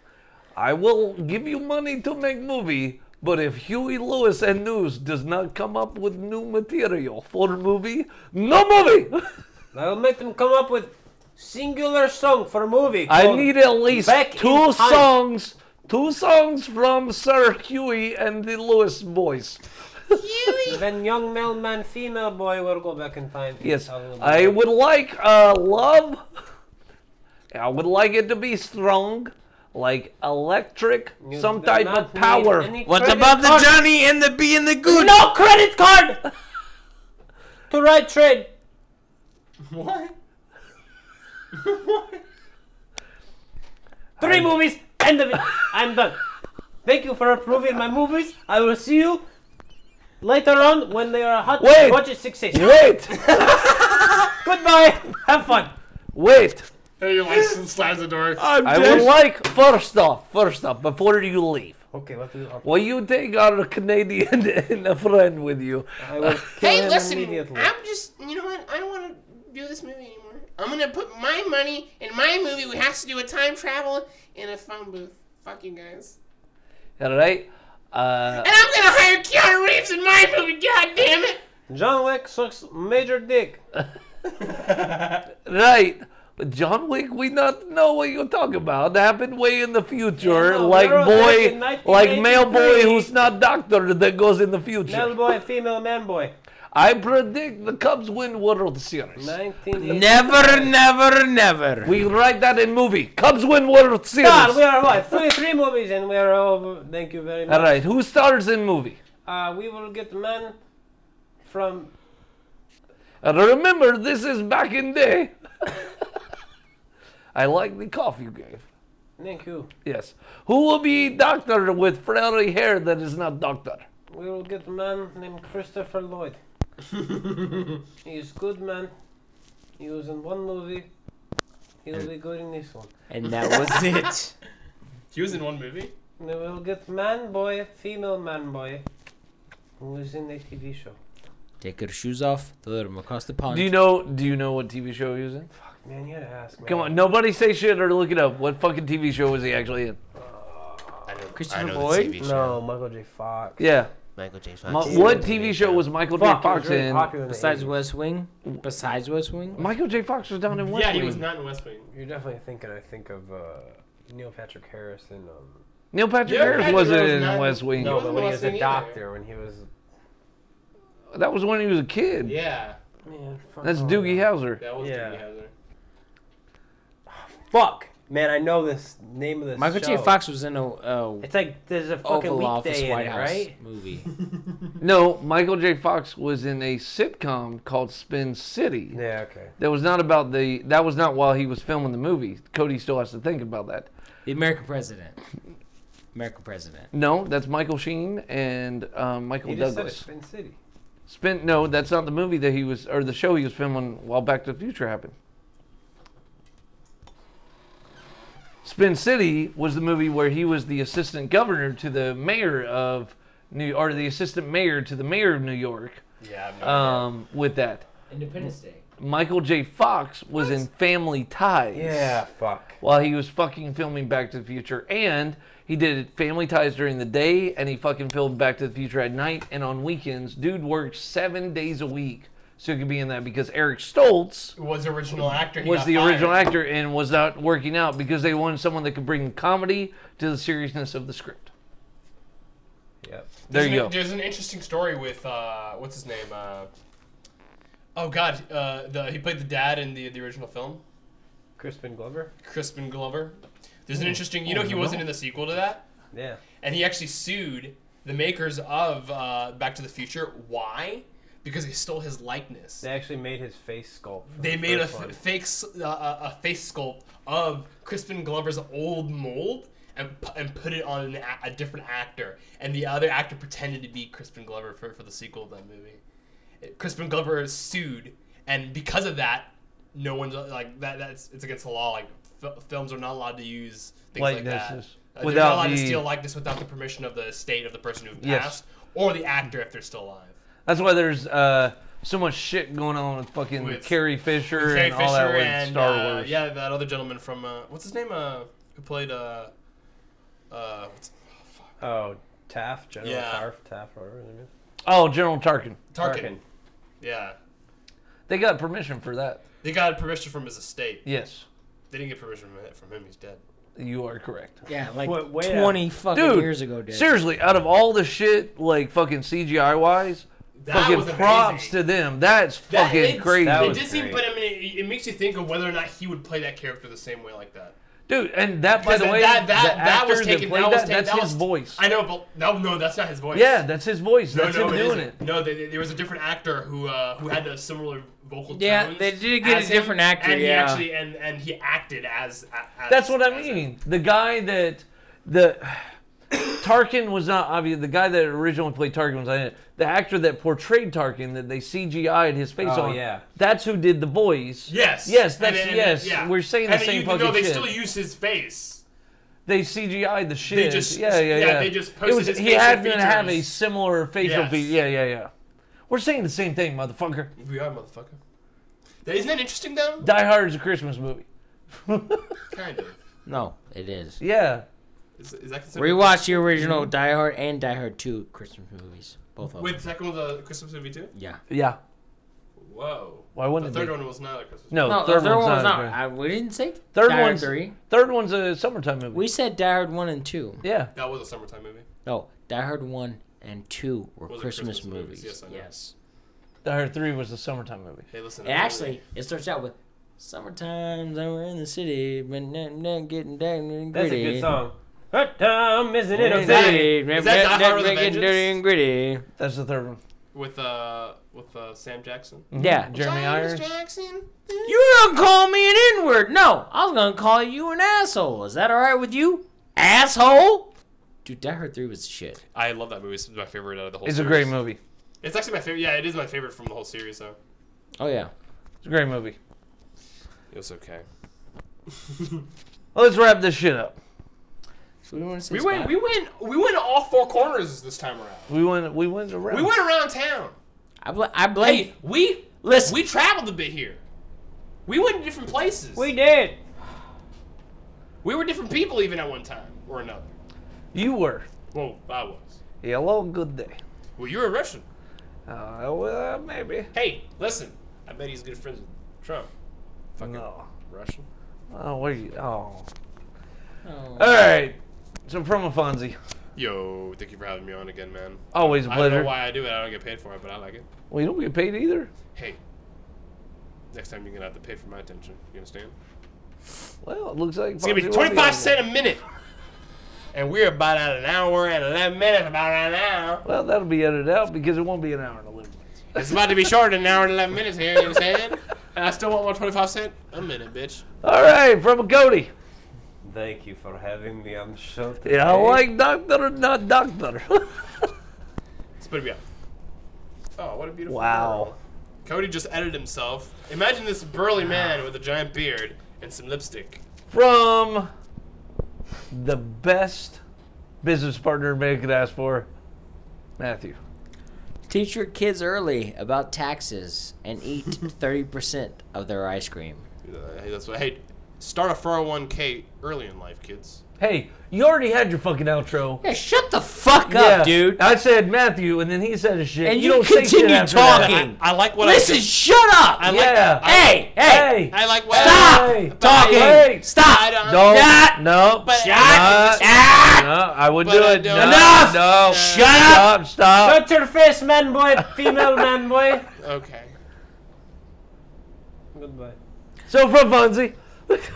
[SPEAKER 1] I will give you money to make movie, but if Huey Lewis and News does not come up with new material for movie, no movie.
[SPEAKER 3] I will make them come up with singular song for a movie.
[SPEAKER 1] I
[SPEAKER 3] called
[SPEAKER 1] need at least
[SPEAKER 3] Back
[SPEAKER 1] two
[SPEAKER 3] in Time.
[SPEAKER 1] songs, two songs from Sir Huey and the Lewis boys.
[SPEAKER 3] When young male man, female boy will go back in time.
[SPEAKER 1] Yes,
[SPEAKER 3] I will-
[SPEAKER 1] I would like uh, love. I would like it to be strong, like electric,
[SPEAKER 3] You
[SPEAKER 1] some
[SPEAKER 3] do
[SPEAKER 1] type
[SPEAKER 3] not
[SPEAKER 1] of
[SPEAKER 3] need
[SPEAKER 1] power.
[SPEAKER 3] any
[SPEAKER 7] What
[SPEAKER 3] credit
[SPEAKER 7] about the
[SPEAKER 3] card.
[SPEAKER 7] Johnny and the Bee and the Good?
[SPEAKER 3] No credit card! to right trade.
[SPEAKER 5] What?
[SPEAKER 3] (laughs) Three movies, end of it. I'm done. Thank you for approving my movies. I will see you later on when they are hot
[SPEAKER 1] Wait.
[SPEAKER 3] budget success.
[SPEAKER 1] Wait,
[SPEAKER 3] (laughs) Goodbye. Have fun.
[SPEAKER 1] wait.
[SPEAKER 5] And he like slams the door.
[SPEAKER 1] I would like first off, first off, before you leave,
[SPEAKER 3] Okay, what do you
[SPEAKER 1] will you take our Canadian (laughs) and a friend with you?
[SPEAKER 3] I will kill
[SPEAKER 6] Hey,
[SPEAKER 3] him
[SPEAKER 6] listen,
[SPEAKER 3] immediately.
[SPEAKER 6] I'm just, you know what? I don't want to do this movie anymore. I'm going to put my money in my movie, which has to do with time travel in a phone booth. Fuck you guys.
[SPEAKER 1] All right. Uh,
[SPEAKER 6] And I'm going to hire Keanu Reeves in my movie, God damn it!
[SPEAKER 3] John Wick sucks major dick.
[SPEAKER 1] Right. But John Wick, we not know what you're talking about. That happened way in the future.
[SPEAKER 3] Yeah, no,
[SPEAKER 1] like
[SPEAKER 3] we're back
[SPEAKER 1] boy,
[SPEAKER 3] in
[SPEAKER 1] like male boy
[SPEAKER 3] 1983.
[SPEAKER 1] who's not doctor that goes in the future.
[SPEAKER 3] Male boy, female man boy.
[SPEAKER 1] I predict the Cubs win World Series.
[SPEAKER 3] 1980.
[SPEAKER 7] Never, never, never.
[SPEAKER 1] We write that in movie. Cubs win World Series.
[SPEAKER 3] God, we are what? Three, three movies and we are over. Thank you very
[SPEAKER 1] All
[SPEAKER 3] much.
[SPEAKER 1] right. Who stars in movie?
[SPEAKER 3] Uh, we will get man from
[SPEAKER 1] And remember, this is back in day. (laughs) I like the cough you gave.
[SPEAKER 3] Thank you.
[SPEAKER 1] Yes. Who will be doctor with frilly hair that is not doctor?
[SPEAKER 3] We will get a man named Christopher Lloyd. he is good man. He was in one movie. He will be good in this one.
[SPEAKER 2] And that was it.
[SPEAKER 5] He was in one movie.
[SPEAKER 3] And we will get man boy, female man boy, who is in a TV show.
[SPEAKER 2] Take her shoes off, throw them across the pond.
[SPEAKER 1] Do you know? Do you know what TV show he was in?
[SPEAKER 3] Man, you had to ask. Man.
[SPEAKER 1] Come on, nobody say shit or look it up. What fucking TV show was he actually in?
[SPEAKER 6] I know,
[SPEAKER 2] Christopher know the Lloyd? TV
[SPEAKER 3] No, Michael J. Fox.
[SPEAKER 1] Yeah.
[SPEAKER 6] Michael J. Fox.
[SPEAKER 1] Ma- what TV show was Michael J.
[SPEAKER 3] Fuck, he was
[SPEAKER 1] Fox
[SPEAKER 3] really
[SPEAKER 1] in?
[SPEAKER 3] popular in the
[SPEAKER 2] Besides
[SPEAKER 3] 80s.
[SPEAKER 2] West Wing? Besides West Wing?
[SPEAKER 1] Michael J. Fox was down in West
[SPEAKER 5] yeah, he
[SPEAKER 1] Wing.
[SPEAKER 5] was not in West Wing.
[SPEAKER 3] You're definitely thinking, I think, of uh, Neil Patrick Harris and. Um,
[SPEAKER 1] Neil Patrick
[SPEAKER 5] Yeah,
[SPEAKER 1] Harris
[SPEAKER 5] Patrick
[SPEAKER 1] wasn't
[SPEAKER 5] Harris
[SPEAKER 1] in
[SPEAKER 5] not-
[SPEAKER 1] West Wing.
[SPEAKER 5] no.
[SPEAKER 3] no, but when he was
[SPEAKER 5] West Wing
[SPEAKER 3] a
[SPEAKER 5] either.
[SPEAKER 3] doctor, when he was.
[SPEAKER 1] That was when he was a kid.
[SPEAKER 5] Yeah,
[SPEAKER 3] Man, fuck
[SPEAKER 1] That's
[SPEAKER 3] all
[SPEAKER 1] Doogie
[SPEAKER 3] that.
[SPEAKER 1] Howser.
[SPEAKER 5] that was
[SPEAKER 3] Yeah.
[SPEAKER 5] Doogie Howser.
[SPEAKER 3] Fuck! Man, I know this name of this
[SPEAKER 2] Michael J.
[SPEAKER 3] show.
[SPEAKER 2] Fox was in a, a
[SPEAKER 3] It's like there's a fucking
[SPEAKER 2] Oval Office
[SPEAKER 3] weekday in
[SPEAKER 2] White
[SPEAKER 3] it,
[SPEAKER 2] House
[SPEAKER 3] right?
[SPEAKER 2] movie.
[SPEAKER 1] No, Michael J. Fox was in a sitcom called Spin City.
[SPEAKER 3] Yeah, okay.
[SPEAKER 1] That was not about the. That was not while he was filming the movie. Cody still has to think about that.
[SPEAKER 2] The American President. American President.
[SPEAKER 1] No, that's Michael Sheen and um, Michael
[SPEAKER 3] He just said
[SPEAKER 1] Douglas.
[SPEAKER 3] it's Spin City.
[SPEAKER 1] Spin. No, that's not the movie that he was, or the show he was filming while Back to the Future happened. Spin City was the movie where he was the assistant governor to the mayor of New, or the assistant mayor to the mayor of New York.
[SPEAKER 5] Yeah, I'm
[SPEAKER 1] Um, with that,
[SPEAKER 2] Independence Day.
[SPEAKER 1] Michael J. Fox was in Family Ties.
[SPEAKER 3] Yeah, fuck.
[SPEAKER 1] While he was fucking filming Back to the Future, and he did Family Ties during the day, and he fucking filmed Back to the Future at night and on weekends. Dude worked seven days a week, so he could be in that because Eric Stoltz
[SPEAKER 5] was the original actor. He
[SPEAKER 1] was
[SPEAKER 5] got
[SPEAKER 1] the
[SPEAKER 5] fired.
[SPEAKER 1] original actor and was not working out because they wanted someone that could bring comedy to the seriousness of the script.
[SPEAKER 3] Yep.
[SPEAKER 1] There
[SPEAKER 5] There's
[SPEAKER 1] you
[SPEAKER 5] an,
[SPEAKER 1] go.
[SPEAKER 5] There's an interesting story with uh, what's his name? Uh, oh God, uh, the he played the dad in the the original film,
[SPEAKER 3] Crispin Glover?
[SPEAKER 5] Crispin Glover. There's an interesting. You know, he wasn't in the sequel to that,
[SPEAKER 3] Yeah.
[SPEAKER 5] and he actually sued the makers of uh, Back to the Future. Why? because they stole his likeness.
[SPEAKER 3] They actually made his face sculpt. for
[SPEAKER 5] they
[SPEAKER 3] the
[SPEAKER 5] made a
[SPEAKER 3] first one.
[SPEAKER 5] f- fake s- uh, uh, a face sculpt of Crispin Glover's old mold and, pu- and put it on an a-, a different actor, and the other actor pretended to be Crispin Glover for, for the sequel of that movie. It- Crispin Glover is sued, and because of that, no one's uh, like that. That's it's against the law. Like f- films are not allowed to use things like
[SPEAKER 1] Likenesses.
[SPEAKER 5] that. Uh, they're
[SPEAKER 1] Without
[SPEAKER 5] not allowed
[SPEAKER 1] the-
[SPEAKER 5] to steal likeness without the permission of the estate of the person who
[SPEAKER 1] Yes.
[SPEAKER 5] passed or the actor if they're still alive.
[SPEAKER 1] That's why there's uh, so much shit going on with fucking
[SPEAKER 5] With-
[SPEAKER 1] Carrie Fisher
[SPEAKER 5] Carrie
[SPEAKER 1] and all that
[SPEAKER 5] Fisher
[SPEAKER 1] with
[SPEAKER 5] and,
[SPEAKER 1] Star
[SPEAKER 5] uh,
[SPEAKER 1] Wars.
[SPEAKER 5] yeah, that other gentleman from uh, what's his name? Uh, who played uh, uh, what's,
[SPEAKER 3] Oh, Taff, General
[SPEAKER 5] Yeah.
[SPEAKER 3] Taff, Taff, whatever his name is.
[SPEAKER 1] Oh, General Tarkin.
[SPEAKER 5] Tarkin. Yeah,
[SPEAKER 1] They got permission for that.
[SPEAKER 5] they got permission from his estate.
[SPEAKER 1] Yes,
[SPEAKER 5] They didn't get permission from him. From him. He's dead.
[SPEAKER 1] you are correct.
[SPEAKER 2] Yeah, like
[SPEAKER 3] Wait- wait a-
[SPEAKER 2] twenty fucking
[SPEAKER 1] Dude,
[SPEAKER 2] years ago, dude.
[SPEAKER 1] seriously, out of all the shit, like fucking CGI wise,
[SPEAKER 5] That was
[SPEAKER 1] fucking
[SPEAKER 5] amazing.
[SPEAKER 1] props to them. That's
[SPEAKER 5] That-
[SPEAKER 1] fucking
[SPEAKER 5] it's-
[SPEAKER 1] crazy.
[SPEAKER 3] That
[SPEAKER 5] It
[SPEAKER 3] was
[SPEAKER 5] did seem,
[SPEAKER 3] great.
[SPEAKER 5] but I mean, it, it makes you think of whether or not he would play that character the same way like that.
[SPEAKER 1] Dude, and that by
[SPEAKER 5] Because
[SPEAKER 1] the way,
[SPEAKER 5] that that,
[SPEAKER 1] the
[SPEAKER 5] that was
[SPEAKER 1] actor
[SPEAKER 5] taken.
[SPEAKER 1] played
[SPEAKER 5] That was taken.
[SPEAKER 1] that's
[SPEAKER 5] that
[SPEAKER 1] his
[SPEAKER 5] was-
[SPEAKER 1] voice.
[SPEAKER 5] I know, but no, no, that's not his voice.
[SPEAKER 1] yeah, that's his voice.
[SPEAKER 5] No,
[SPEAKER 1] that's
[SPEAKER 5] no,
[SPEAKER 1] him
[SPEAKER 5] it
[SPEAKER 1] doing
[SPEAKER 5] isn't.
[SPEAKER 1] it.
[SPEAKER 5] No, they, they- there was a different actor who uh, who had a similar vocal.
[SPEAKER 7] Yeah,
[SPEAKER 5] tones
[SPEAKER 7] they did get a
[SPEAKER 5] as
[SPEAKER 7] different actor,
[SPEAKER 5] And
[SPEAKER 7] yeah.
[SPEAKER 5] he actually and, and he acted as. a- as
[SPEAKER 1] That's what I
[SPEAKER 5] as a-
[SPEAKER 1] mean. The guy that the (coughs) Tarkin was not obvious. The guy that originally played Tarkin was not in it. The actor that portrayed Tarkin that they CGI'd his face
[SPEAKER 3] Oh,
[SPEAKER 1] on.
[SPEAKER 3] yeah.
[SPEAKER 1] That's who did the voice.
[SPEAKER 5] Yes.
[SPEAKER 1] Yes,
[SPEAKER 5] And
[SPEAKER 1] that's
[SPEAKER 5] then- and then-
[SPEAKER 1] yes.
[SPEAKER 5] yeah.
[SPEAKER 1] We're saying the
[SPEAKER 5] and
[SPEAKER 1] same
[SPEAKER 5] you,
[SPEAKER 1] fucking
[SPEAKER 5] No, they
[SPEAKER 1] shit.
[SPEAKER 5] still use his face.
[SPEAKER 1] they CGI'd the shit.
[SPEAKER 5] just-
[SPEAKER 1] yeah, yeah, yeah.
[SPEAKER 5] yeah, they just
[SPEAKER 1] it
[SPEAKER 5] posted
[SPEAKER 1] was,
[SPEAKER 5] his
[SPEAKER 1] He
[SPEAKER 5] facial
[SPEAKER 1] had to have a
[SPEAKER 5] features.
[SPEAKER 1] similar facial
[SPEAKER 5] Yes.
[SPEAKER 1] feature. Yeah, yeah, yeah. We're saying the same thing, motherfucker.
[SPEAKER 5] We are motherfucker. That, isn't that interesting though?
[SPEAKER 1] Die Hard is a Christmas movie. (laughs)
[SPEAKER 5] kind of.
[SPEAKER 2] no, it is.
[SPEAKER 1] Yeah.
[SPEAKER 5] Is, is that considered?
[SPEAKER 2] Rewatch the original Die Hard and Die Hard Two Christmas movies, both of them.
[SPEAKER 5] Wait, the second one's a Christmas movie too.
[SPEAKER 2] yeah.
[SPEAKER 1] Yeah.
[SPEAKER 5] Whoa.
[SPEAKER 1] Why wouldn't
[SPEAKER 5] The
[SPEAKER 1] it
[SPEAKER 5] third
[SPEAKER 1] be?
[SPEAKER 5] one was not a Christmas.
[SPEAKER 1] No,
[SPEAKER 2] No,
[SPEAKER 1] third
[SPEAKER 2] the third
[SPEAKER 1] one's
[SPEAKER 2] one was
[SPEAKER 1] not.
[SPEAKER 2] not. I, we didn't say
[SPEAKER 1] Third
[SPEAKER 2] Die Hard
[SPEAKER 1] one's
[SPEAKER 2] three.
[SPEAKER 1] third one's a summertime movie.
[SPEAKER 2] We said Die Hard one and two.
[SPEAKER 1] yeah.
[SPEAKER 5] That was a summertime movie.
[SPEAKER 2] No, Die Hard one and two were
[SPEAKER 5] Those are
[SPEAKER 2] Christmas,
[SPEAKER 5] Christmas movies,
[SPEAKER 2] movies.
[SPEAKER 5] yes, I know.
[SPEAKER 2] Yes.
[SPEAKER 1] Die Hard Three was a summertime movie.
[SPEAKER 5] Hey, listen.
[SPEAKER 2] And actually, it starts out with "Summertime, and we're in the city, but not, not getting down and
[SPEAKER 3] That's
[SPEAKER 2] gritty."
[SPEAKER 3] a good song. Hot time, isn't it?
[SPEAKER 2] Is
[SPEAKER 3] a
[SPEAKER 2] that,
[SPEAKER 3] bitch?
[SPEAKER 5] Is that Die
[SPEAKER 2] not-
[SPEAKER 5] Hard
[SPEAKER 2] not
[SPEAKER 5] with a
[SPEAKER 2] getting
[SPEAKER 5] Vengeance?
[SPEAKER 2] dirty and gritty.
[SPEAKER 1] That's the third one.
[SPEAKER 5] with uh with uh Sam Jackson.
[SPEAKER 2] Yeah.
[SPEAKER 1] Jeremy Irons.
[SPEAKER 6] Jackson.
[SPEAKER 2] You were gonna call me an N-word. No, I was gonna call you an asshole. Is that alright with you? Asshole? Dude, Die Hard 3 was shit.
[SPEAKER 5] I love that movie. It's my favorite out of the whole.
[SPEAKER 1] It's a
[SPEAKER 5] series.
[SPEAKER 1] great movie.
[SPEAKER 5] It's actually my favorite. Yeah, it is my favorite from the whole series though.
[SPEAKER 2] Oh, yeah.
[SPEAKER 1] It's a great movie.
[SPEAKER 5] It was okay.
[SPEAKER 1] Well, let's wrap this shit up.
[SPEAKER 2] So we want to say
[SPEAKER 5] We went,
[SPEAKER 2] Scott.
[SPEAKER 5] we went, we went all four corners this time around.
[SPEAKER 1] We went. We went around.
[SPEAKER 5] We went around town.
[SPEAKER 2] I, bl- I blame.
[SPEAKER 5] Hey, we
[SPEAKER 2] listen,
[SPEAKER 5] we traveled a bit here. We went to different places.
[SPEAKER 3] We did.
[SPEAKER 5] we were different people even at one time or another.
[SPEAKER 1] You were.
[SPEAKER 5] Well, I was.
[SPEAKER 1] Hello, good day.
[SPEAKER 5] Well, you were a Russian.
[SPEAKER 1] Uh, well, maybe.
[SPEAKER 5] Hey, listen. I bet he's good friends with Trump. Fucking
[SPEAKER 1] No.
[SPEAKER 5] Russian.
[SPEAKER 1] Oh, what are you? Oh. All right. So from a Fonzie,
[SPEAKER 5] Yo, thank you for having me on again, man.
[SPEAKER 1] always a
[SPEAKER 5] I don't know
[SPEAKER 1] pleasure.
[SPEAKER 5] why I do it. I don't get paid for it, but I like it.
[SPEAKER 1] Well, you don't get paid either.
[SPEAKER 5] Hey, next time you're gonna have to pay for my attention. You understand?
[SPEAKER 1] Well, it looks like
[SPEAKER 5] It's gonna be
[SPEAKER 1] Fonzie will
[SPEAKER 5] 25
[SPEAKER 1] on
[SPEAKER 5] cent a minute. And we're about at an hour and 11 minutes, about an hour.
[SPEAKER 1] that. Well, that'll be edited out because it won't be an hour and eleven minutes.
[SPEAKER 5] It's about to be shorter than an hour and 11 minutes here, you know what I'm saying? And I still want one 25 cent a minute, bitch.
[SPEAKER 1] All right, from a Cody.
[SPEAKER 3] Thank you for having me on the show today.
[SPEAKER 1] Yeah, I like doctor, not doctor. (laughs)
[SPEAKER 5] It's gonna be up. Oh, what a beautiful
[SPEAKER 1] Wow.
[SPEAKER 5] girl. Cody just edited himself. Imagine this burly man with a giant beard and some lipstick.
[SPEAKER 1] from the best business partner man could ask for, Matthew.
[SPEAKER 2] teach your kids early about taxes and eat 30% of their ice cream.
[SPEAKER 5] Uh, hey, that's what, hey, start a 401k early in life, kids.
[SPEAKER 1] Hey, you already had your fucking outro.
[SPEAKER 2] Yeah, shut the fuck up, dude.
[SPEAKER 1] I said Matthew, and then he said a shit.
[SPEAKER 2] And
[SPEAKER 1] you
[SPEAKER 2] you
[SPEAKER 1] don't say shit
[SPEAKER 2] continue
[SPEAKER 1] after
[SPEAKER 2] talking.
[SPEAKER 5] I like what
[SPEAKER 2] Listen,
[SPEAKER 5] I did.
[SPEAKER 2] shut up.
[SPEAKER 5] I like,
[SPEAKER 1] Yeah.
[SPEAKER 5] I,
[SPEAKER 2] hey, hey,
[SPEAKER 1] Hey,
[SPEAKER 5] I like what
[SPEAKER 2] Stop
[SPEAKER 5] I
[SPEAKER 1] Hey.
[SPEAKER 2] talking.
[SPEAKER 1] Hey.
[SPEAKER 5] I
[SPEAKER 2] Stop.
[SPEAKER 5] don't-
[SPEAKER 1] no,
[SPEAKER 2] Shut-
[SPEAKER 1] no,
[SPEAKER 5] But-
[SPEAKER 1] no,
[SPEAKER 5] Shut-
[SPEAKER 2] Ah!
[SPEAKER 1] no, I would
[SPEAKER 5] But
[SPEAKER 1] do
[SPEAKER 5] I
[SPEAKER 1] it.
[SPEAKER 5] don't-
[SPEAKER 1] No,
[SPEAKER 2] Enough.
[SPEAKER 1] No,
[SPEAKER 2] Shut
[SPEAKER 1] stop, up. Stop,
[SPEAKER 3] Shut your face, man boy,
[SPEAKER 2] (laughs)
[SPEAKER 3] female man boy.
[SPEAKER 5] Okay.
[SPEAKER 3] Goodbye.
[SPEAKER 1] So from Fonzie.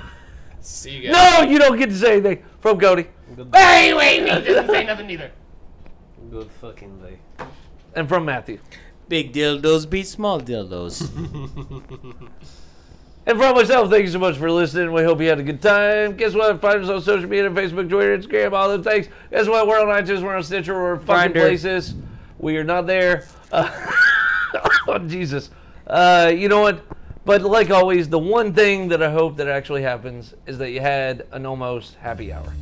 [SPEAKER 1] (laughs)
[SPEAKER 5] See you guys.
[SPEAKER 1] No, you don't get to say anything. From Cody.
[SPEAKER 5] Hey, wait, he doesn't say nothing either.
[SPEAKER 3] Good fucking day.
[SPEAKER 1] And from Matthew.
[SPEAKER 7] Big dildos beat small dildos.
[SPEAKER 1] And for all myself, thank you so much for listening. We hope you had a good time. Guess what? Find us on social media Facebook, Twitter, Instagram, all the things. Guess what? We're on iTunes, we're on Stitcher, we're in fucking
[SPEAKER 7] Grindr.
[SPEAKER 1] places. We are not there. Uh, (laughs) oh, Jesus. Uh, you know what? But like always, the one thing that I hope that actually happens is that you had an almost happy hour.